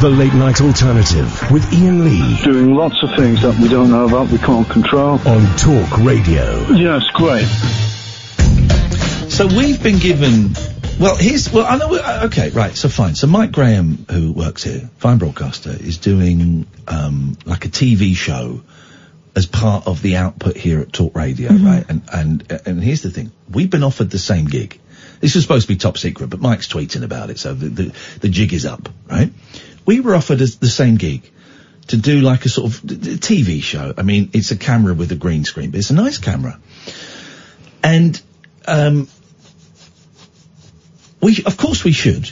[SPEAKER 17] The Late Night Alternative with Ian Lee.
[SPEAKER 6] Doing lots of things that we don't know about, we can't control.
[SPEAKER 17] On Talk Radio.
[SPEAKER 6] Yes, great.
[SPEAKER 3] So we've been given. Well, here's. Well, I know. we- uh, Okay, right. So fine. So Mike Graham, who works here, fine broadcaster, is doing um, like a TV show as part of the output here at Talk Radio, right? And and and here's the thing: we've been offered the same gig. This was supposed to be top secret, but Mike's tweeting about it, so the the, the jig is up, right? We were offered as- the same gig to do like a sort of d- d- TV show. I mean, it's a camera with a green screen, but it's a nice camera. And um, we, of course, we should.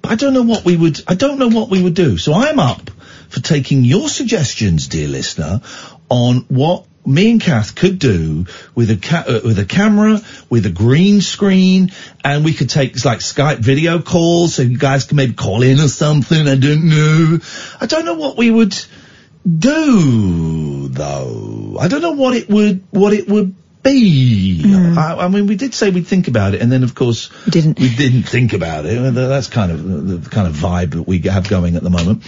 [SPEAKER 3] But I don't know what we would. I don't know what we would do. So I'm up for taking your suggestions, dear listener, on what me and Kath could do with a ca- uh, with a camera, with a green screen, and we could take like Skype video calls, so you guys can maybe call in or something. I don't know. I don't know what we would do though. I don't know what it would what it would be. I, I mean, we did say we'd think about it, and then of course we
[SPEAKER 5] didn't.
[SPEAKER 3] We didn't think about it. Well, tha- That's kind of the- the kind of vibe that we have going at the moment.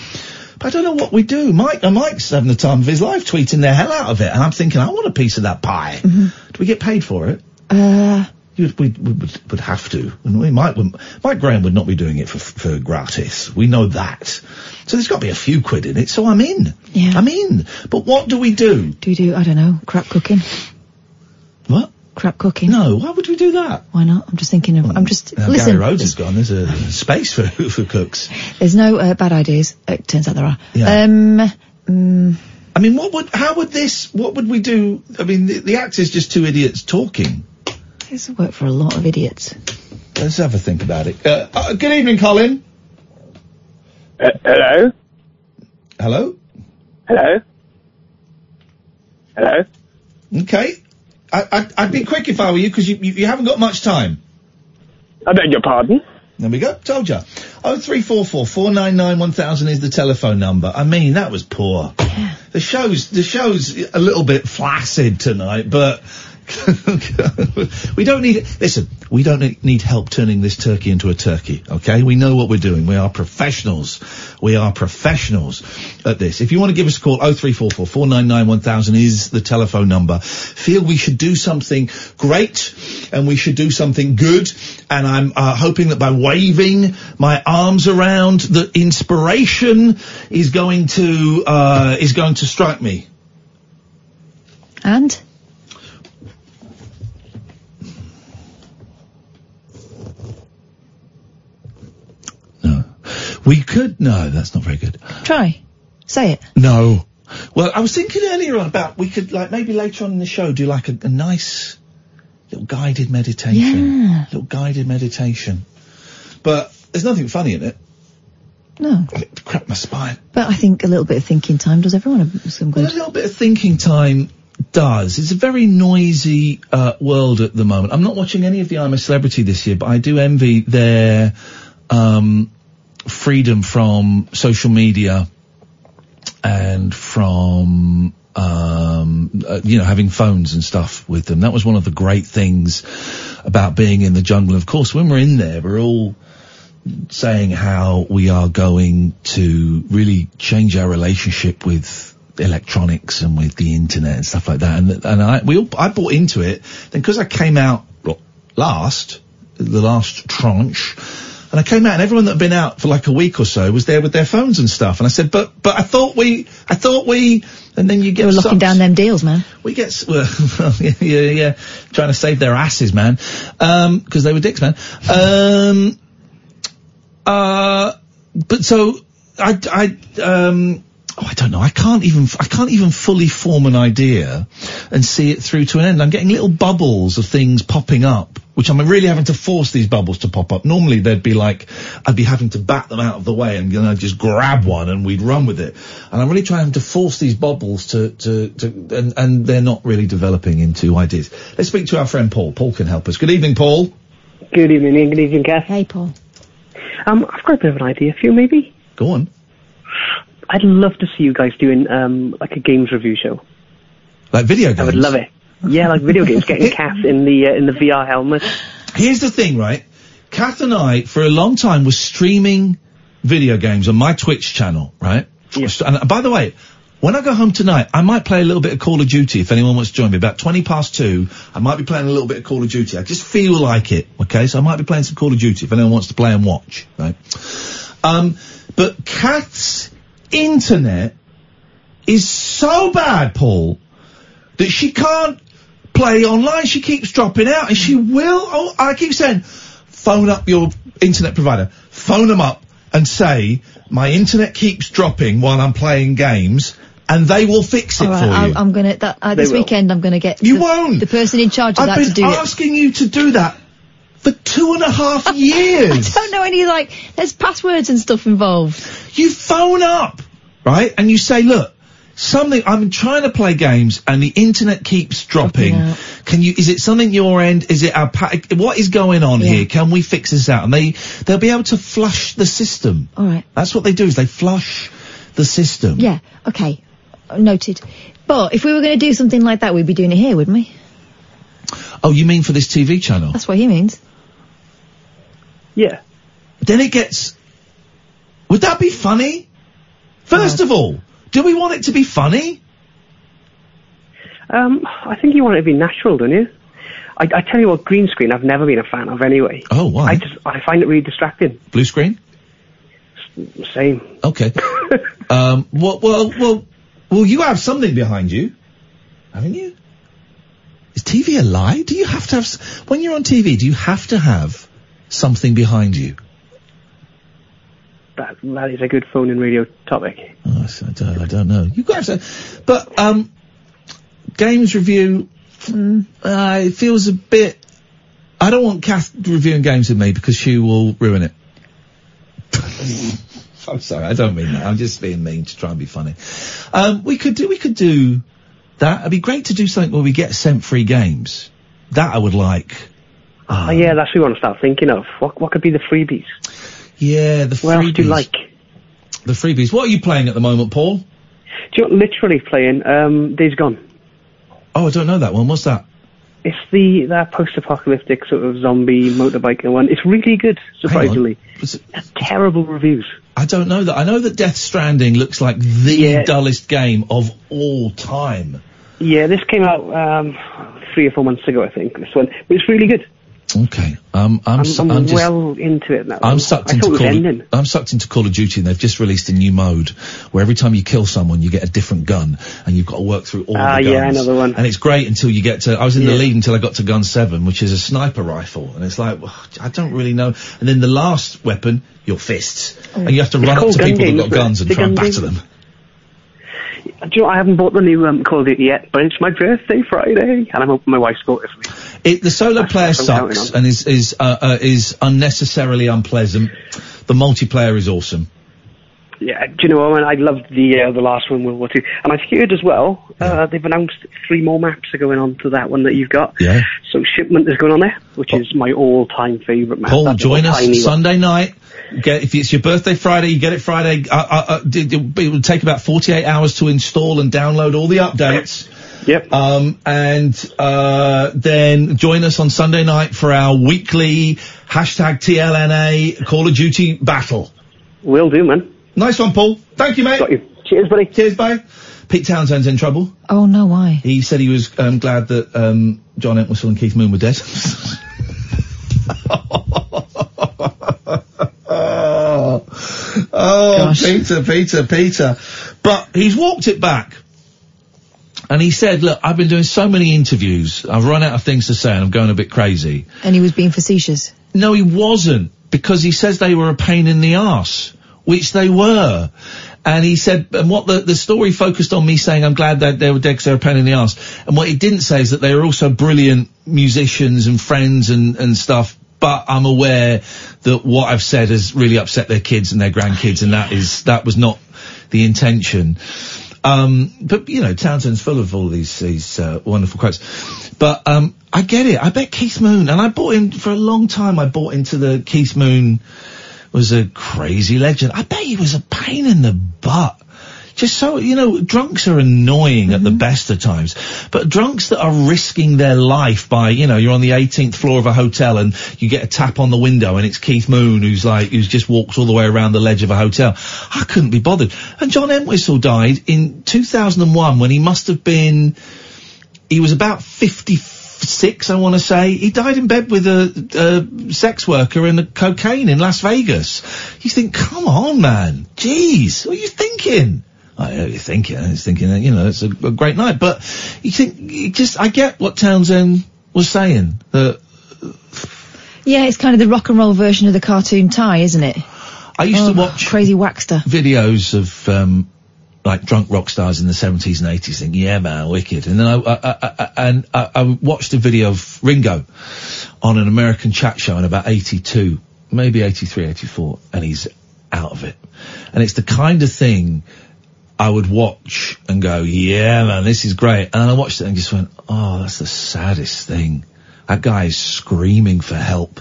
[SPEAKER 3] But I don't know what we do. Mike, uh, Mike's having the time of his life, tweeting the hell out of it, and I'm thinking, I want a piece of that pie. Do we get paid for it?
[SPEAKER 5] Mm-hmm. Uh,
[SPEAKER 3] You, we, we would, would have to, and we might. wouldn't- Mike Graham would not be doing it for for gratis. We know that. So there's got to be a few quid in it. So I'm in.
[SPEAKER 5] Yeah.
[SPEAKER 3] I'm in. But what do we do? Uh,
[SPEAKER 5] Do you do, I don't know, crap cooking?
[SPEAKER 3] What?
[SPEAKER 5] Crap cooking.
[SPEAKER 3] No, why would we do that?
[SPEAKER 5] Why not? I'm just thinking of, I'm just,
[SPEAKER 3] Now,
[SPEAKER 5] listen,
[SPEAKER 3] Gary Rhodes is gone. There's a space for *laughs* for cooks.
[SPEAKER 5] there's no uh, bad ideas. It turns out there are.
[SPEAKER 3] Yeah.
[SPEAKER 5] Um, mm,
[SPEAKER 3] I mean, what would? How would this? What would we do? I mean, the, the act is just two idiots talking.
[SPEAKER 5] this will work for a lot of idiots.
[SPEAKER 3] Let's have a think about it. Uh, uh, good evening, Colin.
[SPEAKER 23] Uh, hello.
[SPEAKER 3] Hello.
[SPEAKER 23] Hello. Hello.
[SPEAKER 3] Okay. I, I, I'd be quick if I were you because you, you, you haven't got much time.
[SPEAKER 23] I beg your pardon.
[SPEAKER 3] There we go. Told you. Oh three four four four nine nine one thousand is the telephone number. I mean, that was poor. The show's the show's a little bit flaccid tonight, but *laughs* we don't need. Listen, we don't ne- need help turning this turkey into a turkey. Okay, we know what we're doing. We are professionals. We are professionals at this. If you want to give us a call, oh three four four four nine nine one thousand is the telephone number. Feel we should do something great, and we should do something good. And I'm uh, hoping that by waving my arms around, the inspiration is going to uh, is going to strike me.
[SPEAKER 5] And?
[SPEAKER 3] We could. No, that's not very good.
[SPEAKER 5] Try. Say it.
[SPEAKER 3] No. Well, I was thinking earlier on about we could like maybe later on in the show do like a, a nice little guided meditation,
[SPEAKER 5] Yeah.
[SPEAKER 3] little guided meditation. But there's nothing funny in it.
[SPEAKER 5] No.
[SPEAKER 3] Crap my spine.
[SPEAKER 5] But I think a little bit of thinking time does everyone some
[SPEAKER 3] Well,
[SPEAKER 5] good.
[SPEAKER 3] a little bit of thinking time does. It's a very noisy uh, world at the moment. I'm not watching any of the I'm a Celebrity this year, but I do envy their um, freedom from social media and from um, uh, you know having phones and stuff with them. That was one of the great things about being in the jungle. Of course, when we're in there, we're all saying how we are going to really change our relationship with electronics and with the internet and stuff like that. And and I we all, I bought into it. Then because I came out well, last, the last tranche. And I came out, and everyone that had been out for like a week or so was there with their phones and stuff. And I said, "But, but I thought we, I thought we." And then you get
[SPEAKER 5] They were
[SPEAKER 3] some-
[SPEAKER 5] locking down them deals, man.
[SPEAKER 3] we get s- *laughs* well, yeah, yeah, yeah, trying to save their asses, man, because they were dicks, man. Um, uh, but so I, I, um, oh, I don't know. I can't even, I can't even fully form an idea and see it through to an end. I'm getting little bubbles of things popping up, which I'm really having to force these bubbles to pop up. Normally they'd be like, I'd be having to bat them out of the way and you know, just grab one and we'd run with it. And I'm really trying to force these bubbles to, to, to and, and they're not really developing into ideas. Let's speak to our friend Paul. Paul can help us. Good evening, Paul.
[SPEAKER 7] Good evening, Ian. Good evening, Kath.
[SPEAKER 5] Hey, Paul.
[SPEAKER 7] Um, I've got a bit of an idea for you, maybe.
[SPEAKER 3] Go on.
[SPEAKER 7] I'd love to see you guys doing um, like a games review show.
[SPEAKER 3] Like video games.
[SPEAKER 7] I would love it. Yeah, like video games,
[SPEAKER 3] *laughs*
[SPEAKER 7] getting Kath in the uh, in the VR helmet.
[SPEAKER 3] Here's the thing, right? Kath and I, for a long time, was streaming video games on my Twitch channel, right? And uh, by the way, when I go home tonight, I might play a little bit of Call of Duty if anyone wants to join me. About 20 past two, I might be playing a little bit of Call of Duty. I just feel like it, okay? So I might be playing some Call of Duty if anyone wants to play and watch, right? Um, but Kath's internet is so bad, Paul, that she can't play online. She keeps dropping out, and she will. Oh, I keep saying, phone up your internet provider, phone them up, and say my internet keeps dropping while I'm playing games, and they will fix it
[SPEAKER 5] All right,
[SPEAKER 3] for
[SPEAKER 5] I'm,
[SPEAKER 3] you.
[SPEAKER 5] I'm gonna that, uh,
[SPEAKER 3] They
[SPEAKER 5] this
[SPEAKER 3] will.
[SPEAKER 5] weekend. I'm gonna get
[SPEAKER 3] You
[SPEAKER 5] the,
[SPEAKER 3] won't.
[SPEAKER 5] the person in charge of
[SPEAKER 3] I've
[SPEAKER 5] that
[SPEAKER 3] been
[SPEAKER 5] to do it.
[SPEAKER 3] asking you to do that for two and a half years.
[SPEAKER 5] I don't know any like there's passwords and stuff involved.
[SPEAKER 3] You phone up, right? And you say, look, something, I'm trying to play games and the internet keeps dropping. Can you, is it something your end? Is it our, pa- what is going on here? Can we fix this out? And they, they'll be able to flush the system.
[SPEAKER 5] All right.
[SPEAKER 3] That's what they do is they flush the system.
[SPEAKER 5] Yeah. Okay. Noted. But if we were going to do something like that, we'd be doing it here, wouldn't we?
[SPEAKER 3] Oh, you mean for this TV channel?
[SPEAKER 5] That's what he means.
[SPEAKER 7] Yeah.
[SPEAKER 3] Then it gets, would that be funny? First of all, do we want it to be funny?
[SPEAKER 7] Um, I think you want it to be natural, don't you? I, I tell you what, green screen I've never been a fan of anyway.
[SPEAKER 3] Oh, why?
[SPEAKER 7] I just I find it really distracting.
[SPEAKER 3] Blue screen?
[SPEAKER 7] Same.
[SPEAKER 3] Okay. um, well, well, well, well, you have something behind you, haven't you? Is TV a lie? Do you have to have, s- when you're on TV, do you have to have something behind you?
[SPEAKER 7] That that is a good phone and radio topic.
[SPEAKER 3] Oh, I s- I don't, I don't know. You've got to have to, but, um, games review, uh, it feels a bit, I don't want Kath reviewing games with me because she will ruin it. *laughs* I'm sorry, I don't mean that. I'm just being mean to try and be funny. Um, we could do, we could do that. It'd be great to do something where we get sent free games. That I would like.
[SPEAKER 7] Oh, yeah, that's what we want to start thinking of. What what could be the freebies?
[SPEAKER 3] Yeah, the
[SPEAKER 7] What
[SPEAKER 3] freebies.
[SPEAKER 7] else do you like?
[SPEAKER 3] The freebies. What are you playing at the moment, Paul?
[SPEAKER 7] Do you know, literally playing um, Days Gone?
[SPEAKER 3] Oh, I don't know that one. What's that?
[SPEAKER 7] It's the that post-apocalyptic sort of zombie motorbike one. It's really good, surprisingly. Terrible reviews.
[SPEAKER 3] I don't know that. I know that Death Stranding looks like the dullest game of all time.
[SPEAKER 7] Yeah, this came out um, three or four months ago, I think. This one, but it's really good.
[SPEAKER 3] Okay. Um, I'm,
[SPEAKER 7] I'm,
[SPEAKER 3] s-
[SPEAKER 7] I'm
[SPEAKER 3] I'm just,
[SPEAKER 7] well into it now.
[SPEAKER 3] I'm sucked
[SPEAKER 7] I
[SPEAKER 3] into
[SPEAKER 7] thought it was
[SPEAKER 3] Call
[SPEAKER 7] ending.
[SPEAKER 3] of, I'm sucked into Call of Duty, and they've just released a new mode where every time you kill someone, you get a different gun, and you've got to work through all
[SPEAKER 7] Ah,
[SPEAKER 3] the guns.
[SPEAKER 7] yeah, another one.
[SPEAKER 3] And it's great until you get to. I was in the
[SPEAKER 7] Yeah.
[SPEAKER 3] lead until I got to gun seven, which is a sniper rifle, and it's like "Ugh, I don't really know. And then the last weapon, your fists,
[SPEAKER 7] Oh.
[SPEAKER 3] and you have to
[SPEAKER 7] It's
[SPEAKER 3] run up
[SPEAKER 7] called
[SPEAKER 3] to
[SPEAKER 7] gun
[SPEAKER 3] people
[SPEAKER 7] game,
[SPEAKER 3] who've got
[SPEAKER 7] isn't it?
[SPEAKER 3] guns and
[SPEAKER 7] The
[SPEAKER 3] try and
[SPEAKER 7] gun
[SPEAKER 3] batter
[SPEAKER 7] game.
[SPEAKER 3] them.
[SPEAKER 7] Do you know, I haven't bought the new um, Call of Duty yet, but it's my birthday Friday, and I'm hoping my wife's got it for me.
[SPEAKER 3] It, the solo player
[SPEAKER 7] what I'm counting
[SPEAKER 3] sucks
[SPEAKER 7] on.
[SPEAKER 3] and is is uh, uh, is unnecessarily unpleasant. The multiplayer is awesome.
[SPEAKER 7] Yeah, do you know what? I, mean, I loved the uh, the last one, World War Two, and I've heard as well uh, they've announced three more maps are going on to that one that you've got.
[SPEAKER 3] Yeah. Oh.
[SPEAKER 7] So shipment is going on there, which is my all-time favourite map.
[SPEAKER 3] Paul,
[SPEAKER 7] That
[SPEAKER 3] join
[SPEAKER 7] little
[SPEAKER 3] us
[SPEAKER 7] tiny one.
[SPEAKER 3] Sunday night. Get, if it's your birthday Friday, you get it Friday. Uh, uh, uh, d- d- it will take about 48 hours to install and download all the updates.
[SPEAKER 7] Yep.
[SPEAKER 3] Um, and uh, then join us on Sunday night for our weekly Hashtag TLNA Call of Duty Battle.
[SPEAKER 7] Will do, man.
[SPEAKER 3] Nice one, Paul. Thank you, mate.
[SPEAKER 7] Cheers, buddy.
[SPEAKER 3] Cheers, bye. Pete Townsend's in trouble.
[SPEAKER 5] Oh no, why?
[SPEAKER 3] He said he was um, glad that um, John Entwistle and Keith Moon were dead. *laughs* oh, Peter, Peter, Peter. But he's walked it back. And he said, look, I've been doing so many interviews. I've run out of things to say and I'm going a bit crazy.
[SPEAKER 5] And he was being facetious.
[SPEAKER 3] No, he wasn't, because he says they were a pain in the arse, which they were. And he said, and what the, the story focused on me saying, I'm glad that they were dead because they were a pain in the arse. And what he didn't say is that they were also brilliant musicians and friends and, and stuff. But I'm aware that what I've said has really upset their kids and their grandkids, and that is that was not the intention. Um, but you know, Townsend's full of all these these uh, wonderful quotes. But um, I get it. I bet Keith Moon, and I bought him for a long time. I bought into the Keith Moon was a crazy legend. I bet he was a pain in the butt. Just so you know, drunks are annoying at the best of times, but drunks that are risking their life by, you know, you're on the 18th floor of a hotel and you get a tap on the window and it's Keith Moon who's like, who's just walked all the way around the ledge of a hotel. I couldn't be bothered. And John Entwistle died in 2001 when he must have been, he was about 56, I want to say. He died in bed with a, a sex worker and a cocaine in Las Vegas. You think, come on, man. Jeez, what are you thinking? I know what you're thinking. I was thinking that, you know, it's a, a great night. But you think, you just, I get what Townsend was saying. That
[SPEAKER 5] Yeah, it's kind of the rock and roll version of the cartoon tie, isn't it?
[SPEAKER 3] I used to
[SPEAKER 5] Oh,
[SPEAKER 3] watch
[SPEAKER 5] Crazy Waxter.
[SPEAKER 3] videos of um, like drunk rock stars in the seventies and eighties, thinking, "Yeah, man, wicked." And then I, I, I, I and I, I watched a video of Ringo on an American chat show in about eighty-two, maybe 83, 84, and he's out of it. And it's the kind of thing I would watch and go, "Yeah, man, this is great." And I watched it and just went, "Oh, that's the saddest thing." That guy is screaming for help,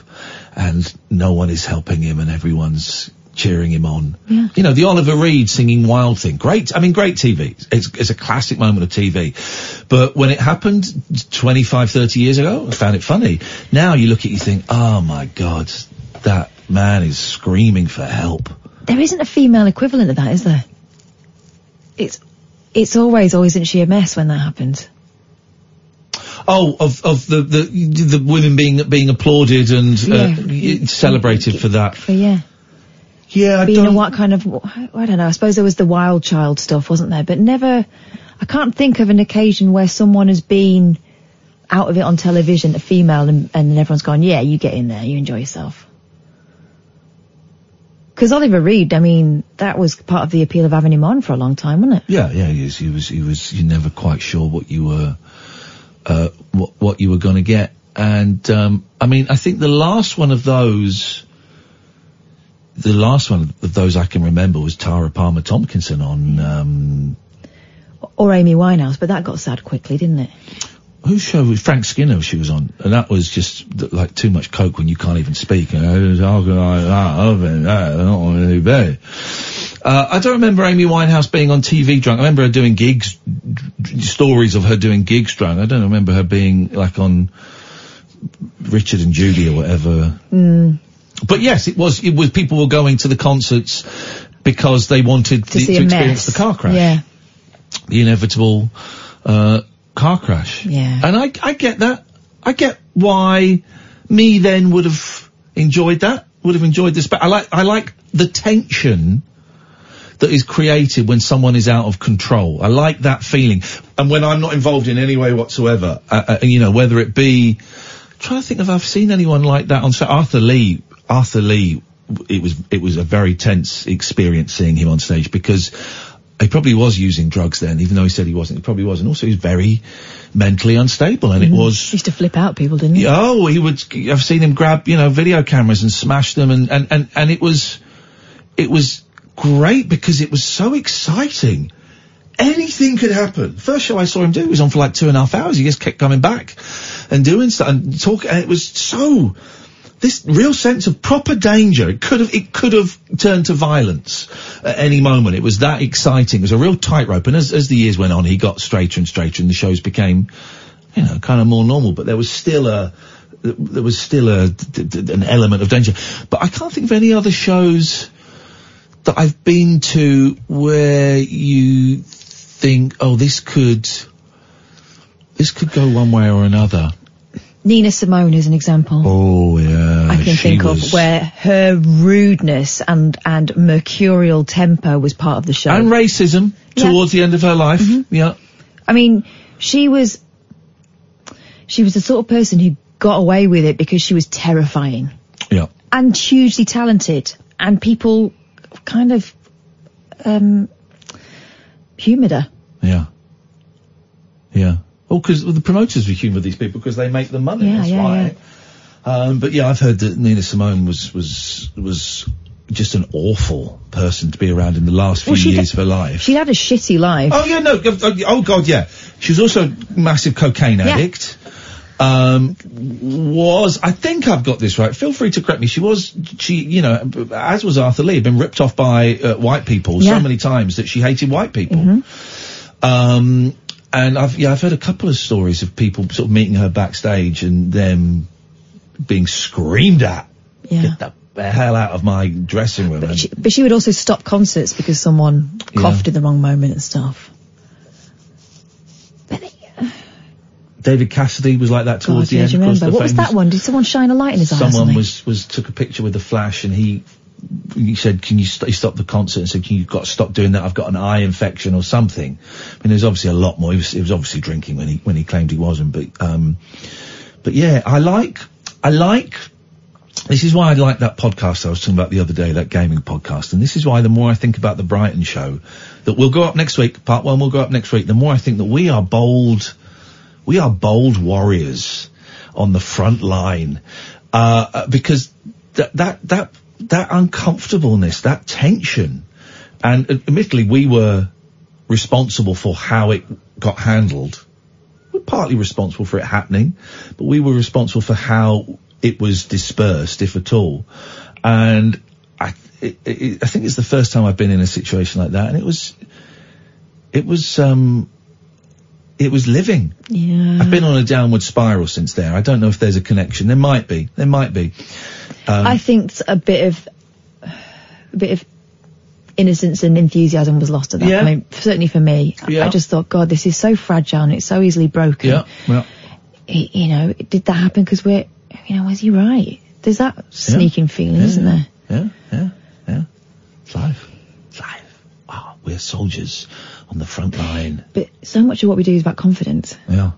[SPEAKER 3] and no one is helping him, and everyone's cheering him on.
[SPEAKER 5] Yeah.
[SPEAKER 3] You know, the Oliver Reed singing Wild Thing. Great. I mean, great TV. It's, it's a classic moment of TV. But when it happened 25, 30 years ago, I found it funny. Now you look at it, you think, oh my God, that man is screaming for help.
[SPEAKER 5] There isn't a female equivalent of that, is there? It's it's always, always isn't she a mess when that happens?
[SPEAKER 3] Oh, of, of the, the, the women being, being applauded and uh, y- celebrated for that.
[SPEAKER 5] But yeah.
[SPEAKER 3] Yeah, I
[SPEAKER 5] Being a what kind of I don't know. I suppose there was the wild child stuff, wasn't there? But never, I can't think of an occasion where someone has been out of it on television, a female, and, and then everyone's gone, yeah, you get in there, you enjoy yourself. Because Oliver Reed, I mean, that was part of the appeal of having him on for a long time, wasn't it?
[SPEAKER 3] Yeah, yeah, he was, he was, he was, you're never quite sure what you were, uh, what, what you were going to get. And, um, I mean, I think the last one of those, the last one of those I can remember was Tara Palmer Tomkinson on, um,
[SPEAKER 5] Or Amy Winehouse, but that got sad quickly, didn't it?
[SPEAKER 3] whose show was Frank Skinner she was on, and that was just th- like too much coke when you can't even speak. And uh, it was all like that, uh, oven, that, not really bad. Uh, I don't remember Amy Winehouse being on TV drunk. I remember her doing gigs, stories of her doing gigs drunk. I don't remember her being like on Richard and Judy or whatever.
[SPEAKER 5] Mm.
[SPEAKER 3] But yes, it was. It was people were going to the concerts because they wanted
[SPEAKER 5] To
[SPEAKER 3] the-
[SPEAKER 5] see
[SPEAKER 3] to
[SPEAKER 5] a mess.
[SPEAKER 3] experience the car crash
[SPEAKER 5] Yeah,
[SPEAKER 3] the inevitable uh, car crash.
[SPEAKER 5] Yeah.
[SPEAKER 3] And I, I get that. I get why me then would have enjoyed that, would have enjoyed this. But I like, I like the tension that is created when someone is out of control. I like that feeling. And when I'm not involved in any way whatsoever, uh, uh, you know, whether it be, I'm trying to think if I've seen anyone like that on set. Arthur Lee, Arthur Lee, it was, it was a very tense experience seeing him on stage because he probably was using drugs then, even though he said he wasn't. He probably was. And also he was very mentally unstable and it was
[SPEAKER 5] used to flip out people, didn't it?
[SPEAKER 3] yeah, Oh, he would. I've seen him grab, you know, video cameras and smash them, and and and and it was, it was great because it was so exciting. Anything could happen. First show I saw him do he was on for like two and a half hours. He just kept coming back and doing stuff and talk. And it was so this real sense of proper danger. It could have it could have turned to violence at any moment. It was that exciting. It was a real tightrope. And as as the years went on, he got straighter and straighter, and the shows became you know, kind of more normal, but there was still a, th- there was still a, d- d- an element of danger. But I can't think of any other shows that I've been to where you think, oh, this could, this could go one way or another.
[SPEAKER 5] Nina Simone is an example.
[SPEAKER 3] Oh yeah,
[SPEAKER 5] Mm-hmm. I can
[SPEAKER 3] she
[SPEAKER 5] think
[SPEAKER 3] was-
[SPEAKER 5] of where her rudeness and and mercurial temper was part of the show.
[SPEAKER 3] and racism
[SPEAKER 5] Yeah.
[SPEAKER 3] towards the end of her life.
[SPEAKER 5] Mm-hmm.
[SPEAKER 3] Yeah.
[SPEAKER 5] I mean, she was she was the sort of person who got away with it because she was terrifying.
[SPEAKER 3] Yeah.
[SPEAKER 5] And hugely talented, and people kind of um, humoured her.
[SPEAKER 3] Yeah. Yeah. Oh, because the promoters were humour these people because they make the money.
[SPEAKER 5] Yeah,
[SPEAKER 3] that's
[SPEAKER 5] yeah,
[SPEAKER 3] why. Um, but yeah, I've heard that Nina Simone was was was just an awful person to be around in the last few
[SPEAKER 5] Well, she
[SPEAKER 3] years of her life.
[SPEAKER 5] She'd had a shitty life.
[SPEAKER 3] Oh yeah, no. Oh, oh god, yeah. She was also a massive cocaine
[SPEAKER 5] Yeah.
[SPEAKER 3] addict. Um, was I think I've got this right? Feel free to correct me. She was she, you know, as was Arthur Lee, had been ripped off by uh, white people
[SPEAKER 8] Yeah.
[SPEAKER 3] so many times that she hated white people.
[SPEAKER 5] Mm-hmm.
[SPEAKER 3] Um, and I've yeah, I've heard a couple of stories of people sort of meeting her backstage and them being screamed at.
[SPEAKER 5] Yeah.
[SPEAKER 3] Get the hell out of my dressing room. And-
[SPEAKER 5] But she would also stop concerts because someone
[SPEAKER 3] Yeah.
[SPEAKER 5] coughed at the wrong moment and stuff.
[SPEAKER 3] David Cassidy was like that
[SPEAKER 5] God,
[SPEAKER 3] towards the
[SPEAKER 5] yeah,
[SPEAKER 3] end.
[SPEAKER 5] do you
[SPEAKER 3] of course,
[SPEAKER 5] remember?
[SPEAKER 3] the
[SPEAKER 5] What was
[SPEAKER 3] famous-
[SPEAKER 5] that one? Did someone shine a light in his eyes?
[SPEAKER 3] someone was was took a picture with the flash and he he said can you st- he stopped the concert and said can you got to stop doing that I've got an eye infection or something I mean there's obviously a lot more he was, he was obviously drinking when he when he claimed he wasn't but um but yeah I like I like this is why I like that podcast I was talking about the other day, that gaming podcast. And this is why the more I think about the Brighton show, that we'll go up next week, part one will go up next week, the more I think that we are bold, we are bold warriors on the front line. Uh, uh, because that, that, that, that uncomfortableness, that tension, and admittedly we were responsible for how it got handled we're partly responsible for it happening, but we were responsible for how it was dispersed, if at all. And I, it, it, I think it's the first time I've been in a situation like that, and it was, it was, um, it was living.
[SPEAKER 5] Yeah.
[SPEAKER 3] I've been on a downward spiral since there. I don't know if there's a connection. There might be. There might be. Um,
[SPEAKER 5] I think it's a bit of a bit of innocence and enthusiasm was lost at that.
[SPEAKER 3] Yeah.
[SPEAKER 5] I mean, certainly for me, I-
[SPEAKER 3] Yeah.
[SPEAKER 5] I just thought, God, this is so fragile and it's so easily broken.
[SPEAKER 3] yeah. Well,
[SPEAKER 5] I- you know, did that happen? Because we're, you know, was he right? There's that sneaking feeling,
[SPEAKER 3] Yeah.
[SPEAKER 5] isn't there?
[SPEAKER 3] Yeah, yeah, yeah. It's life. It's life. Ah, we're soldiers on the front line.
[SPEAKER 5] But so much of what we do is about confidence.
[SPEAKER 3] Yeah.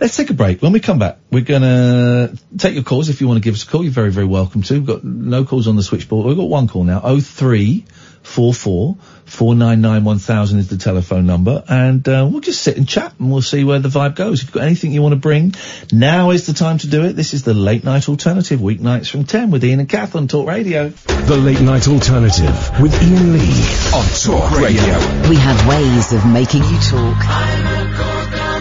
[SPEAKER 3] Let's take a break. When we come back, we're gonna take your calls. If you want to give us a call, you're very, very welcome to. We've got no calls on the switchboard. We've got one call now. Oh three four four four nine nine one thousand is the telephone number, and uh, we'll just sit and chat, and we'll see where the vibe goes. If you've got anything you want to bring, now is the time to do it. This is the late night alternative, weeknights from ten with Ian and Kath on Talk Radio.
[SPEAKER 17] The Late Night Alternative with Ian Lee on Talk Radio.
[SPEAKER 2] We have ways of making you talk.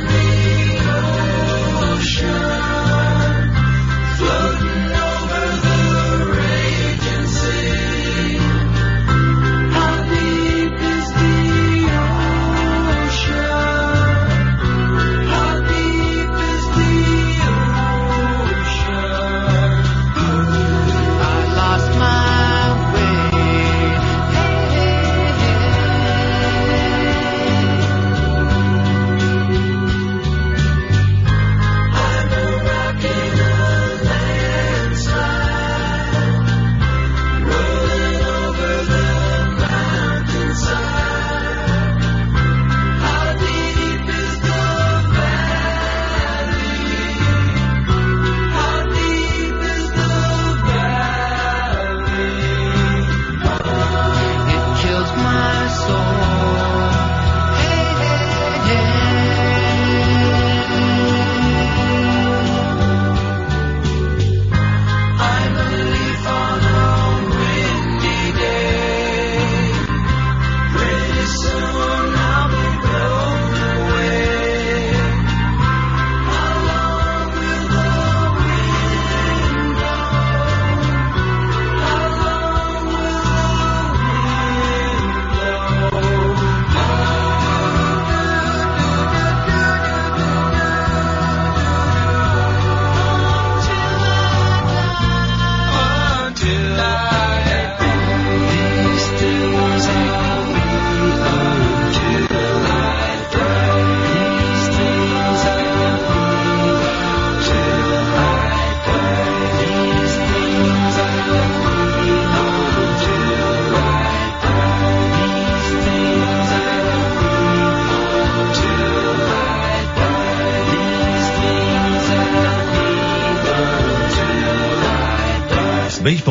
[SPEAKER 14] Hey, hey, hey.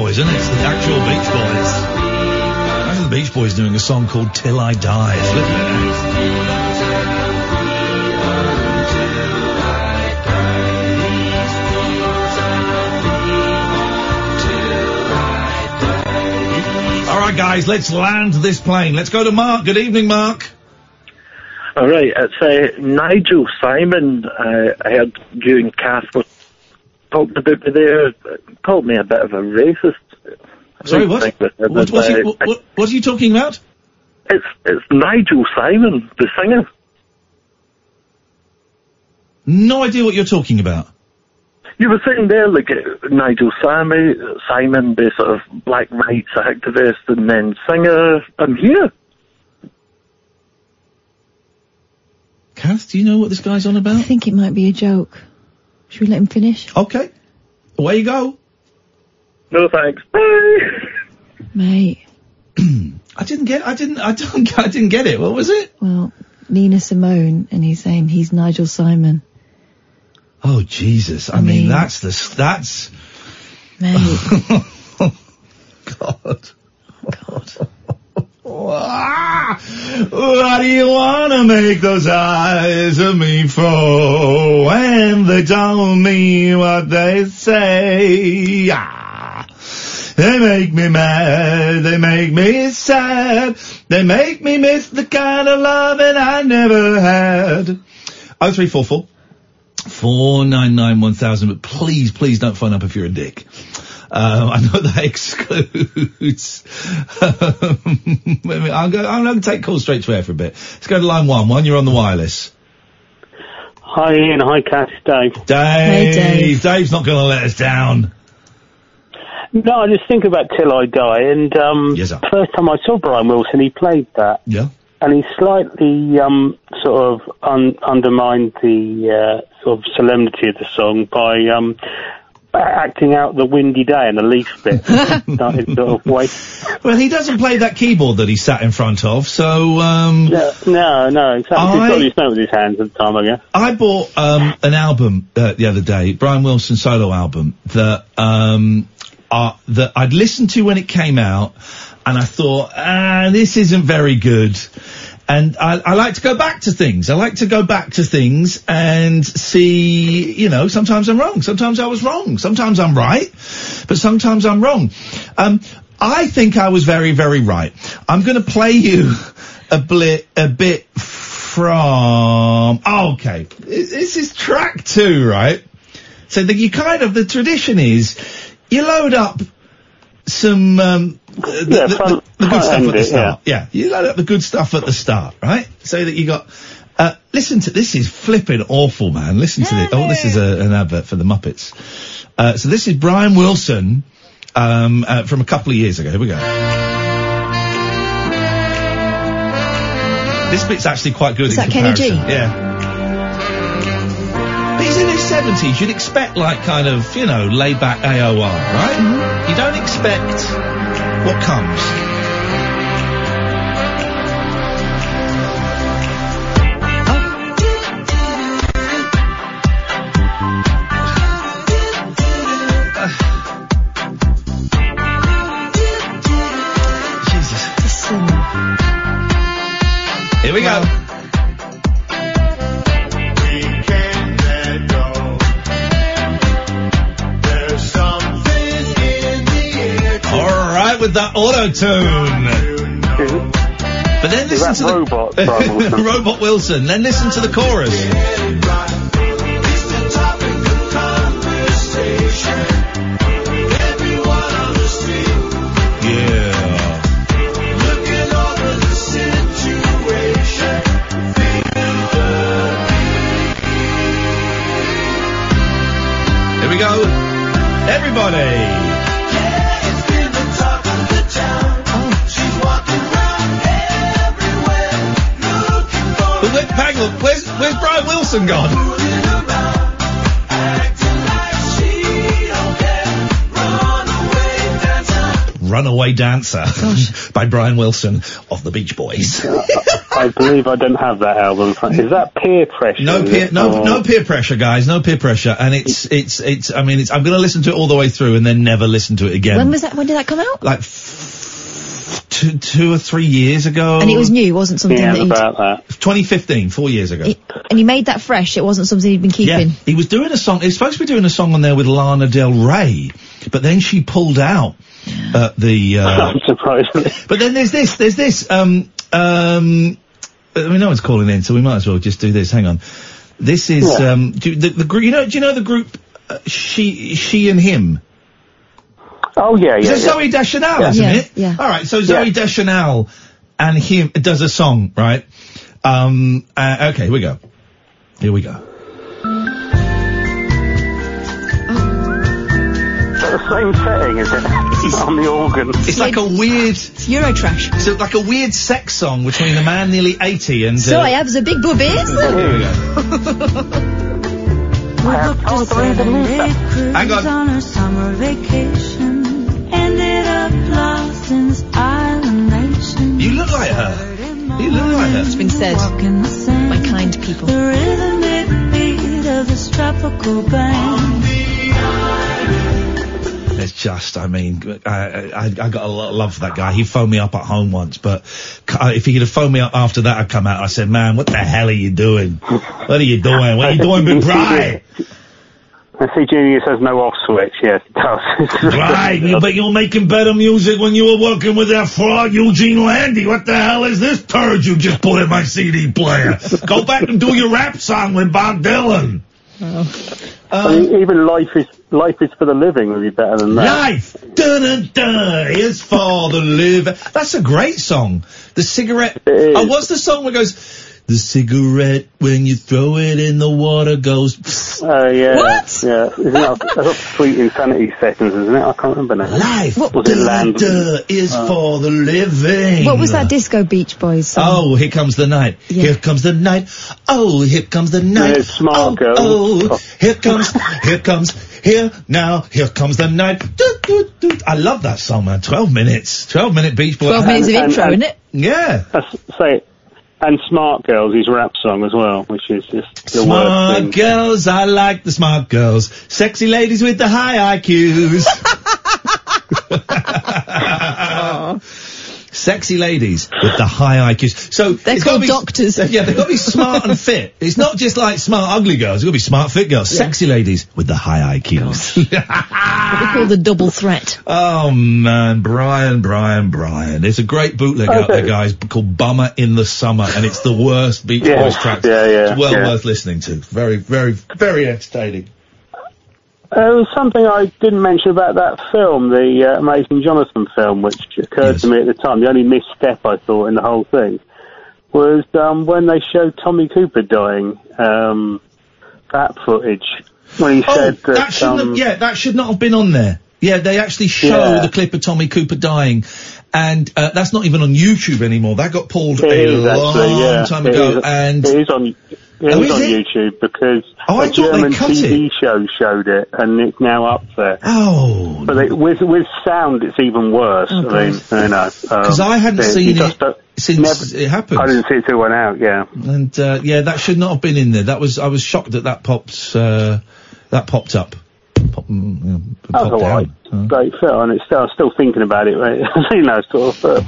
[SPEAKER 3] isn't it? It's the actual Beach Boys. Imagine the Beach Boys doing a song called Till I Die. Flipping heck. All right, guys, let's land this plane. Let's go to Mark. Good evening, Mark.
[SPEAKER 8] All right, it's uh, Nigel Simon. Uh, I heard you and Kath were talking about me there. Called me a bit of a racist. I
[SPEAKER 3] Sorry,
[SPEAKER 8] don't
[SPEAKER 3] what?
[SPEAKER 8] think that- that-
[SPEAKER 3] What, what's
[SPEAKER 8] that-
[SPEAKER 3] he- what, what, what are you talking about?
[SPEAKER 8] uh, It's it's Nigel Simon, the singer.
[SPEAKER 3] No idea what you're talking about.
[SPEAKER 8] You were saying there, like uh, Nigel Sammy, Simon, the sort of black rights activist and then singer. I'm here.
[SPEAKER 3] Kath, do you know what this guy's on about?
[SPEAKER 5] I think it might be a joke. Should we let him finish?
[SPEAKER 3] Okay. Away you go.
[SPEAKER 8] No thanks.
[SPEAKER 5] Mate.
[SPEAKER 3] I didn't get. I didn't. I don't. *laughs* I didn't get it. What was it?
[SPEAKER 5] Well, Nina Simone, and he's saying he's Nigel Simon.
[SPEAKER 3] Oh Jesus! I, mean,
[SPEAKER 5] mean-
[SPEAKER 3] that's the s- that's
[SPEAKER 5] Mate.
[SPEAKER 3] *laughs* God. God. what do you wanna make those eyes at me for when they tell me what they say? Ah. They make me mad, they make me sad, they make me miss the kind of loving I never had. Oh three four four four nine nine one thousand. But please, please don't phone up if you're a dick. Um, I know that *laughs* excludes. Um, *laughs* wait a minute, I'll go. I'm going to take calls straight to air for a bit. Let's go to line one. One, you're on the wireless.
[SPEAKER 10] Hi Ian, hi Kat, it's Dave.
[SPEAKER 3] Dave. Dave's not going to let us down.
[SPEAKER 10] No, I just think about Till I Die, and um, first time I saw Brian Wilson, he played that.
[SPEAKER 3] Yeah.
[SPEAKER 10] And he slightly um, sort of un- undermined the uh, sort of solemnity of the song by um, a- acting out the windy day and the leaf bit. Started sort of wait.
[SPEAKER 3] Well, he doesn't play that keyboard that he sat in front of, so um,
[SPEAKER 10] No, no, no, exactly. He's
[SPEAKER 3] I-
[SPEAKER 10] got his note with his hands at the time, I
[SPEAKER 3] *laughs*
[SPEAKER 10] guess.
[SPEAKER 3] I bought um, an album uh, the other day, Brian Wilson solo album that um, uh, that I'd listened to when it came out, and I thought, ah, this isn't very good. And I, I like to go back to things. I like to go back to things and see, you know, sometimes I'm wrong. Sometimes I was wrong. Sometimes I'm right, but sometimes I'm wrong. Um, I think I was very, very right. I'm going to play you *laughs* a, bli- a bit from. Oh, okay, This- this is track two, right? So the, you kind of the tradition is you load up some um, the,
[SPEAKER 10] Yeah,
[SPEAKER 3] the-
[SPEAKER 10] front-
[SPEAKER 3] the good
[SPEAKER 10] front
[SPEAKER 3] stuff at
[SPEAKER 10] end
[SPEAKER 3] the
[SPEAKER 10] it,
[SPEAKER 3] start. Yeah. you load up the good stuff at the start, right? So that you got. Uh, listen to this is flipping awful, man. Listen to this. Oh, this is a, an advert for the Muppets. Uh, so this is Brian Wilson um, uh, from a couple of years ago. Here we go. This bit's actually quite good.
[SPEAKER 5] Is
[SPEAKER 3] in
[SPEAKER 5] that Kenny G?
[SPEAKER 3] comparison. Yeah. But he's in his seventies. You'd expect like kind of you know laid back AOR, right?
[SPEAKER 5] Mm-hmm.
[SPEAKER 3] You don't expect what comes. Here we go. All right with that auto tune. But then listen to the *laughs* robot
[SPEAKER 8] Brian Wilson?
[SPEAKER 3] robot Wilson. Then listen to the chorus. Yeah. Here we go. Everybody. But where, hang on, where's, where's Brian Wilson gone? Run Runaway Dancer *laughs* by Brian Wilson of the Beach Boys.
[SPEAKER 10] I believe I don't have that album. Is that peer pressure?
[SPEAKER 3] No
[SPEAKER 10] Is
[SPEAKER 3] peer,
[SPEAKER 10] it-
[SPEAKER 3] no,
[SPEAKER 10] or-
[SPEAKER 3] no peer pressure, guys. No peer pressure, and it's, it's, it's. I mean, it's. I'm going to listen to it all the way through, and then never listen to it again.
[SPEAKER 5] When was that? When did that come out?
[SPEAKER 3] Like two, two or three years ago.
[SPEAKER 5] And it was new, wasn't something that he'd,
[SPEAKER 3] that. 2015, four years ago.
[SPEAKER 5] and he made that fresh. It wasn't something he'd been keeping.
[SPEAKER 3] Yeah, he was doing a song. He was supposed to be doing a song on there with Lana Del Rey, but then she pulled out uh,
[SPEAKER 10] *laughs*
[SPEAKER 3] the. Uh,
[SPEAKER 10] Surprisingly.
[SPEAKER 3] But then there's this. There's this. Um, um, I mean, no one's calling in, so we might as well just do this. Hang on. This is
[SPEAKER 10] Yeah.
[SPEAKER 3] um, do, the, the group. You know, do you know the group? Uh, she, she and him.
[SPEAKER 10] Oh yeah,
[SPEAKER 3] Is
[SPEAKER 10] yeah.
[SPEAKER 3] it
[SPEAKER 10] yeah.
[SPEAKER 3] Zoe Deschanel,
[SPEAKER 10] Yeah.
[SPEAKER 3] isn't
[SPEAKER 10] Yeah,
[SPEAKER 3] it?
[SPEAKER 10] yeah.
[SPEAKER 3] All right, so Zoe Deschanel and him does a song, right? Um, uh, okay, here we go. Here we go.
[SPEAKER 10] Is that the same setting, is it? on the organ.
[SPEAKER 3] It's like a weird.
[SPEAKER 5] It's Eurotrash.
[SPEAKER 3] So like a weird sex song between a man nearly eighty and. uh,
[SPEAKER 5] So I have the big
[SPEAKER 3] Here we
[SPEAKER 5] boobies.
[SPEAKER 3] go.
[SPEAKER 14] I
[SPEAKER 3] Hang on.
[SPEAKER 14] on her summer vacation. Ended up lost in this island nation.
[SPEAKER 3] You look like her. You look like her.
[SPEAKER 14] It's been said by
[SPEAKER 5] kind people.
[SPEAKER 14] The rhythmic beat of this tropical band.
[SPEAKER 3] It's just, I mean, I, I, I got a lot of love for that guy. He phoned me up at home once, but c- uh, if he could have phoned me up after that, I'd come out. I said, man, what the hell are you doing? What are you doing? What are you doing with Brian?
[SPEAKER 10] I see Junior says no off switch. Yes, it does. *laughs*
[SPEAKER 3] Right, you- but you're making better music when you were working with that fraud Eugene Landy. What the hell is this turd you just put in my CD player? Go back and do your rap song with Bob Dylan. Uh,
[SPEAKER 10] I mean, even life is life is for the living would be better than that.
[SPEAKER 3] Life, dun dun dun, is for the liver. That's a great song. The cigarette. Oh, what's the song that goes? The cigarette when you throw it in the water goes. psst."
[SPEAKER 10] Oh yeah, yeah. Isn't that, that's up to Sweet Insanity Sessions, isn't it? I can't remember now.
[SPEAKER 3] Life
[SPEAKER 10] was it Land?
[SPEAKER 3] duh, is for the living.
[SPEAKER 5] What was that Disco Beach Boys song?
[SPEAKER 3] Oh, here comes the night. Here comes the night. Oh, here comes the night.
[SPEAKER 10] Yeah, Smart
[SPEAKER 3] oh,
[SPEAKER 10] Girl.
[SPEAKER 3] oh, here comes, here comes, here now, here comes the night. Doot, doot, doot. I love that song, man. Twelve minutes, twelve minute Beach Boy. Yeah.
[SPEAKER 10] That's, say, and Smart Girls, his rap song as well, which is just the worst
[SPEAKER 3] Smart
[SPEAKER 10] thing.
[SPEAKER 3] girls, I like the smart girls. Sexy ladies with the high
[SPEAKER 10] *laughs*
[SPEAKER 3] IQs. Sexy ladies with the high IQs. So they're
[SPEAKER 5] called doctors.
[SPEAKER 3] *laughs* Yeah, they've got to be smart and fit. It's not just like smart ugly girls. They've got to be smart fit girls. Sexy ladies with the high IQs.
[SPEAKER 10] *laughs*
[SPEAKER 3] *laughs*
[SPEAKER 5] What we call the double threat.
[SPEAKER 3] oh man, Brian, Brian, Brian. There's a great bootleg out
[SPEAKER 5] Okay.
[SPEAKER 3] there, guys, called "Bummer in the Summer," and it's the worst Beach
[SPEAKER 10] Yeah,
[SPEAKER 3] Boys track.
[SPEAKER 10] yeah, yeah,
[SPEAKER 3] It's well
[SPEAKER 10] yeah.
[SPEAKER 3] worth listening to. Very, very, very entertaining.
[SPEAKER 10] There was Uh, something I didn't mention about that film, the uh, Amazing Jonathan film, which occurred to me at the time. The only misstep I thought in the whole thing was um, when they showed Tommy Cooper dying. Um, that footage when he said that.
[SPEAKER 3] Oh, that shouldn't
[SPEAKER 10] um,
[SPEAKER 3] have, yeah, that should not have been on there. Yeah, they actually show
[SPEAKER 10] Yeah.
[SPEAKER 3] the clip of Tommy Cooper dying, and uh, that's not even on YouTube anymore. That got pulled
[SPEAKER 10] It
[SPEAKER 3] a
[SPEAKER 10] is
[SPEAKER 3] long
[SPEAKER 10] actually, yeah.
[SPEAKER 3] time
[SPEAKER 10] It
[SPEAKER 3] ago,
[SPEAKER 10] is-
[SPEAKER 3] and
[SPEAKER 10] it is on it is
[SPEAKER 3] Oh, is
[SPEAKER 10] on
[SPEAKER 3] it?
[SPEAKER 10] YouTube because
[SPEAKER 3] Oh, I
[SPEAKER 10] a
[SPEAKER 3] thought they
[SPEAKER 10] German
[SPEAKER 3] cut
[SPEAKER 10] TV show showed it, and it's now up there.
[SPEAKER 3] Oh,
[SPEAKER 10] but they, with with sound, it's even worse.
[SPEAKER 3] Oh,
[SPEAKER 10] I mean, you know, um,
[SPEAKER 3] 'Cause I hadn't seen it since it happened.
[SPEAKER 10] uh, I didn't see it till it went out. Yeah,
[SPEAKER 3] and uh, yeah, that should not have been in there. That was I was shocked that that popped uh, that popped up. Pop, mm, yeah,
[SPEAKER 10] that's
[SPEAKER 3] popped
[SPEAKER 10] all
[SPEAKER 3] down.
[SPEAKER 10] right. Great film, and it's still, I'm still thinking about it. Right? *laughs* you know, sort of. But,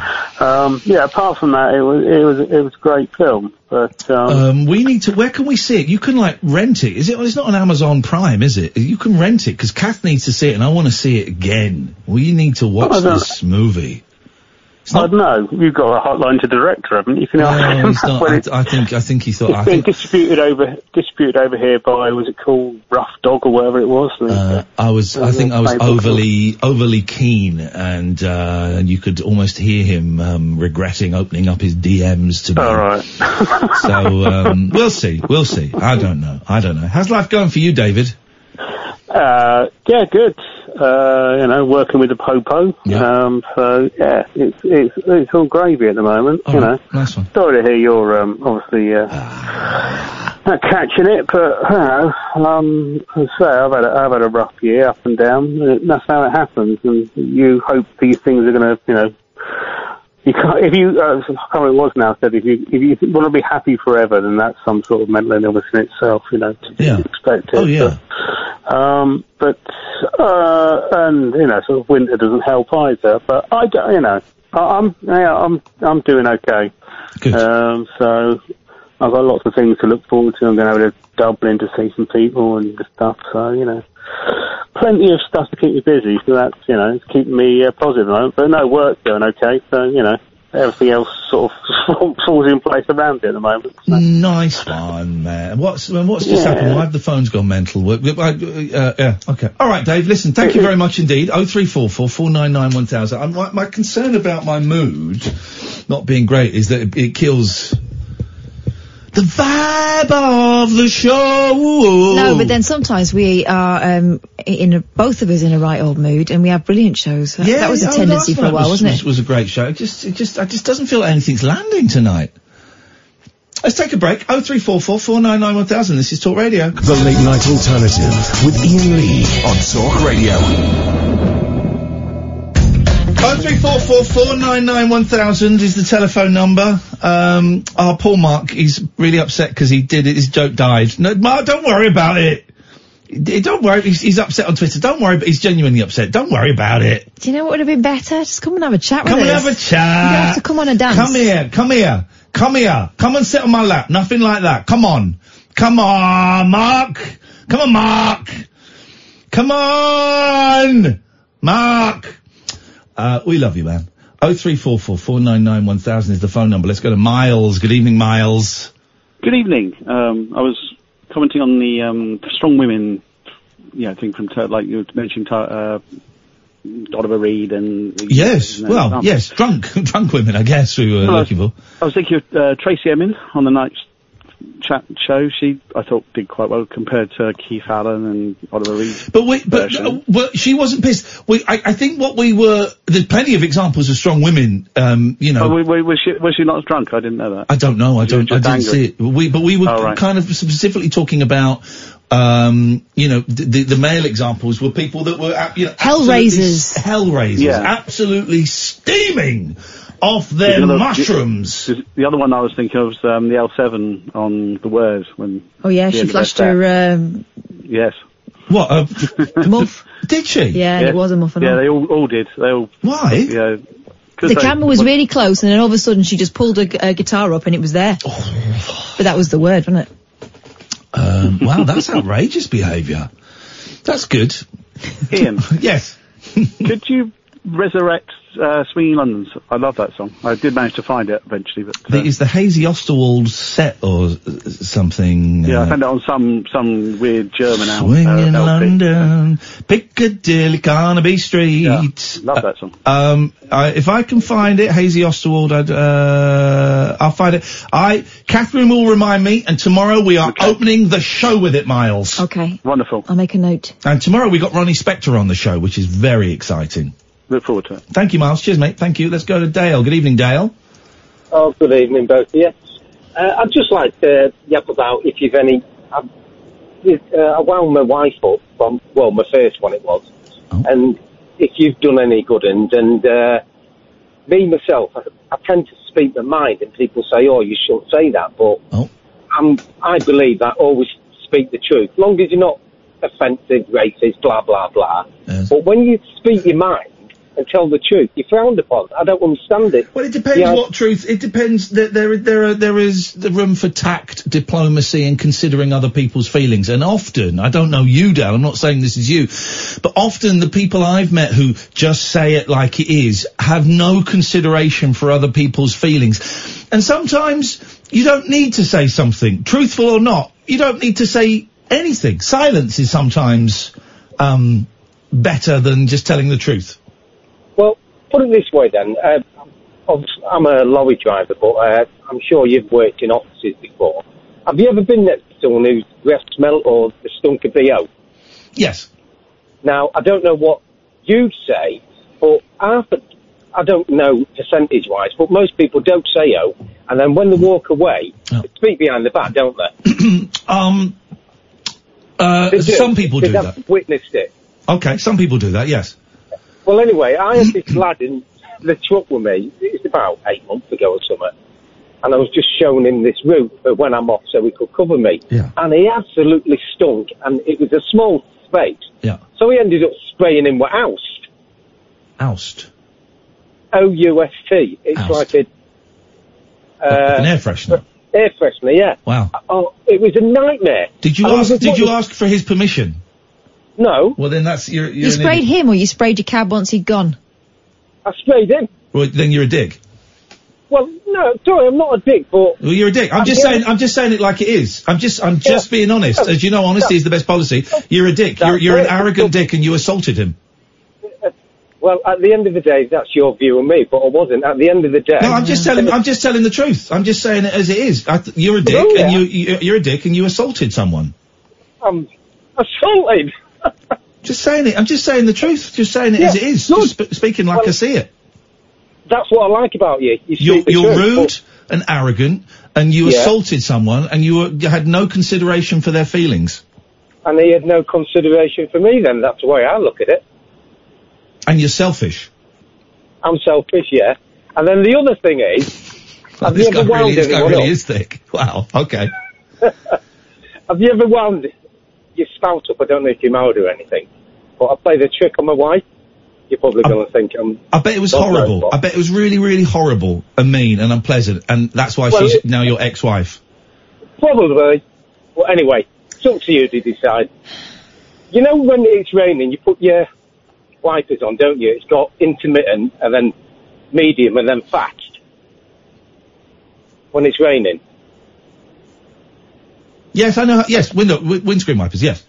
[SPEAKER 10] um, yeah, apart from that, it was it was it was a great film. But um,
[SPEAKER 3] Um, we need to. Where can we see it? You can like rent it. Is it? It's not on Amazon Prime, is it? You can rent it because Kath needs to see it, and I want to see it again. We need to watch
[SPEAKER 10] Oh, no.
[SPEAKER 3] this movie.
[SPEAKER 10] I don't know. You've got a hotline to the director, haven't you? Can
[SPEAKER 3] Oh, No,
[SPEAKER 10] ask him
[SPEAKER 3] Um, he's
[SPEAKER 10] that
[SPEAKER 3] not.
[SPEAKER 10] when
[SPEAKER 3] I,
[SPEAKER 10] it's-
[SPEAKER 3] I think. I think he thought.
[SPEAKER 10] It's
[SPEAKER 3] I
[SPEAKER 10] been
[SPEAKER 3] think.
[SPEAKER 10] distributed over distributed over here by was it called Rough Dog or whatever it was.
[SPEAKER 3] Uh, I was. I think I was
[SPEAKER 10] Fable.
[SPEAKER 3] overly overly keen, and uh, you could almost hear him um, regretting opening up his DMs to me. All
[SPEAKER 10] right.
[SPEAKER 3] so um, we'll see. We'll see. I don't know. I don't know. How's life going for you, David?
[SPEAKER 10] Uh, yeah, good. Uh, you know, working with the Popo. Um, so yeah, it's it's it's all gravy at the moment. you know.
[SPEAKER 3] Nice one.
[SPEAKER 10] Sorry to hear your um, obviously uh, not catching it, but you know, um, as I say, I've had, a, I've had a rough year, up and down. and That's how it happens, and you hope these things are going to, you know, you can't, if you, uh, I can't remember what it was now, I said if you if you want to be happy forever, then that's some sort of mental illness in itself, you know, to
[SPEAKER 3] yeah.
[SPEAKER 10] expect it. Oh yeah. But, um, but uh, and you know, sort of winter doesn't help either. But I, don't- you know, I, I'm yeah, I'm I'm doing okay. Um, so I've got lots of things to look forward to. I'm going over to Dublin to see some people and stuff. So you know, plenty of stuff to keep me busy. So that's you know, it's keeping me uh, positive. at the moment. But no work going okay. So you know, everything else sort of *laughs* falls in place around it at the moment.
[SPEAKER 3] Nice one, man. What's well, what's just
[SPEAKER 10] Yeah.
[SPEAKER 3] happened? Why have the phones gone mental? Wh- wh- wh- Uh, yeah, okay. All right, Dave. Listen, thank you very much indeed. Oh three four four four nine nine one thousand. I'm, my, my concern about my mood not being great is that it, it kills the vibe of the show.
[SPEAKER 5] No, but then sometimes we are um, in a, both of us in a right old mood, and we have brilliant shows. That- that was a
[SPEAKER 3] oh,
[SPEAKER 5] tendency for
[SPEAKER 3] last
[SPEAKER 5] a
[SPEAKER 3] night
[SPEAKER 5] while,
[SPEAKER 3] was,
[SPEAKER 5] wasn't
[SPEAKER 3] was,
[SPEAKER 5] it?
[SPEAKER 3] Was a great show. It just, it just, I just doesn't feel anything's landing tonight. Let's take a break. Oh three four four four nine nine one thousand. This is Talk Radio.
[SPEAKER 17] The Late Night Alternative with Ian Lee on Talk Radio.
[SPEAKER 3] Oh three four four four nine nine one thousand is the telephone number. Um, our Paul Mark is really upset because he did it. His joke died. No, Mark, don't worry about it. D- Don't worry. He's, he's upset on Twitter. Don't worry. But he's genuinely upset. Don't worry about it.
[SPEAKER 5] Do you know what would have been better? Just come and have a chat
[SPEAKER 3] Come
[SPEAKER 5] with
[SPEAKER 3] and
[SPEAKER 5] us.
[SPEAKER 3] have a chat.
[SPEAKER 5] You don't have to come on a dance.
[SPEAKER 3] Come here, come here, come here, come and sit on my lap. Nothing like that. Come on, come on, Mark. Come on, Mark. Come on, Mark. Uh, we love you, man. Oh three four four four nine nine one thousand is the phone number. Let's go to Miles. Good evening, Miles.
[SPEAKER 23] Good evening. Um, I was commenting on the um, strong women, yeah, thing from Tur- like you were mentioning Tur- uh, Oliver Reed and
[SPEAKER 3] Yes.
[SPEAKER 23] and-
[SPEAKER 3] Well,
[SPEAKER 23] um,
[SPEAKER 3] yes. Drunk, *laughs* drunk women. I guess we were
[SPEAKER 23] Hello.
[SPEAKER 3] looking for.
[SPEAKER 23] I was thinking of uh, Tracy Emin on the night's chat show. She I thought did quite well compared to Keith Allen and Oliver Reed.
[SPEAKER 3] But we, but uh, well, she wasn't pissed. We, I, I think what we were. There's plenty of examples of strong women. Um, you know.
[SPEAKER 23] Oh, wa- wa- was, she, was she not drunk? I didn't know that.
[SPEAKER 3] I don't know. I
[SPEAKER 23] You were
[SPEAKER 3] don't. I
[SPEAKER 23] just
[SPEAKER 3] didn't see
[SPEAKER 23] angry.
[SPEAKER 3] it. We, but we were
[SPEAKER 23] Oh, right.
[SPEAKER 3] kind of specifically talking about, um, you know, the, the, the male examples were people that were, ab- you know, absolutely
[SPEAKER 23] Hellraisers.
[SPEAKER 3] s- hellraisers,
[SPEAKER 23] Yeah.
[SPEAKER 3] absolutely steaming off their
[SPEAKER 23] The other-
[SPEAKER 3] mushrooms.
[SPEAKER 23] The, the other one I was thinking of was um, the L7 on the words when.
[SPEAKER 5] Oh yeah,
[SPEAKER 23] the
[SPEAKER 5] she
[SPEAKER 23] end of
[SPEAKER 5] flashed
[SPEAKER 23] that.
[SPEAKER 5] her. Um,
[SPEAKER 23] Yes.
[SPEAKER 3] What
[SPEAKER 23] *laughs*
[SPEAKER 3] a
[SPEAKER 5] muff?
[SPEAKER 3] Did she?
[SPEAKER 5] Yeah, and it was a muff and
[SPEAKER 23] Yeah,
[SPEAKER 5] all.
[SPEAKER 23] they all, all did. They all.
[SPEAKER 3] Why?
[SPEAKER 23] Yeah.
[SPEAKER 5] the camera was really close, and then all of a sudden she just pulled her, gu- her guitar up, and it was there.
[SPEAKER 3] Oh.
[SPEAKER 5] But that was the word, wasn't it?
[SPEAKER 3] Um, wow, that's *laughs* outrageous behaviour. That's good.
[SPEAKER 23] Ian.
[SPEAKER 3] *laughs* yes.
[SPEAKER 23] could you resurrect uh, Swinging London? I love that song. I did manage to find it eventually, but
[SPEAKER 3] The, is the Hazy Osterwald set or uh, something?
[SPEAKER 23] yeah,
[SPEAKER 3] uh,
[SPEAKER 23] I found it on some some weird German album.
[SPEAKER 3] Swing
[SPEAKER 23] uh,
[SPEAKER 3] in
[SPEAKER 23] LP.
[SPEAKER 3] London, Piccadilly, Carnaby Street.
[SPEAKER 23] Love that song.
[SPEAKER 3] Um, I, if I can find it, Hazy Osterwald, I'd, uh, I'll find it. I, Catherine will remind me, and tomorrow we are opening the show with it, Miles.
[SPEAKER 5] Okay.
[SPEAKER 23] Wonderful.
[SPEAKER 5] I'll make a note.
[SPEAKER 3] And tomorrow we got Ronnie Spector on the show, which is very exciting.
[SPEAKER 23] Look forward to it.
[SPEAKER 3] Thank you, Miles. Cheers, mate. Thank you. Let's go to Dale. Good evening, Dale.
[SPEAKER 22] Oh, good evening, both of you. Uh, I'd just like to yap about if you've any. I've, uh, I wound my wife up from, well, my first one it was. And if you've done any good, and, and uh, me myself, I, I tend to speak my mind, and people say, oh, you shouldn't say that, but I'm, I believe that always speak the truth, long as you're not offensive, racist, blah, blah, blah. But when you speak your mind and tell the truth, you're frowned upon. I don't understand it.
[SPEAKER 3] Well, it depends what truth. It depends. There, there, there, are, there is the room for tact, diplomacy, and considering other people's feelings. And often, I don't know you, Dale. I'm not saying this is you, but often the people I've met who just say it like it is have no consideration for other people's feelings. And sometimes you don't need to say something, truthful or not. You don't need to say anything. Silence is sometimes um, better than just telling the truth.
[SPEAKER 22] Well, put it this way then. Uh, obv- I'm a lorry driver, but uh, I'm sure you've worked in offices before. Have you ever been next to someone who's breath smell or the stunk of BO?
[SPEAKER 3] Yes.
[SPEAKER 22] Now, I don't know what you'd say, but half a, I don't know percentage wise, but most people don't say O, And then when they walk away, they speak behind the back, don't they?
[SPEAKER 3] Oh. *clears throat* Um, uh,
[SPEAKER 22] They do.
[SPEAKER 3] some people do
[SPEAKER 22] Because
[SPEAKER 3] that.
[SPEAKER 22] I've witnessed it.
[SPEAKER 3] Okay, some people do that. Yes.
[SPEAKER 22] Well, anyway, I had this lad in the truck with me. It's about eight months ago or something. And I was just showing him this route uh, when I'm off so he could cover me. And he absolutely stunk. And it was a small space.
[SPEAKER 3] Yeah.
[SPEAKER 22] So he ended up spraying him with oust.
[SPEAKER 3] Oust.
[SPEAKER 22] O-U-S-T. It's like a... Uh,
[SPEAKER 3] An air freshener.
[SPEAKER 22] air freshener, yeah.
[SPEAKER 3] Wow.
[SPEAKER 22] Oh, it was a nightmare.
[SPEAKER 3] Did you
[SPEAKER 22] And I
[SPEAKER 3] ask?
[SPEAKER 22] was
[SPEAKER 3] Did you
[SPEAKER 22] wondering-
[SPEAKER 3] ask for his permission?
[SPEAKER 22] No.
[SPEAKER 3] Well, then that's you're. you're
[SPEAKER 5] You
[SPEAKER 3] an
[SPEAKER 5] sprayed
[SPEAKER 3] idiot.
[SPEAKER 5] him or you sprayed your cab once he'd gone?
[SPEAKER 22] I sprayed him.
[SPEAKER 3] Well, then you're a dick.
[SPEAKER 22] Well, no, sorry, I'm not a dick, but...
[SPEAKER 3] Well, you're a dick. I'm
[SPEAKER 22] Uh,
[SPEAKER 3] just
[SPEAKER 22] yeah.
[SPEAKER 3] saying. I'm just saying it like it is. I'm just. I'm just being honest. As you know, honesty is the best policy. You're a dick. You're, you're an arrogant dick, and you assaulted him.
[SPEAKER 22] Well, at the end of the day, that's your view of me, but I wasn't. At the end of the day...
[SPEAKER 3] No, I'm just telling. I'm just telling the truth. I'm just saying it as it is. I th- you're a dick,
[SPEAKER 22] Oh, yeah.
[SPEAKER 3] and you, you you're a dick, and you assaulted someone.
[SPEAKER 22] I'm assaulted.
[SPEAKER 3] Just saying it. I'm just saying the truth. Just saying it as it
[SPEAKER 22] Yeah,
[SPEAKER 3] is. Just sp- speaking like I see it.
[SPEAKER 22] That's what I like about you. you
[SPEAKER 3] You're,
[SPEAKER 22] speak the
[SPEAKER 3] you're
[SPEAKER 22] truth,
[SPEAKER 3] rude and arrogant, and you
[SPEAKER 22] Yeah.
[SPEAKER 3] assaulted someone, and you, were, you had no consideration for their feelings,
[SPEAKER 22] but- And he had no consideration for me then. That's the way I look at it.
[SPEAKER 3] and you're selfish.
[SPEAKER 22] I'm selfish, yeah. And then the other thing
[SPEAKER 3] *laughs*
[SPEAKER 22] is... have
[SPEAKER 3] this
[SPEAKER 22] you
[SPEAKER 3] guy
[SPEAKER 22] ever
[SPEAKER 3] really,
[SPEAKER 22] wound
[SPEAKER 3] this guy
[SPEAKER 22] anyone
[SPEAKER 3] really
[SPEAKER 22] up?
[SPEAKER 3] is thick. Wow. Okay.
[SPEAKER 22] *laughs* Have you ever wound your spouse up? I don't know if you're married or anything, but I play the trick on my wife. You're probably going to think I'm...
[SPEAKER 3] I bet it was
[SPEAKER 22] not very
[SPEAKER 3] horrible. I bet it was really, really horrible and mean and unpleasant, and that's why
[SPEAKER 22] Well,
[SPEAKER 3] she's
[SPEAKER 22] it-
[SPEAKER 3] now your ex-wife.
[SPEAKER 22] Probably. Well, anyway, it's up to you to decide. You know when it's raining, you put your wipers on, don't you? It's got intermittent and then medium and then fast. When it's raining.
[SPEAKER 3] Yes, I know. How, yes, window w- windscreen wipers. Yes.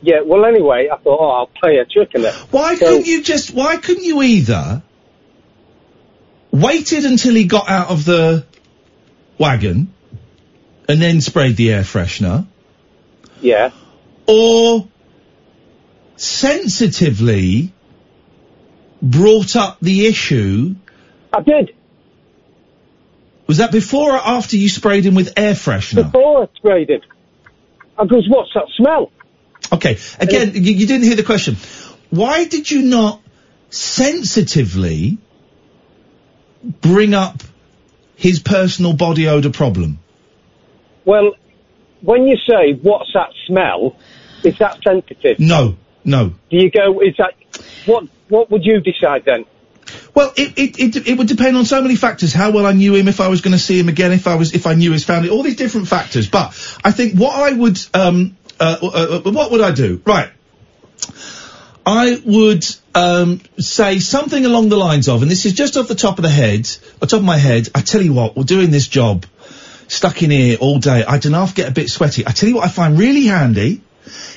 [SPEAKER 22] Yeah, well, anyway, I thought, oh, I'll play a trick on it.
[SPEAKER 3] Why couldn't you just? Why couldn't you either waited until he got out of the wagon and then sprayed the air freshener,
[SPEAKER 22] Yeah.
[SPEAKER 3] or sensitively brought up the issue?
[SPEAKER 22] I did.
[SPEAKER 3] Was that before or after you sprayed him with air freshener?
[SPEAKER 22] Before I sprayed him. I goes, what's that smell?
[SPEAKER 3] Okay. Again, you, you didn't hear the question. Why did you not sensitively bring up his personal body odor problem?
[SPEAKER 22] Well, when you say, what's that smell, is that sensitive?
[SPEAKER 3] No, no.
[SPEAKER 22] Do you go, is that, what, what would you decide then?
[SPEAKER 3] Well, it, it, it, it would depend on so many factors. How well I knew him, if I was going to see him again, if I was, if I knew his family, all these different factors. But I think what I would, um, uh, uh, uh, what would I do? Right. I would um, say something along the lines of, and this is just off the top of the head, or top of my head. I tell you what, we're doing this job, stuck in here all day. I don't know if I get a bit sweaty. I tell you what, I find really handy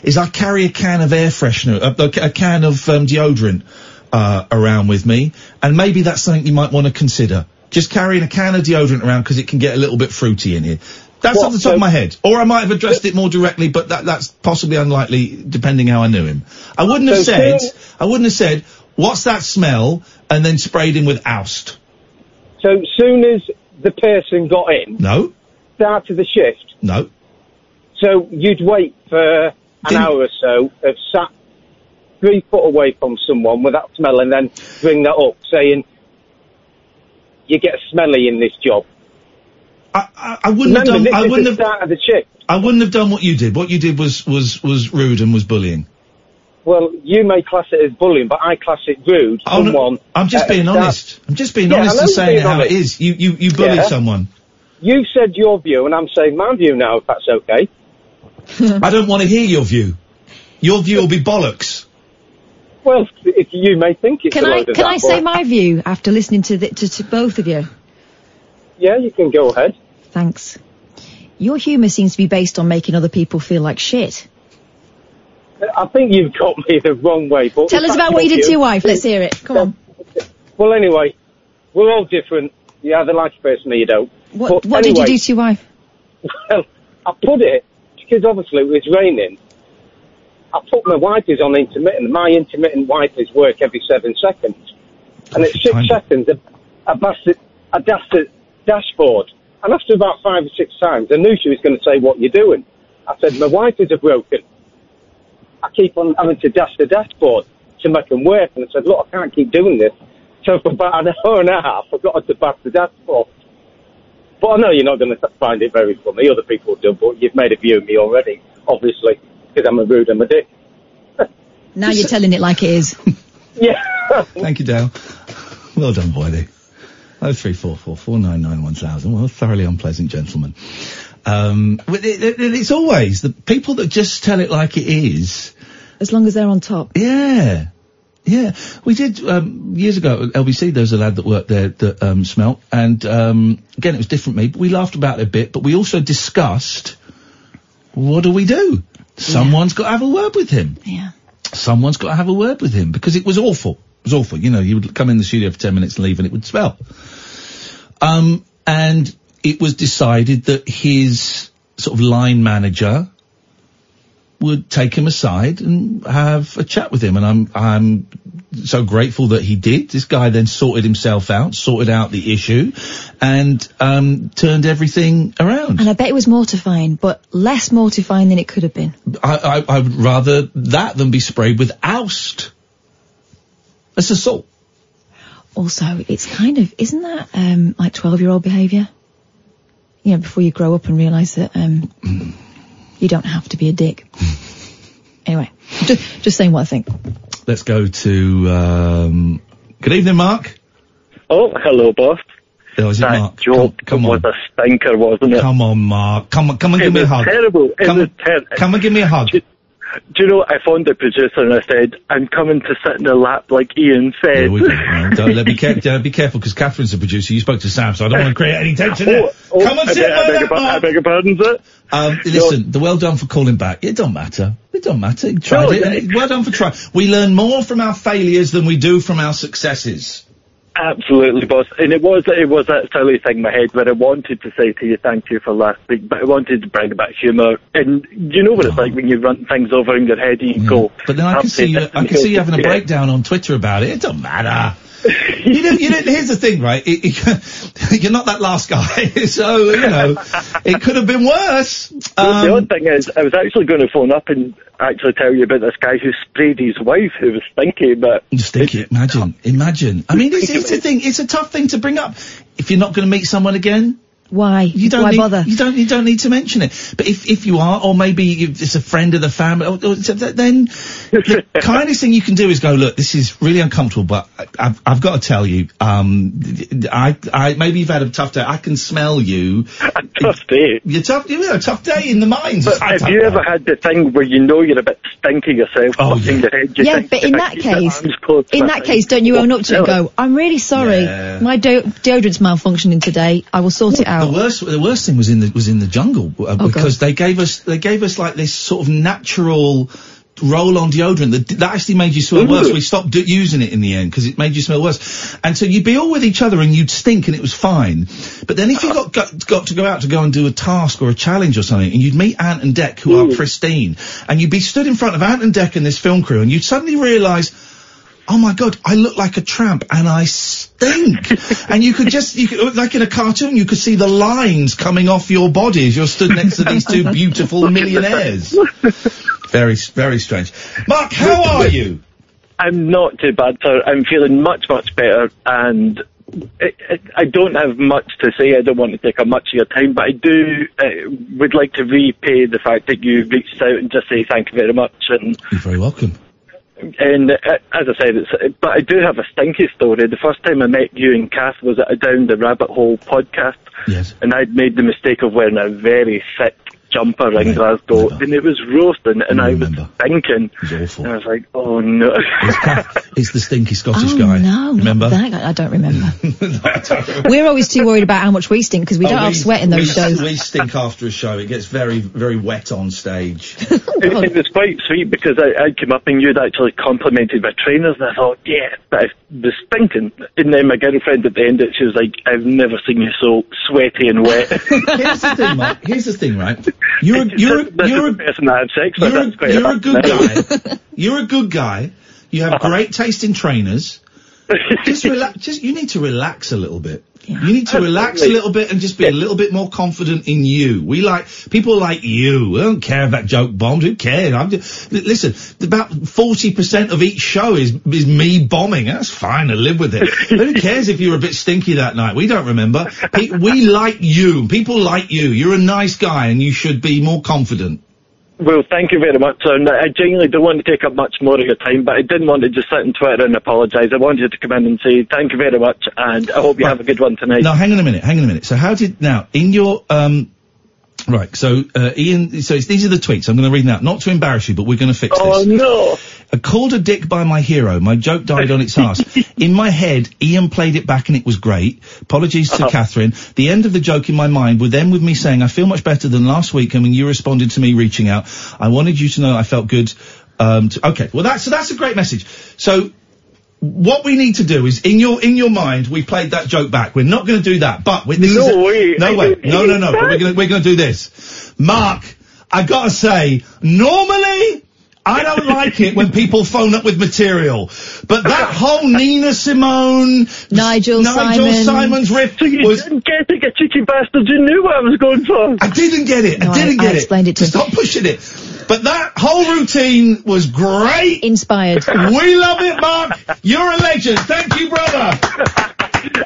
[SPEAKER 3] is I carry a can of air freshener, a, a can of um, deodorant uh, around with me, and maybe that's something you might want to consider. Just carrying a can of deodorant around because it can get a little bit fruity in here. That's
[SPEAKER 17] What,
[SPEAKER 3] off the top
[SPEAKER 17] so-
[SPEAKER 22] um,
[SPEAKER 3] of my head. Or I might have addressed it more directly, but that, that's possibly unlikely depending how I knew him. I wouldn't have
[SPEAKER 17] So
[SPEAKER 3] said,
[SPEAKER 17] Sarah-
[SPEAKER 3] I wouldn't have said, what's that smell? And then sprayed him with oust.
[SPEAKER 22] So soon as the person got in,
[SPEAKER 3] No,
[SPEAKER 22] started the shift,
[SPEAKER 3] no.
[SPEAKER 22] so you'd wait for an hour or so of sat three foot away from someone with that smell and then bring that up saying, you get smelly in this job.
[SPEAKER 3] I, I wouldn't have
[SPEAKER 22] Remember,
[SPEAKER 3] done-
[SPEAKER 22] this
[SPEAKER 3] I
[SPEAKER 22] is
[SPEAKER 3] wouldn't
[SPEAKER 22] the
[SPEAKER 3] have-
[SPEAKER 22] start of the shift.
[SPEAKER 3] I wouldn't have done what you did. What you did was, was, was rude and was bullying.
[SPEAKER 22] Well, you may class it as bullying, but I class it rude.
[SPEAKER 3] Oh, no,
[SPEAKER 22] Someone.
[SPEAKER 3] I'm just
[SPEAKER 22] uh,
[SPEAKER 3] being
[SPEAKER 22] that-
[SPEAKER 3] honest. I'm just being
[SPEAKER 22] Yeah, I
[SPEAKER 3] honest
[SPEAKER 22] know
[SPEAKER 3] and
[SPEAKER 22] you're
[SPEAKER 3] saying
[SPEAKER 22] being
[SPEAKER 3] it how
[SPEAKER 22] honest.
[SPEAKER 3] it is. You, you, you bullied
[SPEAKER 22] Yeah. *laughs*
[SPEAKER 3] someone.
[SPEAKER 22] You've said your view, and I'm saying my view now, if that's okay.
[SPEAKER 3] I don't want to hear your view. Your view will be bollocks.
[SPEAKER 22] Well, if you may think it's
[SPEAKER 5] Can
[SPEAKER 22] a
[SPEAKER 5] I
[SPEAKER 22] load of
[SPEAKER 5] can
[SPEAKER 22] that,
[SPEAKER 5] I
[SPEAKER 22] but-
[SPEAKER 5] say my view after listening to, the, to to both of you?
[SPEAKER 22] Yeah, you can go ahead.
[SPEAKER 5] Thanks. Your humour seems to be based on making other people feel like shit.
[SPEAKER 22] I think you've got me the wrong way. But
[SPEAKER 5] Tell
[SPEAKER 22] if
[SPEAKER 5] us
[SPEAKER 22] that's
[SPEAKER 5] about what you
[SPEAKER 22] your
[SPEAKER 5] did to
[SPEAKER 22] view-
[SPEAKER 5] your wife. Let's hear it. Come on.
[SPEAKER 22] Well, anyway, we're all different. You either like a person or you don't.
[SPEAKER 5] What
[SPEAKER 22] But
[SPEAKER 5] what did
[SPEAKER 22] anyway,
[SPEAKER 5] you do to your wife?
[SPEAKER 22] Well, I put it because obviously it was raining. I put my wipers on intermittent. My intermittent wipers work every seven seconds, and at six seconds, I, I, bust it, I dashed the dashboard.
[SPEAKER 13] And after about five or six times, I knew she was going to say, what you're doing. I said, my wipers are broken. I keep on having to dash the dashboard to make them work. And I said, look, I can't keep doing this. So for about an hour and a half, I got her to bash the dashboard. But I know you're not going to find it very funny. Other people do, but you've made a view of me already, obviously, because I'm a rude and a dick.
[SPEAKER 5] Now
[SPEAKER 22] *laughs*
[SPEAKER 5] you're telling it like it is.
[SPEAKER 13] Yeah.
[SPEAKER 3] Thank you, Dale. Well done, Boydie. Oh three four four four nine nine one thousand. Well, thoroughly unpleasant gentleman. Um, but it, it, it's always the people that just tell it like it is.
[SPEAKER 5] As long as they're on top.
[SPEAKER 3] Yeah, yeah. We did um, years ago at LBC. There was a lad that worked there that um, smelt, and um, again it was different me. But we laughed about it a bit, but we also discussed what do we do. Someone's got to have a word with him
[SPEAKER 5] Yeah.
[SPEAKER 3] someone's got to have a word with him because it was awful. It was awful. You know, you would come in the studio for 10 minutes and leave and it would smell. Um, and it was decided that his sort of line manager would take him aside and have a chat with him. And I'm, I'm so grateful that he did. This guy then sorted himself out, sorted out the issue and, um, turned everything around.
[SPEAKER 5] And I bet it was mortifying, but less mortifying than it could have been.
[SPEAKER 3] I, I, I would rather that than be sprayed with oust. That's assault.
[SPEAKER 5] Also, it's kind of, isn't that, um, like 12 year old behaviour? You know, before you grow up and realise that, um,
[SPEAKER 3] Hmm.
[SPEAKER 5] you don't have to be a
[SPEAKER 3] *laughs*
[SPEAKER 5] dick. anyway, just, just saying what I think.
[SPEAKER 3] Let's go to. Um, good evening, Mark.
[SPEAKER 24] Oh, hello, boss.
[SPEAKER 3] Oh, is it Mark?
[SPEAKER 24] Joke was a stinker, wasn't it?
[SPEAKER 3] Come on, Mark. Come on, come and
[SPEAKER 24] it
[SPEAKER 3] give me a
[SPEAKER 24] was
[SPEAKER 3] hug.
[SPEAKER 24] Terrible. It
[SPEAKER 3] Come-
[SPEAKER 24] was ter-
[SPEAKER 3] come and give me a hug.
[SPEAKER 24] Do, do you know? I phoned the producer and I said, "I'm coming to sit in her lap like Ian said."
[SPEAKER 3] Here we go. Now, don't let be careful. Don't be careful because Catherine's the producer. You spoke to Sam, so I don't want to create any tension. there.
[SPEAKER 24] Oh, oh,
[SPEAKER 3] Come on,
[SPEAKER 24] I
[SPEAKER 3] sit
[SPEAKER 24] beg- I
[SPEAKER 3] by
[SPEAKER 24] beg
[SPEAKER 3] that
[SPEAKER 24] your par-
[SPEAKER 3] Mark.
[SPEAKER 24] I beg your pardon, sir.
[SPEAKER 3] Um, listen, the well done for calling back. It don't matter. It don't matter. You tried
[SPEAKER 24] No,
[SPEAKER 3] it.
[SPEAKER 24] it-
[SPEAKER 3] and it- well done for trying. We learn more from our failures than we do from our successes.
[SPEAKER 24] *laughs* Absolutely, boss. And it was it was that silly thing in my head where I wanted to say to you thank you for last week, but I wanted to bring back humour. And you know what it's like when you run things over in your head and you go.
[SPEAKER 3] Mm. But then I can see you. I can see you having a
[SPEAKER 24] break.
[SPEAKER 3] breakdown on Twitter about it. It don't matter. you don't, you don't, here's the thing, right? It, it, *laughs* you're not that last guy, *laughs* so you know it could have been worse.
[SPEAKER 24] Well,
[SPEAKER 3] Um,
[SPEAKER 24] the odd thing is, I was actually going to phone up and actually tell you about this guy who sprayed his wife, who was stinky, but
[SPEAKER 3] Stinky. Imagine, imagine. I mean, it's, it's the thing. It's a tough thing to bring up if you're not going to meet someone again.
[SPEAKER 5] Why?
[SPEAKER 3] You don't
[SPEAKER 5] Why
[SPEAKER 3] need,
[SPEAKER 5] bother?
[SPEAKER 3] You don't. You don't need to mention it. But if if you are, or maybe if it's a friend of the family, or, or, so that- then
[SPEAKER 24] *laughs*
[SPEAKER 3] the kindest thing you can do is go. Look, this is really uncomfortable, but I, I've I've got to tell you. Um, I I maybe you've had a tough day. I can smell you. A
[SPEAKER 24] tough day.
[SPEAKER 3] You're tough. You know, a tough day in the mines.
[SPEAKER 24] But
[SPEAKER 3] I
[SPEAKER 24] have
[SPEAKER 3] don't
[SPEAKER 24] you
[SPEAKER 3] know.
[SPEAKER 24] ever had the thing where you know you're a bit stinky yourself, oh, yeah. your head? You
[SPEAKER 5] yeah,
[SPEAKER 24] think,
[SPEAKER 5] but in
[SPEAKER 24] "If I
[SPEAKER 5] that
[SPEAKER 24] keep my
[SPEAKER 5] case,
[SPEAKER 24] arms closed,
[SPEAKER 5] in
[SPEAKER 24] my
[SPEAKER 5] that
[SPEAKER 24] eyes
[SPEAKER 5] case, don't you own up to it?
[SPEAKER 24] won't
[SPEAKER 5] and
[SPEAKER 24] tell
[SPEAKER 5] Go. I'm really sorry. My de- deodorant's malfunctioning today. I will sort it out.
[SPEAKER 3] The worst, the worst thing was in the was in the jungle uh, because they gave us they gave us like this sort of natural roll on deodorant that, that actually made you smell
[SPEAKER 15] Ooh.
[SPEAKER 3] worse. We stopped do- using it in the end because it made you smell worse. And so you'd be all with each other and you'd stink and it was fine. But then if you got got, got to go out to go and do a task or a challenge or something and you'd meet Ant and Deck who are pristine and you'd be stood in front of Ant and Deck and this film crew and you'd suddenly realise oh my god, I look like a tramp and I
[SPEAKER 5] *laughs*
[SPEAKER 3] stink. and you could just, you could, like in a cartoon, you could see the lines coming off your body as you're stood next to
[SPEAKER 5] *laughs*
[SPEAKER 3] these two beautiful millionaires. very, very strange. Mark, how are you?
[SPEAKER 24] I'm not too bad, sir. I'm feeling much, much better, and I, I, I don't have much to say. I don't want to take up much of your time, but I do uh, would like to repay the fact that you reached out and just say thank you very much. And
[SPEAKER 3] You're very welcome.
[SPEAKER 24] and uh, as I said, it's, but I do have a stinky story. The first time I met you and Kath was at a Down the Rabbit Hole podcast,
[SPEAKER 3] yes.
[SPEAKER 24] and I'd made the mistake of wearing a very thick jumper in Glasgow, and it was roasting, and I, was thinking, and I was like, oh
[SPEAKER 3] *laughs*
[SPEAKER 24] no.
[SPEAKER 3] It's the stinky Scottish
[SPEAKER 5] oh
[SPEAKER 3] guy.
[SPEAKER 5] no!
[SPEAKER 3] Remember?
[SPEAKER 5] Not that guy.
[SPEAKER 3] *laughs*
[SPEAKER 5] I don't remember. We're always too worried about how much we stink because we don't
[SPEAKER 3] Oh,
[SPEAKER 5] have sweat in
[SPEAKER 3] we,
[SPEAKER 5] those shows.
[SPEAKER 3] We stink after a show. It gets very, very wet
[SPEAKER 5] *laughs*
[SPEAKER 3] on stage.
[SPEAKER 24] It, it was quite sweet because I, I came up and you'd actually complimented my trainers, and I thought, yeah, but I was stinking. And then my girlfriend at the end, she was like, I've never seen you so sweaty and wet.
[SPEAKER 3] *laughs* Here's the thing, Mark.
[SPEAKER 5] *laughs*
[SPEAKER 3] Here's the thing, right? You're a, you're a, you're a
[SPEAKER 24] person that had sex with.
[SPEAKER 3] You're,
[SPEAKER 24] That's quite
[SPEAKER 3] a, you're a
[SPEAKER 24] bad
[SPEAKER 3] good
[SPEAKER 24] thing. Uh-huh.
[SPEAKER 3] guy. You're a good guy. You have great taste in trainers. just relax. Just you need to relax a little bit. You need to relax a little bit and just be a little bit more confident in you. We like people like you. I don't care about joke bombs. Who cares? I'm just, li- listen. About forty percent of each show is is me bombing. That's fine. I live with it. But who cares if you were a bit stinky that night? We don't remember. Pe- We like you. People like you. You're a nice guy, and you should be more confident.
[SPEAKER 24] Well, thank you very much, sir. And I genuinely don't want to take up much more of your time, but I didn't want to just sit on Twitter and apologise. I wanted to come in and say thank you very much, and I hope you have a good one
[SPEAKER 3] *laughs*
[SPEAKER 24] tonight.
[SPEAKER 3] Now, hang on a minute. Hang on a minute. So, how did now in your um? Right, so uh, Ian, so it's, these are the tweets. I'm going to read them out, not to embarrass you, but we're going to fix
[SPEAKER 24] Oh,
[SPEAKER 3] this.
[SPEAKER 24] no.
[SPEAKER 3] I called a dick by my hero. My joke died on
[SPEAKER 24] *laughs*
[SPEAKER 3] its ass. in my head, Ian played it back and it was great. Apologies
[SPEAKER 24] Uh-huh.
[SPEAKER 3] to Catherine. The end of the joke in my mind with then with me saying, I feel much better than last week. And when you responded to me reaching out, I wanted you to know I felt good. Um, to, okay, well that's, so that's a great message. So what we need to do is in your in your mind we played that joke back. We're not going to do that, but we, this
[SPEAKER 24] No
[SPEAKER 3] is a-
[SPEAKER 24] way.
[SPEAKER 3] no
[SPEAKER 24] I
[SPEAKER 3] way,
[SPEAKER 24] don't
[SPEAKER 3] no,
[SPEAKER 24] think
[SPEAKER 3] no, no.
[SPEAKER 24] that-
[SPEAKER 3] But we're going we're going to do this. Mark, I gotta say, normally I don't like it when people phone up with material,
[SPEAKER 24] *laughs*
[SPEAKER 3] but that whole Nina Simone, Nigel,
[SPEAKER 14] Simon.
[SPEAKER 3] Simon's riff was. didn't get it, you cheeky bastard! You knew what I was going for. I didn't get it. I didn't
[SPEAKER 5] I
[SPEAKER 3] get it.
[SPEAKER 5] explained it to
[SPEAKER 3] Stop pushing it. But that whole routine was great.
[SPEAKER 5] Inspired.
[SPEAKER 3] We love it, Mark. You're a legend. Thank you, brother.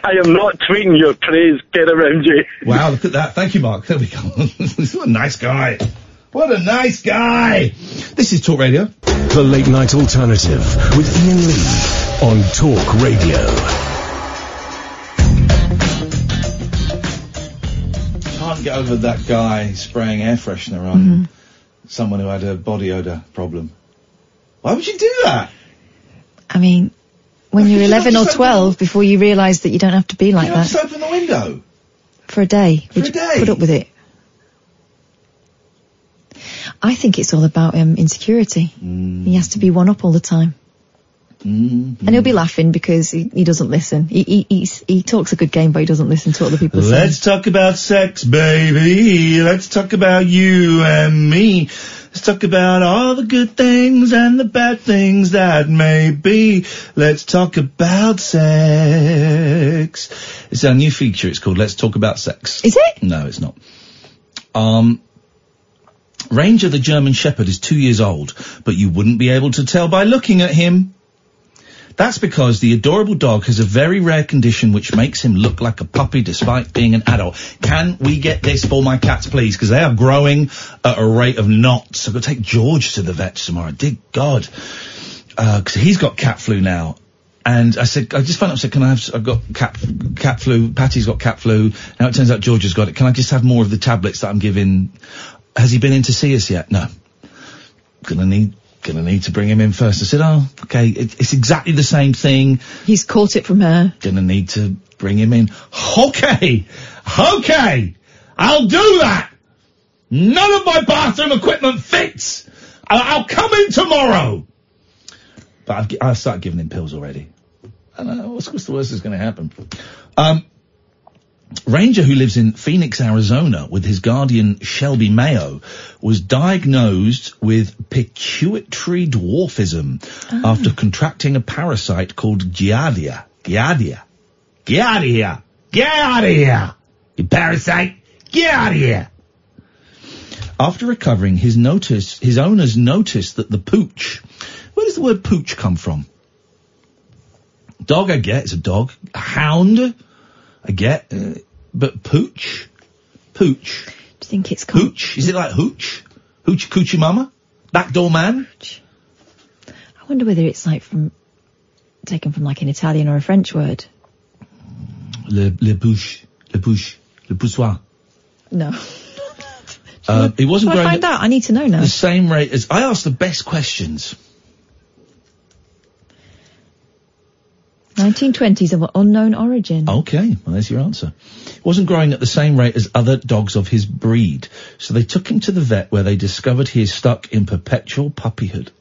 [SPEAKER 24] I am not tweeting your praise. Get around you.
[SPEAKER 3] Wow, look at that. Thank you, Mark. There we go. *laughs* what a nice guy. What a nice guy. This is Talk Radio.
[SPEAKER 17] The Late Night Alternative with Ian Lee on Talk Radio.
[SPEAKER 3] Can't get over that guy spraying air freshener on
[SPEAKER 5] Mm-hmm.
[SPEAKER 3] someone who had a body odor problem. Why would you do that?
[SPEAKER 5] I mean, when you're
[SPEAKER 3] you not
[SPEAKER 5] 11 or
[SPEAKER 3] just open-
[SPEAKER 5] 12, before you realise that you don't have to be like
[SPEAKER 3] you know,
[SPEAKER 5] that
[SPEAKER 3] just open the window.
[SPEAKER 5] for a day,
[SPEAKER 3] For
[SPEAKER 5] would
[SPEAKER 3] a
[SPEAKER 5] you
[SPEAKER 3] day.
[SPEAKER 5] put up with it? I think it's all about um, insecurity.
[SPEAKER 3] Mm.
[SPEAKER 5] He has to be one up all the time,
[SPEAKER 3] Mm-hmm.
[SPEAKER 5] and he'll be
[SPEAKER 3] Mm.
[SPEAKER 5] laughing because he, he doesn't listen. He he, he's, he talks a good game, but he doesn't listen to what other people say.
[SPEAKER 3] Let's talk about sex, baby. Let's talk about you and me. Let's talk about all the good things and the bad things that may be. Let's talk about sex. It's our new feature. It's called Let's Talk About Sex.
[SPEAKER 5] Is it?
[SPEAKER 3] No, it's not. Um, Ranger the German Shepherd is two years old, but you wouldn't be able to tell by looking at him. That's because the adorable dog has a very rare condition which makes him look like a puppy despite being an adult. Can we get this for my cats, please? Because they are growing at a rate of knots. I've got to take George to the vet tomorrow. Dear God. Because he's got cat flu now. And I said, I just found out, I said, can I have, s- I've got cat, cat flu, Patty's got cat flu. Now it turns out George has got it. Can I just have more of the tablets that I'm giving? Has he been in to see us yet? No gonna need gonna need to bring him in first. I said, oh, okay, it, it's exactly the same thing.
[SPEAKER 5] He's caught it from her.
[SPEAKER 3] Gonna need to bring him in. Okay, okay, I'll do that. None of my bathroom equipment fits. I'll, I'll come in tomorrow. But I've, gi- I've started giving him pills already. I don't know what's, what's the worst that's going to happen. Um, Ranger, who lives in Phoenix, Arizona, with his guardian Shelby Mayo, was diagnosed with pituitary dwarfism after contracting a parasite called Giardia. Giardia. Giardia. Giardia. You parasite. Get out of here. After recovering, his notice, his owners noticed that the pooch. Where does the word pooch come from? Dog, I get. It's a dog. A hound, I get. uh, but pooch, pooch. Do
[SPEAKER 5] you think it's
[SPEAKER 3] hooch? Is it like hooch? Hooch coochie mama? Backdoor man?
[SPEAKER 5] I wonder whether it's like from taken from like an Italian or a French word.
[SPEAKER 3] Le le pooch, le pooch, le poussoir.
[SPEAKER 5] No,
[SPEAKER 3] Uh, it wasn't
[SPEAKER 5] Shall I
[SPEAKER 3] growing
[SPEAKER 5] find out. I need to know now.
[SPEAKER 3] the same rate as I asked the best questions.
[SPEAKER 5] 1920s of unknown origin.
[SPEAKER 3] Okay, well, there's your answer. He wasn't growing at the same rate as other dogs of his breed, so they took him to the vet where they discovered he is stuck in perpetual puppyhood.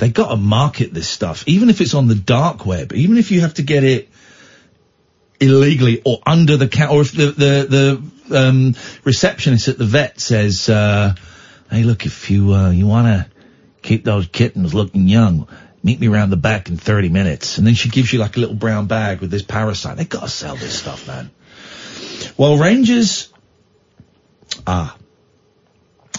[SPEAKER 3] They got to market this stuff, even if it's on the dark web, even if you have to get it illegally or under the counter, or if the the, the um, receptionist at the vet says, uh, "Hey, look, if you uh, you want to keep those kittens looking young, meet me round the back in 30 minutes. And then she gives you like a little brown bag with this parasite. They gotta sell this stuff, man. While Rangers, ah,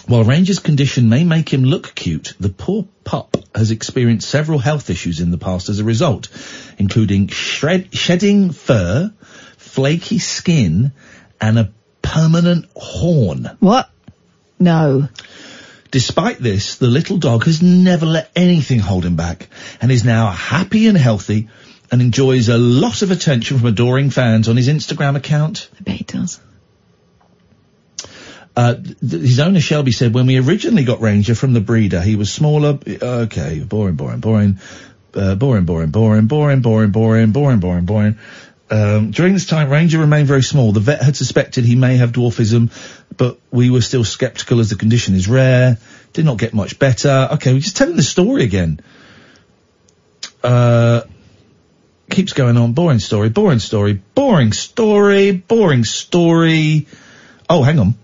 [SPEAKER 3] while Ranger's condition may make him look cute, the poor pup has experienced several health issues in the past as a result, including shred- shedding fur, flaky skin, and a permanent horn.
[SPEAKER 5] What? No.
[SPEAKER 3] Despite this, the little dog has never let anything hold him back and is now happy and healthy and enjoys a lot of attention from adoring fans on his Instagram account.
[SPEAKER 5] I bet he does.
[SPEAKER 3] Uh, th- his owner Shelby said, when we originally got Ranger from the breeder, he was smaller. Okay, boring, boring, boring, uh, boring, boring, boring, boring, boring, boring, boring, boring, boring. Um, during this time, Ranger remained very small. The vet had suspected he may have dwarfism, but we were still sceptical as the condition is rare. Did not get much better. Okay, we're just telling the story again. Uh, keeps going on. Boring story, boring story, boring story, boring story. Oh, hang on.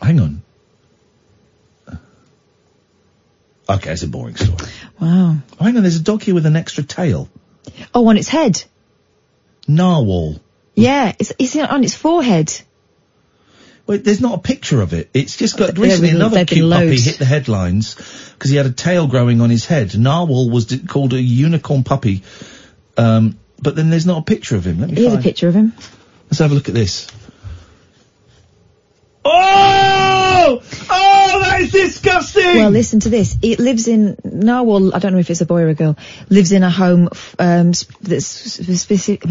[SPEAKER 3] Hang on. Okay, it's a boring story.
[SPEAKER 5] Wow.
[SPEAKER 3] Oh, hang on, there's a dog here with an extra tail.
[SPEAKER 5] Oh, on its head.
[SPEAKER 3] Narwhal.
[SPEAKER 5] Yeah, it's, it's on its forehead.
[SPEAKER 3] Well, there's not a picture of it. It's just got
[SPEAKER 5] There
[SPEAKER 3] recently
[SPEAKER 5] were-
[SPEAKER 3] another
[SPEAKER 5] there've been
[SPEAKER 3] cute puppy
[SPEAKER 5] loads.
[SPEAKER 3] hit the headlines because he had a tail growing on his head. Narwhal was d- called a unicorn puppy, um, but then there's not a picture of him. Let me
[SPEAKER 5] Here's a
[SPEAKER 3] find.
[SPEAKER 5] picture of him.
[SPEAKER 3] Let's have a look at this.
[SPEAKER 5] Oh!
[SPEAKER 3] Oh, that is disgusting!
[SPEAKER 5] Well, listen to this. It lives in Narwhal, I don't know if it's a boy or a girl, lives in a home f- um, sp- that's specific,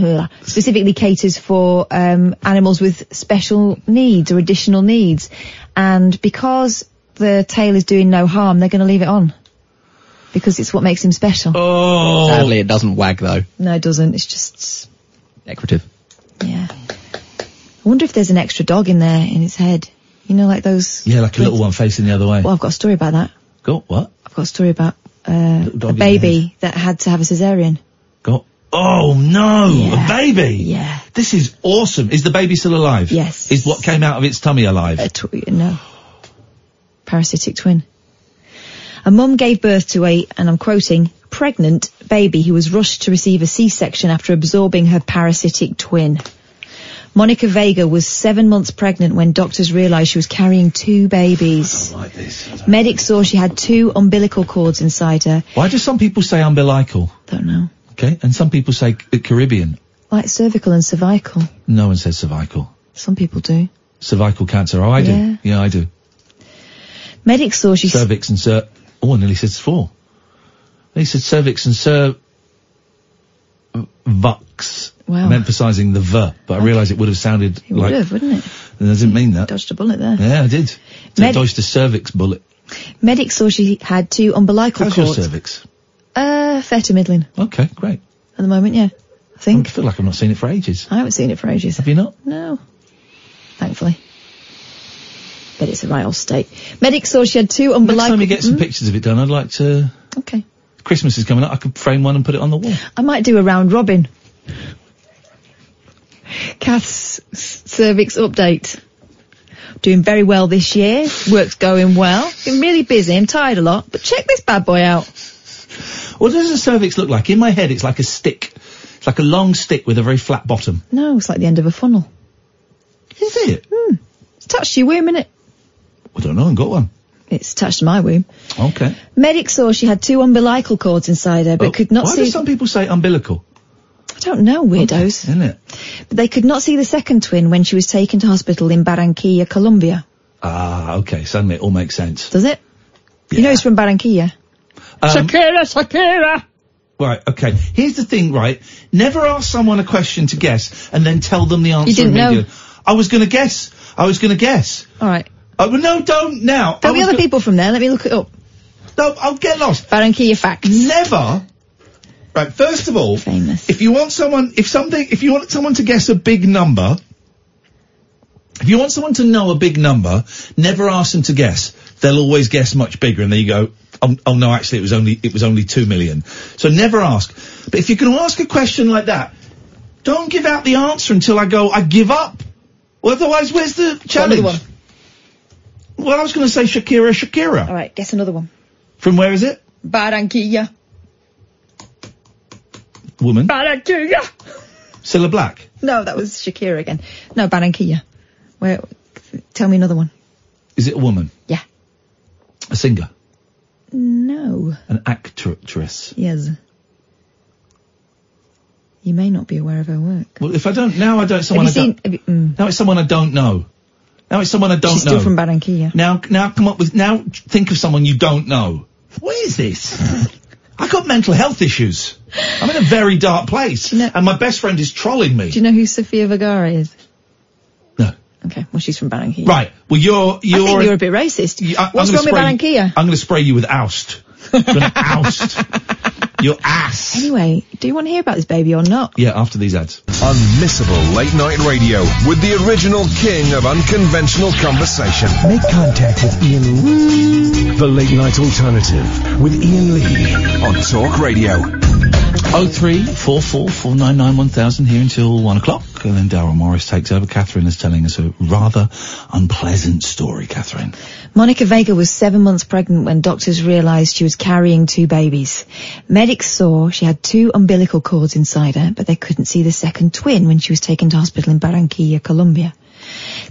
[SPEAKER 5] specifically caters for um, animals with special needs or additional needs. And because the tail is doing no harm, they're going to leave it on. Because it's what makes him special.
[SPEAKER 3] Oh.
[SPEAKER 15] Sadly, it doesn't wag though.
[SPEAKER 5] No, it doesn't. It's just,
[SPEAKER 15] Decorative.
[SPEAKER 5] yeah. I wonder if there's an extra dog in there in its head. You know, like those.
[SPEAKER 3] Yeah, like a little one facing the other way.
[SPEAKER 5] Well, I've got a story about that.
[SPEAKER 3] Got what?
[SPEAKER 5] I've got a story about uh, a
[SPEAKER 3] dog in the head.
[SPEAKER 5] baby that had to have a cesarean.
[SPEAKER 3] Got. Oh no, a baby. Yeah. This is awesome. Is the baby still alive?
[SPEAKER 5] Yes.
[SPEAKER 3] Is what came out of its tummy alive?
[SPEAKER 5] No. Parasitic twin. A mum gave birth to a, and I'm quoting, pregnant baby who was rushed to receive a C-section after absorbing her parasitic twin. Monica Vega was seven months pregnant when doctors realised she was carrying two babies. Medics saw she had two umbilical cords inside her,
[SPEAKER 3] Why do some people say umbilical?
[SPEAKER 5] Don't know.
[SPEAKER 3] Okay, and some people say c- Caribbean.
[SPEAKER 5] like cervical and cervical.
[SPEAKER 3] No one says cervical.
[SPEAKER 5] Some people do.
[SPEAKER 3] Cervical cancer. Oh, I
[SPEAKER 5] Yeah.
[SPEAKER 3] do. Yeah, I do.
[SPEAKER 5] Medics saw she
[SPEAKER 3] cervix and cer. Oh, I nearly said four. They said cervix and cer. Vux.
[SPEAKER 5] Wow.
[SPEAKER 3] I'm emphasising the v, but I realised it would have sounded
[SPEAKER 5] Oh. It
[SPEAKER 3] like.
[SPEAKER 5] would have, wouldn't it?
[SPEAKER 3] I didn't mean that.
[SPEAKER 5] Dodged a bullet there.
[SPEAKER 3] Yeah, I did. So
[SPEAKER 5] Medi-
[SPEAKER 3] dodged a cervix bullet.
[SPEAKER 5] Medics saw she had two umbilical
[SPEAKER 3] How's your
[SPEAKER 5] cords.
[SPEAKER 3] cervix?
[SPEAKER 5] Uh, fair middling
[SPEAKER 3] Okay, great.
[SPEAKER 5] at the moment, yeah. I think.
[SPEAKER 3] I feel like I've not seen it for ages.
[SPEAKER 5] I haven't seen it for ages. Have
[SPEAKER 3] you not?
[SPEAKER 5] No. Thankfully. But it's a right old state. Medics saw she had two Hmm?
[SPEAKER 3] Next
[SPEAKER 5] umbilical.
[SPEAKER 3] time you get some pictures of it done, I'd like to.
[SPEAKER 5] Okay.
[SPEAKER 3] Christmas is coming up. I could frame one and put it on the wall.
[SPEAKER 5] I might do a round robin. Kath's s- cervix update. Doing very well this year. Work's going well. Been really busy. I'm tired a lot. But check this bad boy out.
[SPEAKER 3] What does a cervix look like? In my head, it's like a stick. It's like a long stick with a very flat bottom.
[SPEAKER 5] No, it's like the end of a funnel.
[SPEAKER 3] Is it?
[SPEAKER 5] Hmm. It's touched your womb, innit?
[SPEAKER 3] I don't know. I got one.
[SPEAKER 5] It's touched my womb.
[SPEAKER 3] Okay. Oh,
[SPEAKER 5] Medic saw she had two umbilical cords inside her, but could not
[SPEAKER 3] Why
[SPEAKER 5] see.
[SPEAKER 3] do some people say umbilical?
[SPEAKER 5] I don't know, weirdos.
[SPEAKER 3] Isn't it?
[SPEAKER 5] But they could not see the second twin when she was taken to hospital in Barranquilla, Colombia.
[SPEAKER 3] Ah, okay. Suddenly it all makes sense.
[SPEAKER 5] Does it? You know he's from Barranquilla.
[SPEAKER 3] Um,
[SPEAKER 5] Shakira, Shakira.
[SPEAKER 3] right. Okay. Here's the thing. Right. Never ask someone a question to guess and then tell them the answer
[SPEAKER 5] You didn't know.
[SPEAKER 3] immediately. I was going to guess. I was going to guess.
[SPEAKER 5] All right.
[SPEAKER 3] Oh, well, no, don't now.
[SPEAKER 5] There'll
[SPEAKER 3] I
[SPEAKER 5] be
[SPEAKER 3] was
[SPEAKER 5] other
[SPEAKER 3] go-
[SPEAKER 5] people from there. Let me look it up.
[SPEAKER 3] No, I'll get lost.
[SPEAKER 5] Barranquilla facts.
[SPEAKER 3] Never. Right. First of all, famous. If you want someone, if something, if you want someone to guess a big number, if you want someone to know a big number, never ask them to guess. They'll always guess much bigger, and then you go, "Oh, oh no, actually, it was only it was only two million. So never ask. But if you're going to ask a question like that, don't give out the answer until I go, I give up. Otherwise, where's the challenge?
[SPEAKER 5] one.
[SPEAKER 3] Well, I was going to say Shakira, Shakira.
[SPEAKER 5] All right, guess another one.
[SPEAKER 3] From where is it?
[SPEAKER 5] Barranquilla.
[SPEAKER 3] Woman.
[SPEAKER 5] Barranquilla.
[SPEAKER 3] Cilla Black.
[SPEAKER 5] No, that was Shakira again. No, Barranquilla. Where? Tell me another one.
[SPEAKER 3] Is it a woman?
[SPEAKER 5] Yeah.
[SPEAKER 3] A singer?
[SPEAKER 5] No.
[SPEAKER 3] An actress?
[SPEAKER 5] Yes. You may not be aware of her work.
[SPEAKER 3] Well, if I don't, now I don't, someone
[SPEAKER 5] have you
[SPEAKER 3] I
[SPEAKER 5] seen?
[SPEAKER 3] don't,
[SPEAKER 5] Have you, mm,
[SPEAKER 3] now it's someone I don't know. Now it's someone I don't
[SPEAKER 5] she's
[SPEAKER 3] know.
[SPEAKER 5] still from Barranquilla.
[SPEAKER 3] Now, now come up with, now think of someone you don't know. What is this? I got mental health issues. I'm in a very dark place. And my best friend is trolling me.
[SPEAKER 5] Do you know who Sofia Vergara is?
[SPEAKER 3] No.
[SPEAKER 5] Okay, well she's from Barranquilla.
[SPEAKER 3] Right. Well, you're, you're.
[SPEAKER 5] I think you're a bit racist.
[SPEAKER 3] I- I'm
[SPEAKER 5] What's
[SPEAKER 3] gonna
[SPEAKER 5] wrong with
[SPEAKER 3] spray-
[SPEAKER 5] Barranquilla?
[SPEAKER 3] I'm going to spray you with oust. I'm going to
[SPEAKER 5] *laughs*
[SPEAKER 3] oust your ass.
[SPEAKER 5] Anyway, do you want to hear about this baby or not?
[SPEAKER 3] Yeah, after these ads.
[SPEAKER 16] Unmissable late night radio with the original king of unconventional conversation.
[SPEAKER 17] Make contact with Ian Lee. The Late Night Alternative with Ian Lee on Talk Radio.
[SPEAKER 3] Oh three four four four nine nine one thousand here until one o'clock, and then Daryl Morris takes over. Catherine is telling us a rather unpleasant story. Catherine,
[SPEAKER 5] Monica Vega was seven months pregnant when doctors realized she was carrying two babies. Medics saw she had two umbilical cords inside her, but they couldn't see the second twin when she was taken to hospital in Barranquilla, Colombia.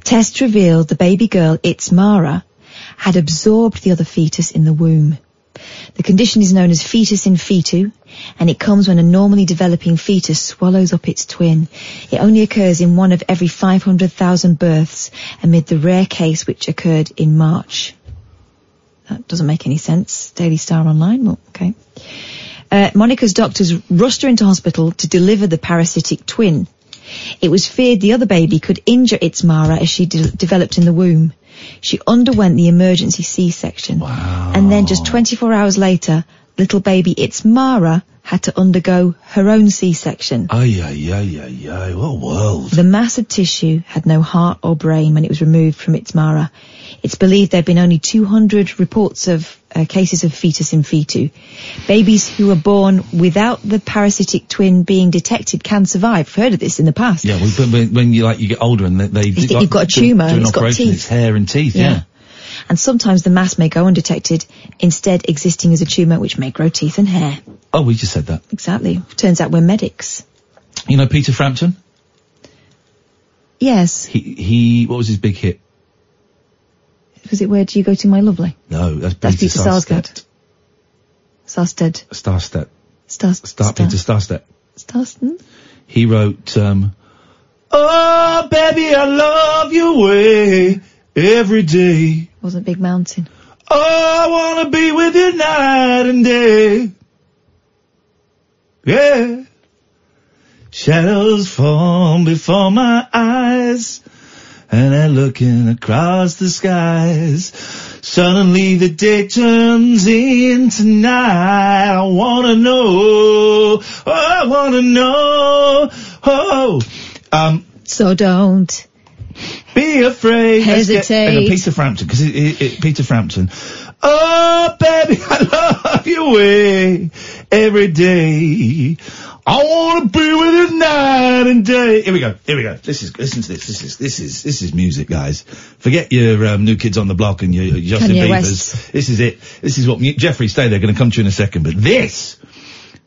[SPEAKER 5] Tests revealed the baby girl, It's Mara, had absorbed the other fetus in the womb. The condition is known as fetus in fetu, and it comes when a normally developing fetus swallows up its twin. It only occurs in one of every 500,000 births amid the rare case which occurred in March. That doesn't make any sense. Daily Star Online, well, okay. Uh, Monica's doctors rushed her into hospital to deliver the parasitic twin. It was feared the other baby could injure its Mara as she de- developed in the womb. She underwent the emergency C-section. And then just 24 hours later, little baby It's Mara had to undergo her own C-section.
[SPEAKER 3] ay ay ay ay ay, what a world!
[SPEAKER 5] The mass of tissue had no heart or brain when it was removed from its Mara. It's believed there have been only 200 reports of uh, cases of fetus in fetu. Babies who were born without the parasitic twin being detected can survive. I've heard of this in the past.
[SPEAKER 3] Yeah, well, but when, when you like you get older and they, they you
[SPEAKER 5] think you've got a tumour and
[SPEAKER 3] do an
[SPEAKER 5] it's got
[SPEAKER 3] operation,
[SPEAKER 5] teeth.
[SPEAKER 3] it's hair and teeth.
[SPEAKER 5] Yeah.
[SPEAKER 3] Yeah.
[SPEAKER 5] And sometimes the mass may go undetected, instead existing as a tumour which may grow teeth and hair.
[SPEAKER 3] Oh, we just said that.
[SPEAKER 5] Exactly. Turns out we're medics.
[SPEAKER 3] You know Peter Frampton?
[SPEAKER 5] Yes.
[SPEAKER 3] He he. What was his big hit?
[SPEAKER 5] Was it Where Do You Go To My Lovely?
[SPEAKER 3] No, that's,
[SPEAKER 5] That's
[SPEAKER 3] Peter
[SPEAKER 5] Peter Sarsgaard. Sarsted.
[SPEAKER 3] Starstep.
[SPEAKER 5] Stars.
[SPEAKER 3] Star Peter Starstep.
[SPEAKER 5] Starsten?
[SPEAKER 3] He wrote. um
[SPEAKER 14] Oh, baby, I love your way every day.
[SPEAKER 5] Wasn't Big Mountain.
[SPEAKER 14] Oh, I wanna be with you night and day.
[SPEAKER 3] Yeah. Shadows form before my eyes, and I'm looking across the skies. Suddenly the day turns into night. I wanna know, oh, I wanna know. Oh, um.
[SPEAKER 5] So don't
[SPEAKER 3] be afraid. Let's get- hang on,
[SPEAKER 5] Hesitate.
[SPEAKER 3] Peter Frampton, because it, it, it, Peter Frampton. Oh, baby, *laughs* I love your way every day. I want to be with you night and day. Here we go. Here we go. This is listen to this. This is this is this is music, guys. Forget your um, new kids on the block and your, your Justin
[SPEAKER 14] Kanye
[SPEAKER 3] Bieber's. This is it. This is what mu- Jeffrey. Stay there. Going to come to you in a second. But this,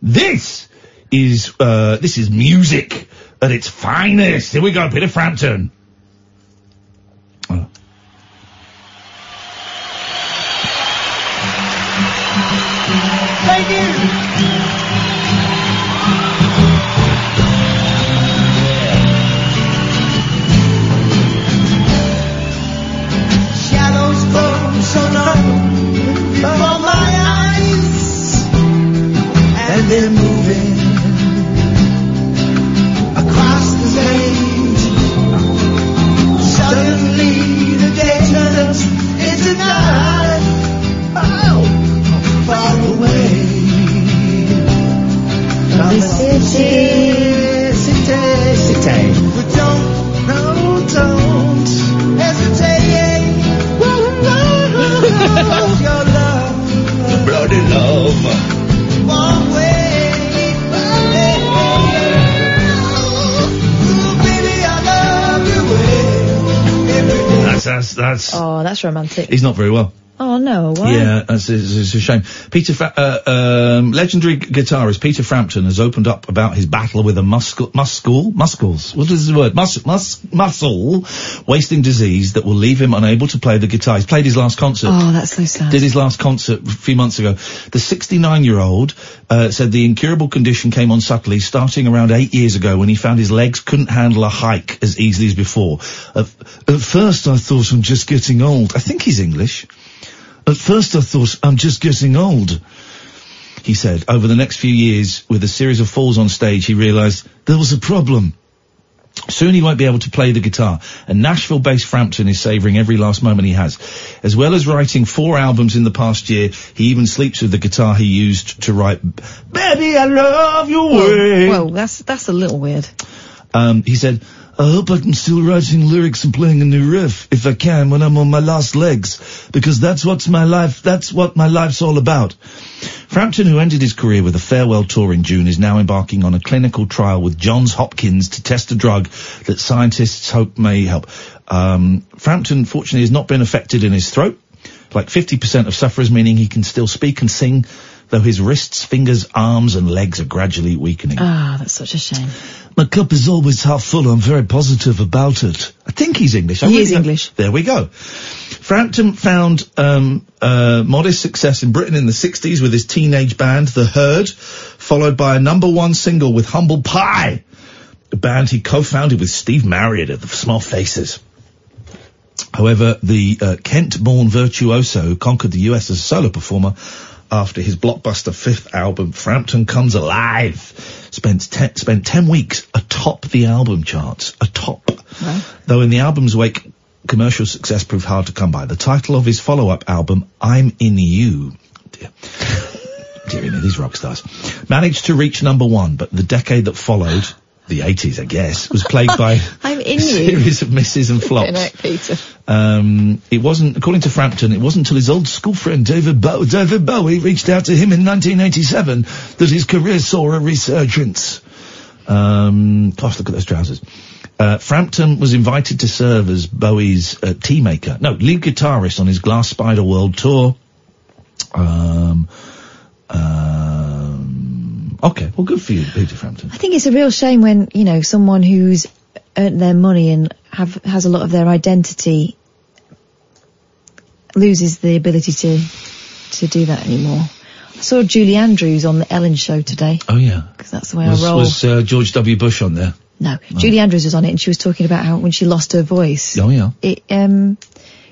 [SPEAKER 3] this is uh, this is music at its finest. Here we go, Peter Frampton.
[SPEAKER 14] Thank you. Shadows form so long before my eyes, and they're moving across the stage. Oh.
[SPEAKER 3] *laughs* that's
[SPEAKER 5] Oh, that's romantic.
[SPEAKER 3] he's not very well.
[SPEAKER 5] Oh no, why?
[SPEAKER 3] Yeah, that's, it's, it's a shame. Peter, Fra- uh, um, legendary g- guitarist Peter Frampton has opened up about his battle with a muscle, muscle, muscles. What is the word? Mus, mus, muscle wasting disease that will leave him unable to play the guitar. He's played his last concert.
[SPEAKER 5] Oh, that's so sad.
[SPEAKER 3] Did his last concert a few months ago. The 69-year-old uh, said the incurable condition came on subtly, starting around eight years ago when he found his legs couldn't handle a hike as easily as before. At, at first, I thought I'm just getting old. I think he's English. At first, I thought I'm just getting old. He said, over the next few years, with a series of falls on stage, he realised there was a problem. Soon he won't be able to play the guitar, and Nashville-based Frampton is savouring every last moment he has. As well as writing four albums in the past year, he even sleeps with the guitar he used to write. Baby, I love your way.
[SPEAKER 5] Whoa, that's that's a little weird.
[SPEAKER 3] Um, he said, I hope I can still writing lyrics and playing a new riff if I can when I'm on my last legs, because that's what's my life, that's what my life's all about. Frampton, who ended his career with a farewell tour in June, is now embarking on a clinical trial with Johns Hopkins to test a drug that scientists hope may help. Um, Frampton, fortunately, has not been affected in his throat, like 50% of sufferers, meaning he can still speak and sing, though his wrists, fingers, arms, and legs are gradually weakening.
[SPEAKER 5] Ah, that's such a shame.
[SPEAKER 3] My cup is always half full. I'm very positive about it. I think he's English. I
[SPEAKER 5] He
[SPEAKER 3] really
[SPEAKER 5] is
[SPEAKER 3] don't-
[SPEAKER 5] English.
[SPEAKER 3] There we go. Frampton found um, uh, modest success in Britain in the 60s with his teenage band, The Herd, followed by a number one single with Humble Pie, a band he co-founded with Steve Marriott of the Small Faces. However, the uh, Kent-born virtuoso conquered the US as a solo performer after his blockbuster fifth album, Frampton Comes Alive, spent ten, spent 10 weeks atop the album charts, atop. Though in the album's wake, commercial success proved hard to come by. The title of his follow-up album, I'm In You, dear, dear me, these rock stars, managed to reach number one, but the decade that followed, the 80s, I guess, was plagued by
[SPEAKER 5] I'm
[SPEAKER 3] *laughs*
[SPEAKER 5] in
[SPEAKER 3] a
[SPEAKER 5] you.
[SPEAKER 3] series of
[SPEAKER 5] *laughs*
[SPEAKER 3] misses and flops.
[SPEAKER 5] Fucking heck, Peter.
[SPEAKER 3] Um, it wasn't, according to Frampton, it wasn't until his old school friend David, Bow- David Bowie reached out to him in 1987 that his career saw a resurgence. Um, gosh, look at those trousers. Uh, Frampton was invited to serve as Bowie's uh, tea maker, no, lead guitarist on his Glass Spider World tour. Um, um, okay, well, good for you, Peter Frampton.
[SPEAKER 5] I think it's a real shame when you know someone who's earned their money and have has a lot of their identity loses the ability to to do that anymore. I saw Julie Andrews on the Ellen show today.
[SPEAKER 3] Oh yeah,
[SPEAKER 5] because that's the way
[SPEAKER 3] was,
[SPEAKER 5] I roll.
[SPEAKER 3] was Oh. uh, George W. Bush on there?
[SPEAKER 5] no, Julie Andrews was on it and she was talking about how when she lost her voice,
[SPEAKER 3] Oh yeah.
[SPEAKER 5] it um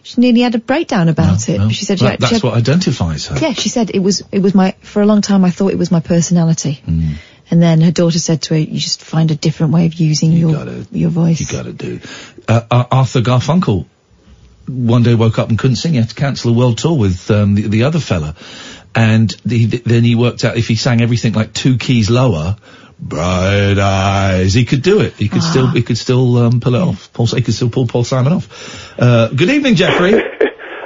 [SPEAKER 5] she nearly had a breakdown about it.
[SPEAKER 3] No.
[SPEAKER 5] She said she
[SPEAKER 3] Oh, That-
[SPEAKER 5] had- she
[SPEAKER 3] that's
[SPEAKER 5] had-
[SPEAKER 3] what identifies her.
[SPEAKER 5] Yeah, she said it was it was my for a long time I thought it was my personality.
[SPEAKER 3] Mm,
[SPEAKER 5] And then her daughter said to her, "You just find a different way of using your your voice."
[SPEAKER 3] You got to do. Uh, Ar- Arthur Garfunkel one day woke up and couldn't sing. He had to cancel a world tour with um, the, the other fella, and the, th then he worked out if he sang everything like two keys lower, bright eyes, he could do it. He could
[SPEAKER 5] Ah.
[SPEAKER 3] still he could still um, pull it off. Paul, he could still pull Paul Simon off. Uh, good evening, Jeffrey.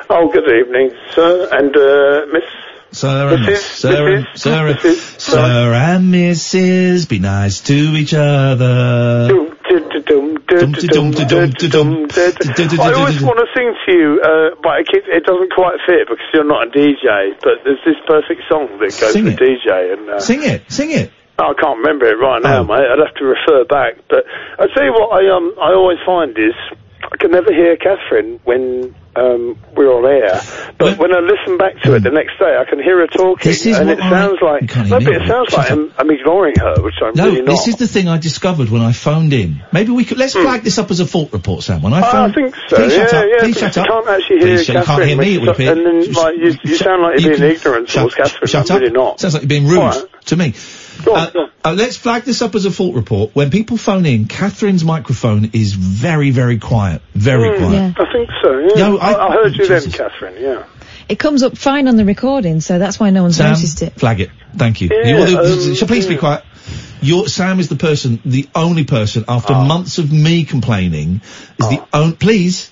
[SPEAKER 1] Oh, good evening, sir, and uh, Miss.
[SPEAKER 3] Sir and
[SPEAKER 1] Mrs.,
[SPEAKER 3] Sir and Sir and Sir and Mrs. Be nice to each other.
[SPEAKER 1] I always want to sing to you, uh, but it, keeps, it doesn't quite fit because you're not a DJ. But there's this perfect song that goes
[SPEAKER 3] Sing
[SPEAKER 1] to
[SPEAKER 3] it.
[SPEAKER 1] DJ, and uh, Oh,
[SPEAKER 3] Sing it, sing it. Oh.
[SPEAKER 1] I can't remember it right now, mate. I'd have to refer back. But I tell you what, I um, I always find is I can never hear Catherine when um, we're on air. But when I listen back to it the next day, I can hear her talking,
[SPEAKER 3] um, This is
[SPEAKER 1] and
[SPEAKER 3] what
[SPEAKER 1] it sounds like no, but it sounds like I'm, I'm ignoring her, which I'm
[SPEAKER 3] No,
[SPEAKER 1] really not. Hmm.
[SPEAKER 3] this is the thing I discovered when I phoned in. Maybe we could let's flag this up as a fault report, Sam. When I
[SPEAKER 1] Ah,
[SPEAKER 3] phoned,
[SPEAKER 1] I think so.
[SPEAKER 3] Please
[SPEAKER 1] yeah,
[SPEAKER 3] shut up.
[SPEAKER 1] yeah.
[SPEAKER 3] please
[SPEAKER 1] but
[SPEAKER 3] shut
[SPEAKER 1] you
[SPEAKER 3] up.
[SPEAKER 1] can't actually hear
[SPEAKER 3] Please shut- you can't
[SPEAKER 1] Catherine
[SPEAKER 3] hear me. It would
[SPEAKER 1] when you-
[SPEAKER 3] appear.
[SPEAKER 1] And then, like, you, you sound like you're being ignorant towards Catherine.
[SPEAKER 3] Shut
[SPEAKER 1] I'm
[SPEAKER 3] up.
[SPEAKER 1] really not.
[SPEAKER 3] Sounds like you're being rude
[SPEAKER 1] All right.
[SPEAKER 3] to me. Uh, uh, let's flag this up as a fault report. When people phone in, Catherine's microphone is very, very quiet. Very
[SPEAKER 1] Hmm,
[SPEAKER 3] quiet.
[SPEAKER 1] I think so. Yeah.
[SPEAKER 3] No, I-
[SPEAKER 1] I, I heard you
[SPEAKER 3] Jesus.
[SPEAKER 1] then, Catherine. Yeah.
[SPEAKER 5] It comes up fine on the recording, so that's why no one's
[SPEAKER 3] Sam,
[SPEAKER 5] noticed it.
[SPEAKER 3] flag it. Thank you.
[SPEAKER 1] Yeah,
[SPEAKER 3] You are the-
[SPEAKER 1] um,
[SPEAKER 3] so please be
[SPEAKER 1] yeah.
[SPEAKER 3] quiet. Your Sam is the person, the only person, after
[SPEAKER 1] Oh.
[SPEAKER 3] months of me complaining, is the on, please,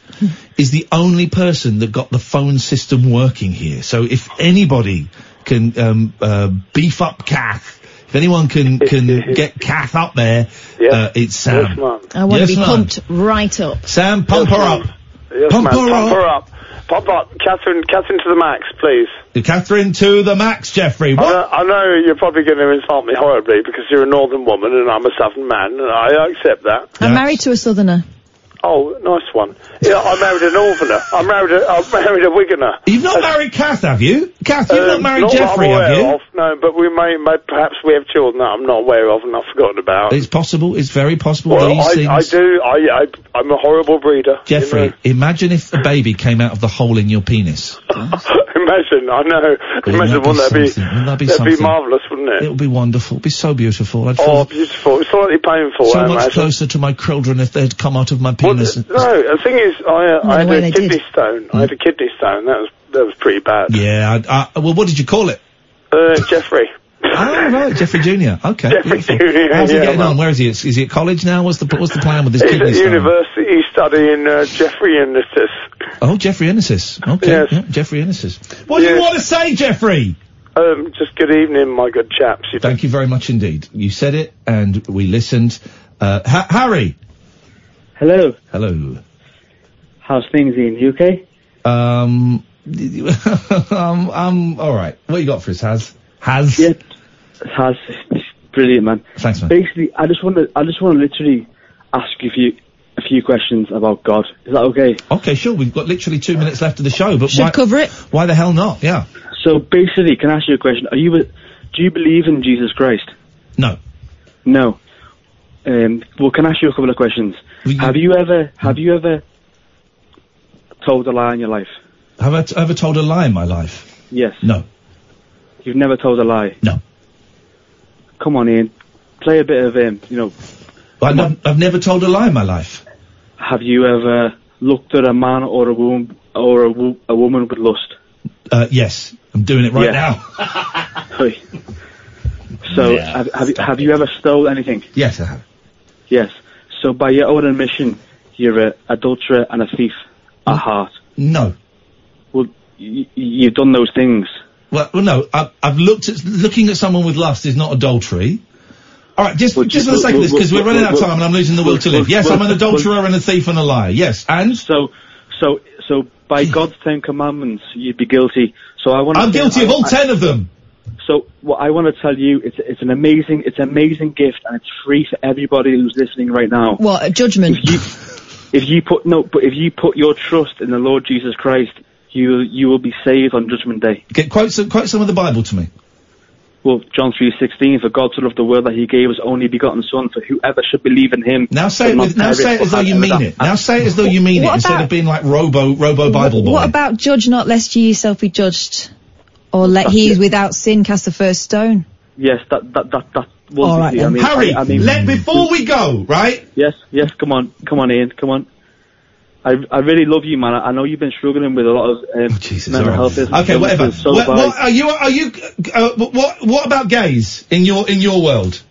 [SPEAKER 3] is the only person that got the phone system working here. So if anybody can um, uh, beef up Kath, if anyone can
[SPEAKER 1] *laughs*
[SPEAKER 3] can get Kath up there, uh, it's Sam.
[SPEAKER 5] I want
[SPEAKER 3] Yes,
[SPEAKER 5] to be
[SPEAKER 3] ma'am.
[SPEAKER 5] pumped right up.
[SPEAKER 3] Sam, pump her up.
[SPEAKER 1] Yes,
[SPEAKER 3] Pump
[SPEAKER 1] man.
[SPEAKER 3] her
[SPEAKER 1] Pump
[SPEAKER 3] up.
[SPEAKER 1] her up. Pop up. Catherine, Catherine to the max, please.
[SPEAKER 3] Catherine to the max, Jeffrey.
[SPEAKER 1] I
[SPEAKER 3] What?
[SPEAKER 1] know, I know you're probably going to insult me horribly because you're a northern woman and I'm a southern man, and I accept that.
[SPEAKER 5] I'm married to a southerner.
[SPEAKER 1] Oh, nice one. Yeah, I married a northerner. I married a, I married a Wiganer.
[SPEAKER 3] You've not married Kath, have you? Kath, you've not married Jeffrey,
[SPEAKER 1] Um, I'm
[SPEAKER 3] have
[SPEAKER 1] aware
[SPEAKER 3] you?
[SPEAKER 1] Of, no, but we may, may perhaps we have children that I'm not aware of and I've forgotten about.
[SPEAKER 3] It's possible. It's very possible.
[SPEAKER 1] well,
[SPEAKER 3] These
[SPEAKER 1] I, I
[SPEAKER 3] things.
[SPEAKER 1] do. I, I, I'm a horrible breeder. you
[SPEAKER 3] Jeffrey, imagine if a baby came out of the hole in your penis.
[SPEAKER 1] *laughs* Imagine, I know. Imagine,
[SPEAKER 3] that be
[SPEAKER 1] wouldn't that be,
[SPEAKER 3] something? Wouldn't that be
[SPEAKER 1] that'd be
[SPEAKER 3] something?
[SPEAKER 1] marvellous, wouldn't it?
[SPEAKER 3] It would be wonderful. It'd be so beautiful. I'd feel
[SPEAKER 1] oh, beautiful. It's slightly painful,
[SPEAKER 3] so
[SPEAKER 1] I
[SPEAKER 3] much
[SPEAKER 1] imagine.
[SPEAKER 3] closer to my children if they'd come out of my penis.
[SPEAKER 1] No, the thing is, I, uh,
[SPEAKER 3] No,
[SPEAKER 1] I had
[SPEAKER 3] the way
[SPEAKER 1] a
[SPEAKER 3] they
[SPEAKER 1] kidney stone. I had a kidney stone. That was, that was pretty bad.
[SPEAKER 3] yeah. I, I, well, what did you call it?
[SPEAKER 1] Uh,
[SPEAKER 3] *laughs*
[SPEAKER 1] Jeffrey.
[SPEAKER 3] Oh, right, Jeffrey Junior. Okay.
[SPEAKER 1] *laughs* Jeffrey
[SPEAKER 3] beautiful.
[SPEAKER 1] Junior,
[SPEAKER 3] How's he
[SPEAKER 1] yeah,
[SPEAKER 3] getting
[SPEAKER 1] man.
[SPEAKER 3] on? Where is he? Is is he at college now? What's the what's the plan with his
[SPEAKER 1] He's
[SPEAKER 3] kidney
[SPEAKER 1] at
[SPEAKER 3] stone?
[SPEAKER 1] university studying uh, Jeffrey Anitis.
[SPEAKER 3] Oh, Jeffrey Ennis's. Okay.
[SPEAKER 1] Yes.
[SPEAKER 3] yeah, Jeffrey Ennis's. What do you want to say, Jeffrey?
[SPEAKER 1] Um, just good evening, my good chaps. You
[SPEAKER 3] Thank you very much indeed. You said it, and we listened. Uh, ha- Harry.
[SPEAKER 9] Hello.
[SPEAKER 3] Hello.
[SPEAKER 9] How's things in UK?
[SPEAKER 3] Um, *laughs* um, um, all right. What you got for us, Has? Has?
[SPEAKER 9] Yeah, Has. Brilliant, man.
[SPEAKER 3] Thanks, man.
[SPEAKER 9] Basically, I just want to, I just want to literally ask you a few, a few questions about God. Is that okay?
[SPEAKER 3] Okay, sure. We've got literally two minutes left of the show, but
[SPEAKER 9] Should
[SPEAKER 3] why,
[SPEAKER 9] cover
[SPEAKER 3] it. Why the hell not? Yeah.
[SPEAKER 9] So basically, can I ask you a question? Are you, a- do you believe in Jesus Christ?
[SPEAKER 3] No.
[SPEAKER 9] No. Um, well, can I ask you a couple of questions? Have you ever, have you ever told a lie in your life?
[SPEAKER 3] Have I t- ever told a lie in my life?
[SPEAKER 9] Yes.
[SPEAKER 3] No.
[SPEAKER 9] You've never told a lie.
[SPEAKER 3] No.
[SPEAKER 9] Come on, Ian. Play a bit of um, you know.
[SPEAKER 3] I've, I've never told a lie in my life.
[SPEAKER 9] Have you ever looked at a man or a woman or a, wo- a woman with lust?
[SPEAKER 3] Uh, yes. I'm doing it right
[SPEAKER 9] Yeah.
[SPEAKER 3] now.
[SPEAKER 9] *laughs* Sorry. So have, have, you- have you ever stole anything?
[SPEAKER 3] Yes, I have.
[SPEAKER 9] Yes. So by your own admission, you're a adulterer and a thief at heart.
[SPEAKER 3] No.
[SPEAKER 9] Well, y- y- you've done those things.
[SPEAKER 3] Well, well no. I, I've looked at looking at someone with lust is not adultery. All right, just
[SPEAKER 9] Well, just-
[SPEAKER 3] just for the sake of this, because we're
[SPEAKER 9] well,
[SPEAKER 3] running
[SPEAKER 9] well,
[SPEAKER 3] out of
[SPEAKER 9] well,
[SPEAKER 3] time and I'm losing the will
[SPEAKER 9] well,
[SPEAKER 3] to live.
[SPEAKER 9] well,
[SPEAKER 3] Yes, I'm an
[SPEAKER 9] well,
[SPEAKER 3] adulterer and a thief and a liar. Yes, and
[SPEAKER 9] so so so by God's ten commandments, you'd be guilty. So I want.
[SPEAKER 3] I'm guilty of all ten of them.
[SPEAKER 9] So what I want to tell you, it's it's an amazing it's an amazing gift and it's free for everybody who's listening right now.
[SPEAKER 5] What, a judgment?
[SPEAKER 9] If you, if you put no, but if you put your trust in the Lord Jesus Christ, you you will be saved on Judgment Day.
[SPEAKER 3] Get, quote some quote some of the Bible to me.
[SPEAKER 9] Well, John three sixteen, for God so loved the world that He gave His only begotten Son, for whoever should believe in Him.
[SPEAKER 3] Now say it with, now say it as though you mean it. Now say it as though you mean it
[SPEAKER 5] What
[SPEAKER 3] instead of
[SPEAKER 5] about-
[SPEAKER 3] being like Robo Robo Bible boy.
[SPEAKER 5] What about judge not lest ye yourself be judged? Or let he who's without sin cast the first stone?
[SPEAKER 9] Yes, that that that that. was
[SPEAKER 5] All right
[SPEAKER 9] it. I
[SPEAKER 5] then.
[SPEAKER 9] mean,
[SPEAKER 5] Harry,
[SPEAKER 9] I, I mean,
[SPEAKER 5] let-
[SPEAKER 3] before we go, right?
[SPEAKER 9] Yes, yes. Come on, come on, Ian. Come on. I, I really love you, man. I, I know you've been struggling with a lot of um, mental
[SPEAKER 3] Oh, all
[SPEAKER 9] health issues.
[SPEAKER 3] Okay, whatever.
[SPEAKER 9] So
[SPEAKER 3] what,
[SPEAKER 9] have I.
[SPEAKER 3] what, are you are you uh, what what about gays in your in your world?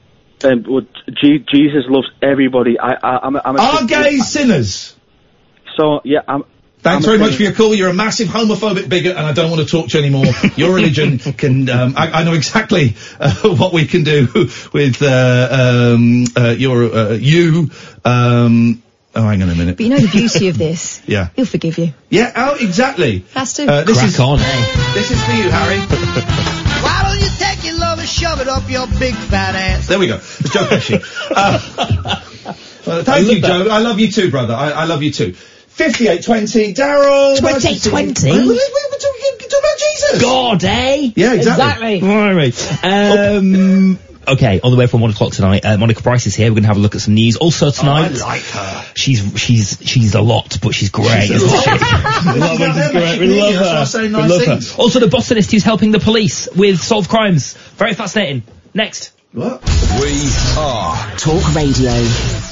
[SPEAKER 9] Um, well, G- Jesus loves everybody. I, I, I'm, a, I'm a
[SPEAKER 3] Are gays sinners?
[SPEAKER 9] So yeah, I'm.
[SPEAKER 3] Thanks
[SPEAKER 9] I'm a
[SPEAKER 3] very
[SPEAKER 9] sinner.
[SPEAKER 3] much for your call. You're a massive homophobic bigot, and I don't want to talk to you *laughs* anymore. Your religion can. Um, I, I know exactly uh, *laughs* what we can do with uh, um, uh, your uh, you. Um, oh, hang on a minute.
[SPEAKER 5] But you know the beauty of this.
[SPEAKER 3] Yeah.
[SPEAKER 5] He'll forgive you.
[SPEAKER 3] Yeah. Oh, exactly.
[SPEAKER 5] Has to.
[SPEAKER 3] Uh, this is on. This is for you, *laughs* Harry.
[SPEAKER 19] Why don't you take your love and shove it up your big fat ass?
[SPEAKER 3] There we go. It's Joe *laughs* Pesci. Uh, well, thank you, Joe. I love you too, brother. I, I love you too. 5820, Daryl.
[SPEAKER 20] 2820?
[SPEAKER 3] We're, we're, we're talking, talking about Jesus.
[SPEAKER 20] God, eh?
[SPEAKER 3] Yeah, exactly.
[SPEAKER 20] Exactly. Um,
[SPEAKER 15] Oh.
[SPEAKER 20] okay, on the way from one o'clock tonight, uh, Monica Price is here. We're going to have a look at some news. Also tonight,
[SPEAKER 3] her.
[SPEAKER 20] she's she's she's a lot, but she's great.
[SPEAKER 3] She's a
[SPEAKER 20] isn't
[SPEAKER 3] lot. *laughs*
[SPEAKER 20] she? we love her. She's great. We love
[SPEAKER 3] That's why I
[SPEAKER 20] her.
[SPEAKER 3] say
[SPEAKER 20] We
[SPEAKER 3] nice
[SPEAKER 20] love her.
[SPEAKER 3] things.
[SPEAKER 20] Also, the botanist who's helping the police with solved crimes. Very fascinating. Next.
[SPEAKER 3] What?
[SPEAKER 20] We are
[SPEAKER 2] Talk Radio.